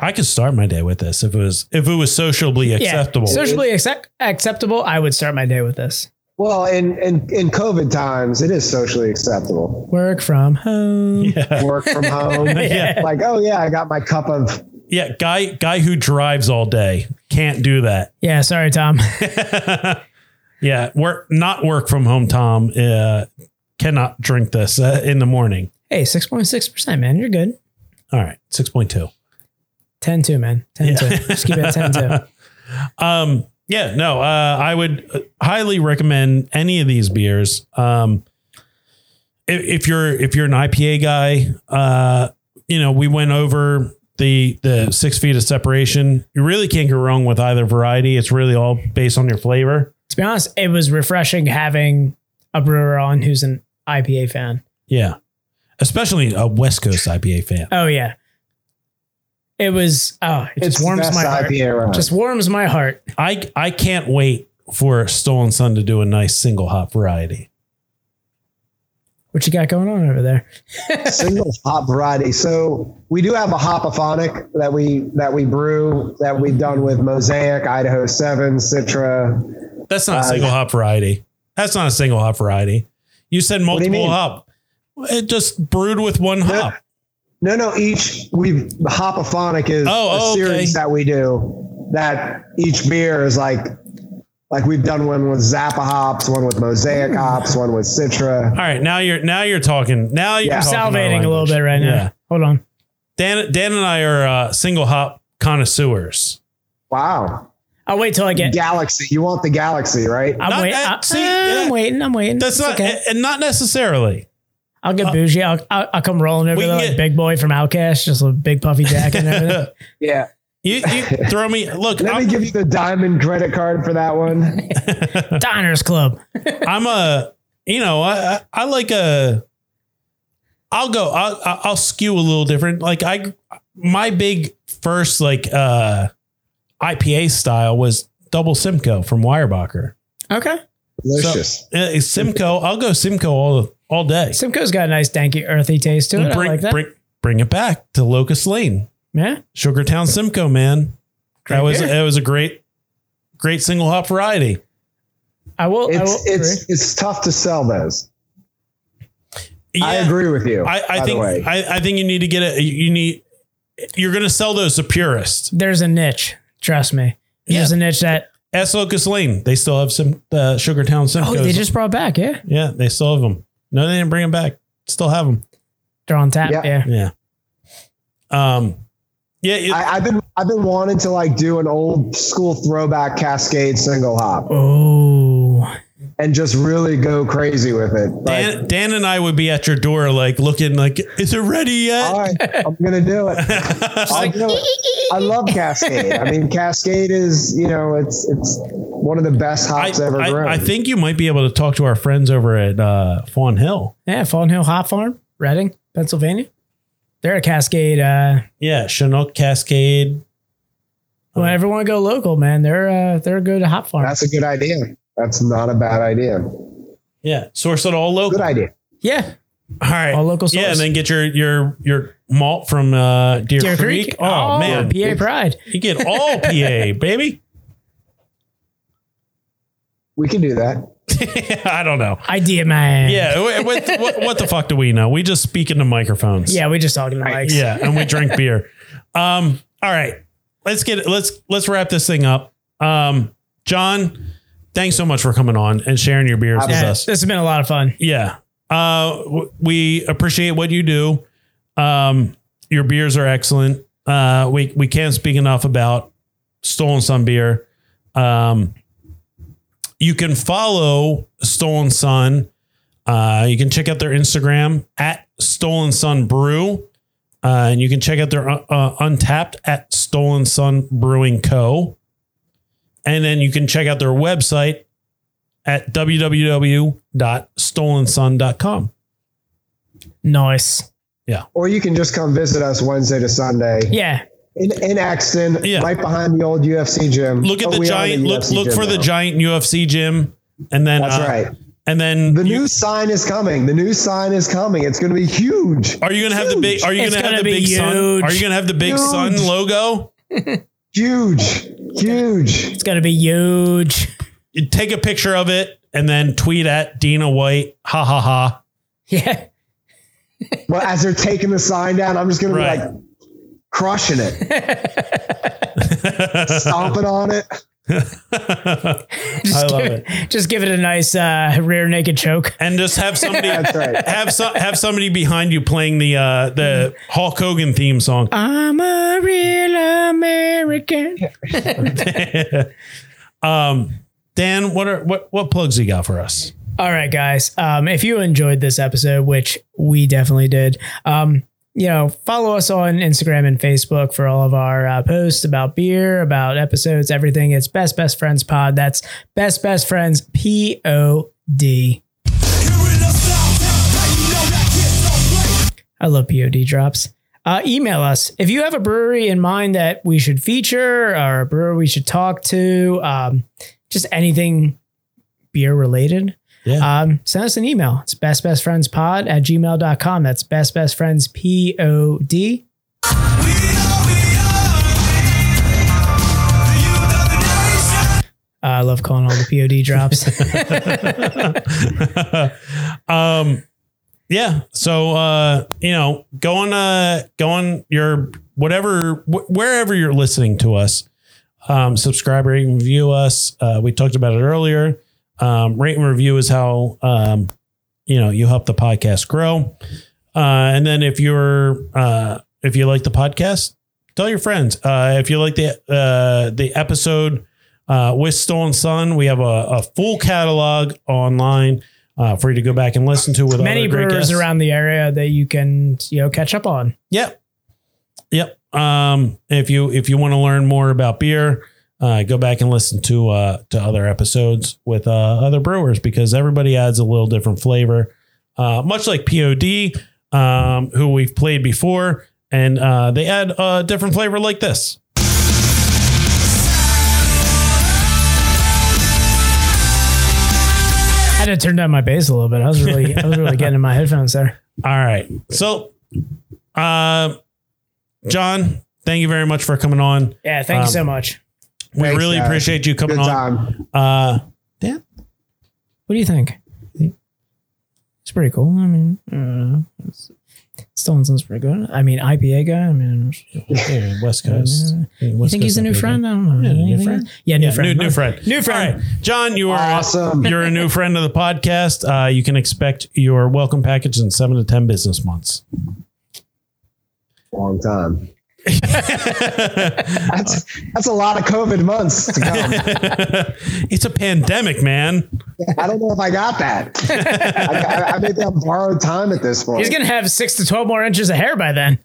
I could start my day with this if it was if it was sociably acceptable. Yeah, socially accept- acceptable. I would start my day with this. Well, in, in in COVID times, it is socially acceptable. Work from home. yeah. Work from home. Yeah. Like, oh yeah, I got my cup of yeah, guy guy who drives all day can't do that. Yeah, sorry, Tom. yeah, work not work from home. Tom uh, cannot drink this uh, in the morning. hey, 6.6%, man. You're good. All right, six point two. 10 2, man. 10 2. Just keep it at 10 2. Um, yeah, no, uh, I would highly recommend any of these beers. Um, if, if you're if you're an IPA guy, uh, you know we went over the the six feet of separation. You really can't go wrong with either variety. It's really all based on your flavor. To be honest, it was refreshing having a brewer on who's an IPA fan. Yeah, especially a West Coast IPA fan. Oh, yeah. It was, oh, it it's just the warms best my heart. IPA around. Just warms my heart. I I can't wait for Stolen Sun to do a nice single hop variety. What you got going on over there? single hop variety. So we do have a hopophonic that we that we brew that we've done with Mosaic, Idaho Seven, Citra. That's not a Uh, single hop variety. That's not a single hop variety. You said do you multiple mean? hop. It just brewed with one hop. No, no, each we've the hopophonic is Oh, a oh, series okay. that we do that each beer is like like we've done one with Zappa hops, one with Mosaic hops, one with Citra. All right, now you're now you're talking. Now you're Yeah. talking my Salvating a little language. bit right Yeah. now. Hold on. Dan Dan and I are uh, single hop connoisseurs. Wow. I'll wait till I get. Galaxy. You want the galaxy, right? I'm, Not wait, that- I, see, am yeah. waiting. I'm waiting. That's It's not and not necessarily. I'll get bougie. I'll, I'll, I'll come rolling over Uh, We there can get- like Big Boy from Outcast, just a big puffy jacket and everything. you Yeah. you throw me look. Let I'm, me give you the diamond credit card for that one. Diners Club. I'm a you know I I, I like a I'll go I'll I'll- I'll skew a little different like I my big first like uh IPA style was double Simcoe from Weyerbacher. Okay. Delicious. Uh, Simcoe, I'll go Simcoe all all day. Simcoe's got a nice danky earthy taste to it. bring I like that. bring bring it back to Locust Lane, yeah. Sugartown Simcoe, man. that was beer. that was a great great single hop variety. I will. I will it's it's, it's it's tough to sell those. I Yeah. agree with you. I, I by the think way. I, I think you need to get a you need you're gonna sell those to purists. there's a niche. Trust me. There's Yeah. a niche that. S Locust Lane, they still have some uh, Sugartown Oh, Simcoes. they just brought back. Yeah. yeah, they still have them. No, they didn't bring them back. Still have them. They're on tap. Yeah. Yeah. Yeah. Um. Yeah. it- I, I've been I've been wanting to like do an old school throwback Cascade single hop. Oh. and just really go crazy with it. Like, Dan, Dan and I would be at your door, like looking, like, is it ready yet? all right, I'm gonna do it. I'll do it. I love Cascade. I mean, Cascade is you know it's it's one of the best I, hops ever grown. I, I think you might be able to talk to our friends over at uh, Fawn Hill. Yeah, Fawn Hill Hop Farm, Reading, Pennsylvania. They're a Cascade. Uh, Yeah, Chinook Cascade. Oh. whenever want to go local, man, they're uh, they're a good hop farm. That's a good idea. That's not a bad idea. Yeah, source it all local. Good idea. yeah, All right, All local Yeah, source. and then get your your your malt from uh, Deer, Deer Creek. Creek. Oh, man, PA Pride. you get all PA, baby. We can do that. I don't know. Idea man. Yeah, wh- what, what, what the fuck do we know? We just speak into microphones. yeah. We just talking to mics. yeah, and we drink beer. Um, all right, let's get let's let's wrap this thing up. Um, John, thanks so much for coming on and sharing your beers with Yeah, us. this has been a lot of fun. Yeah, uh, w- we appreciate what you do. Um, your beers are excellent. Uh, we we can't speak enough about stolen sun beer. Um, you can follow Stolen Sun. Uh, you can check out their Instagram at Stolen Sun Brew, uh, and you can check out their uh, uh, Untapped at Stolen Sun Brewing Co. And then you can check out their website at www.stolensun.com. Nice. Or you can just come visit us Wednesday to Sunday Yeah. in, in Exton, Yeah. right behind the old UFC gym. Look at But the Oh, we are in giant. the Look UFC look gym for the now. giant UFC gym, and then That's uh, right. And then The you- new sign is coming. The new sign is coming. It's going to be huge. Are you gonna have the big? Are you It's gonna, have gonna the be big sun? huge. Are you gonna have the big Huge. sun logo? Huge. Huge. It's gonna be huge. you take a picture of it and then tweet at Dina White. Ha ha ha. Yeah. Well, as they're taking the sign down, I'm just going Right. to be like crushing it, stomping on it. Just I love give, Just give it a nice uh, rear naked choke. And just have somebody That's right. have some have somebody behind you playing the uh the Hulk Hogan theme song. I'm a real American. um Dan, what are what what plugs you got for us? All right, guys. Um, if you enjoyed this episode, which we definitely did, um, you know, follow us on Instagram and Facebook for all of our uh, posts about beer, about episodes, everything. It's Best Best Friends Pod. That's Best Best Friends P O D. I love POD drops. Uh, email us if you have a brewery in mind that we should feature or a brewer we should talk to, um, just anything beer related. Yeah. Um, send us an email. It's bestbestfriendspod at gmail.com. That's bestbestfriendspod. Uh, I love calling all the POD drops. um yeah, so uh you know, go on uh go on your whatever wh- wherever you're listening to us. Um subscribe rate and review us. Uh we talked about it earlier. Um rate and review is how um you know, you help the podcast grow. Uh and then if you're uh if you like the podcast, tell your friends. Uh if you like the uh the episode uh, with Stolen Sun. We have a, a full catalog online uh, for you to go back and listen to with Many other great brewers guests. around the area that you can, you know, catch up on. Yep, yep. Um, if you if you want to learn more about beer, uh, go back and listen to uh, to other episodes with uh, other brewers because everybody adds a little different flavor. Uh, much like Pod, um, who we've played before, and uh, they add a different flavor like this. I had to turn down my bass a little bit. I was really, I was really getting in my headphones there. All right. So, uh, John, thank you very much for coming on. Yeah, thank Um, you so much. We Thanks, really guys. appreciate you coming Good on. Uh, time. What do you think? It's pretty cool. I mean, I don't know. It's- Stone Sun's pretty good. I mean, IPA guy. I mean, yeah, West Coast. Yeah, you West think he's Coast a new up here. friend? I don't know. Yeah, new You think- friend. Yeah, new Yeah, friend. New, new friend. New friend. All right. John, you are Awesome. You're a new friend of the podcast. Uh, you can expect your welcome package in seven to ten business months. Long time. That's, that's a lot of COVID months to come. It's a pandemic, man. I don't know if I got that. I, I, I may be on borrowed time at this point. He's gonna have six to twelve more inches of hair by then.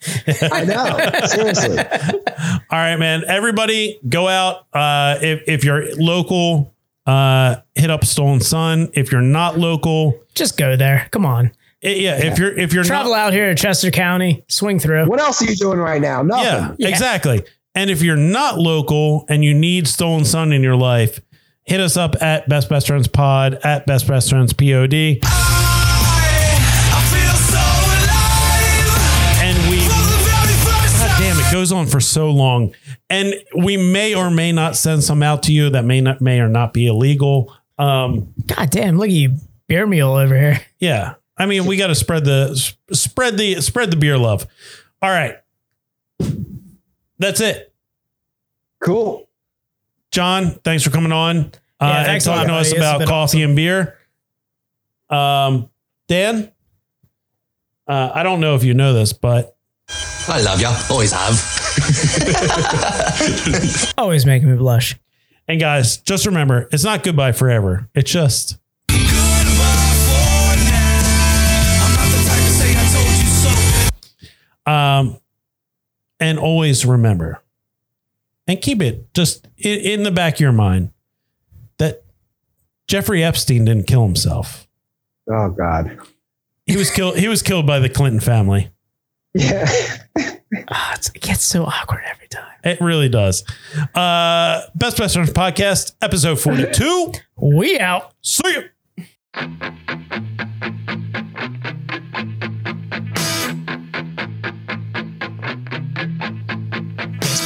I know. Seriously. All right, man. Everybody go out. Uh, if, if you're local, uh, hit up Stolen Sun. If you're not local, Just go there. Come on, i- yeah, if you're if you're travel not, out here to Chester County, swing through. What else are you doing right now? yeah, Nothing. Yeah. exactly. And if you're not local and you need Stolen Sun in your life, hit us up at Best Best Friends Pod at Best Best Friends Pod, and I feel so alive we. for the very first God damn, it goes on for so long. And we may or may not send some out to you that may not may or not be illegal. Um, God damn, look at you, beer mule over here. yeah. I mean, we got to spread the s- spread the spread the beer love. All right. That's it. Cool. John, thanks for coming on. Yeah, uh, and thanks a lot, talking to buddy. us It's about been coffee and beer. Um, Dan, uh, I don't know if you know this, but I love ya. Always have. Always making me blush. and guys, just remember, it's not goodbye forever. It's just goodbye for now. I'm not the type to say I told you so. Um, and always remember and keep it just in, in the back of your mind that Jeffrey Epstein didn't kill himself. Oh God. He was killed. He was killed by the Clinton family. Yeah. Ah, it's, it gets so awkward every time. It really does. Uh, Best Best Friends podcast, episode 42. We out. See ya. Best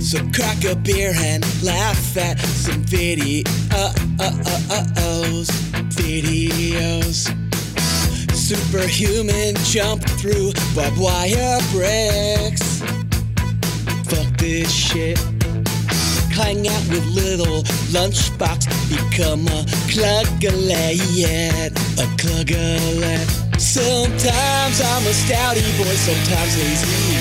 So crack a beer and laugh at some videos, videos. Superhuman jump through barbed wire bricks. Fuck this shit. Clang out with little lunchbox, become a cluggalet, a cluggalet. Sometimes I'm a stouty boy, sometimes lazy.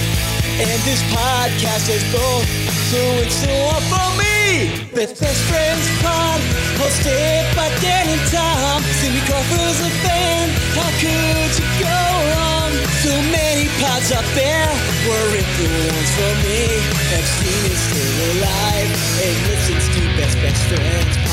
And this podcast is both, so it's all for me. Best Best Friends Pod, hosted by Dan and Tom. Cindy Crawford's a fan, how could you go wrong? So many pods out there weren't the ones for me. Epstein is still alive and listens to Best Best Friends Pod.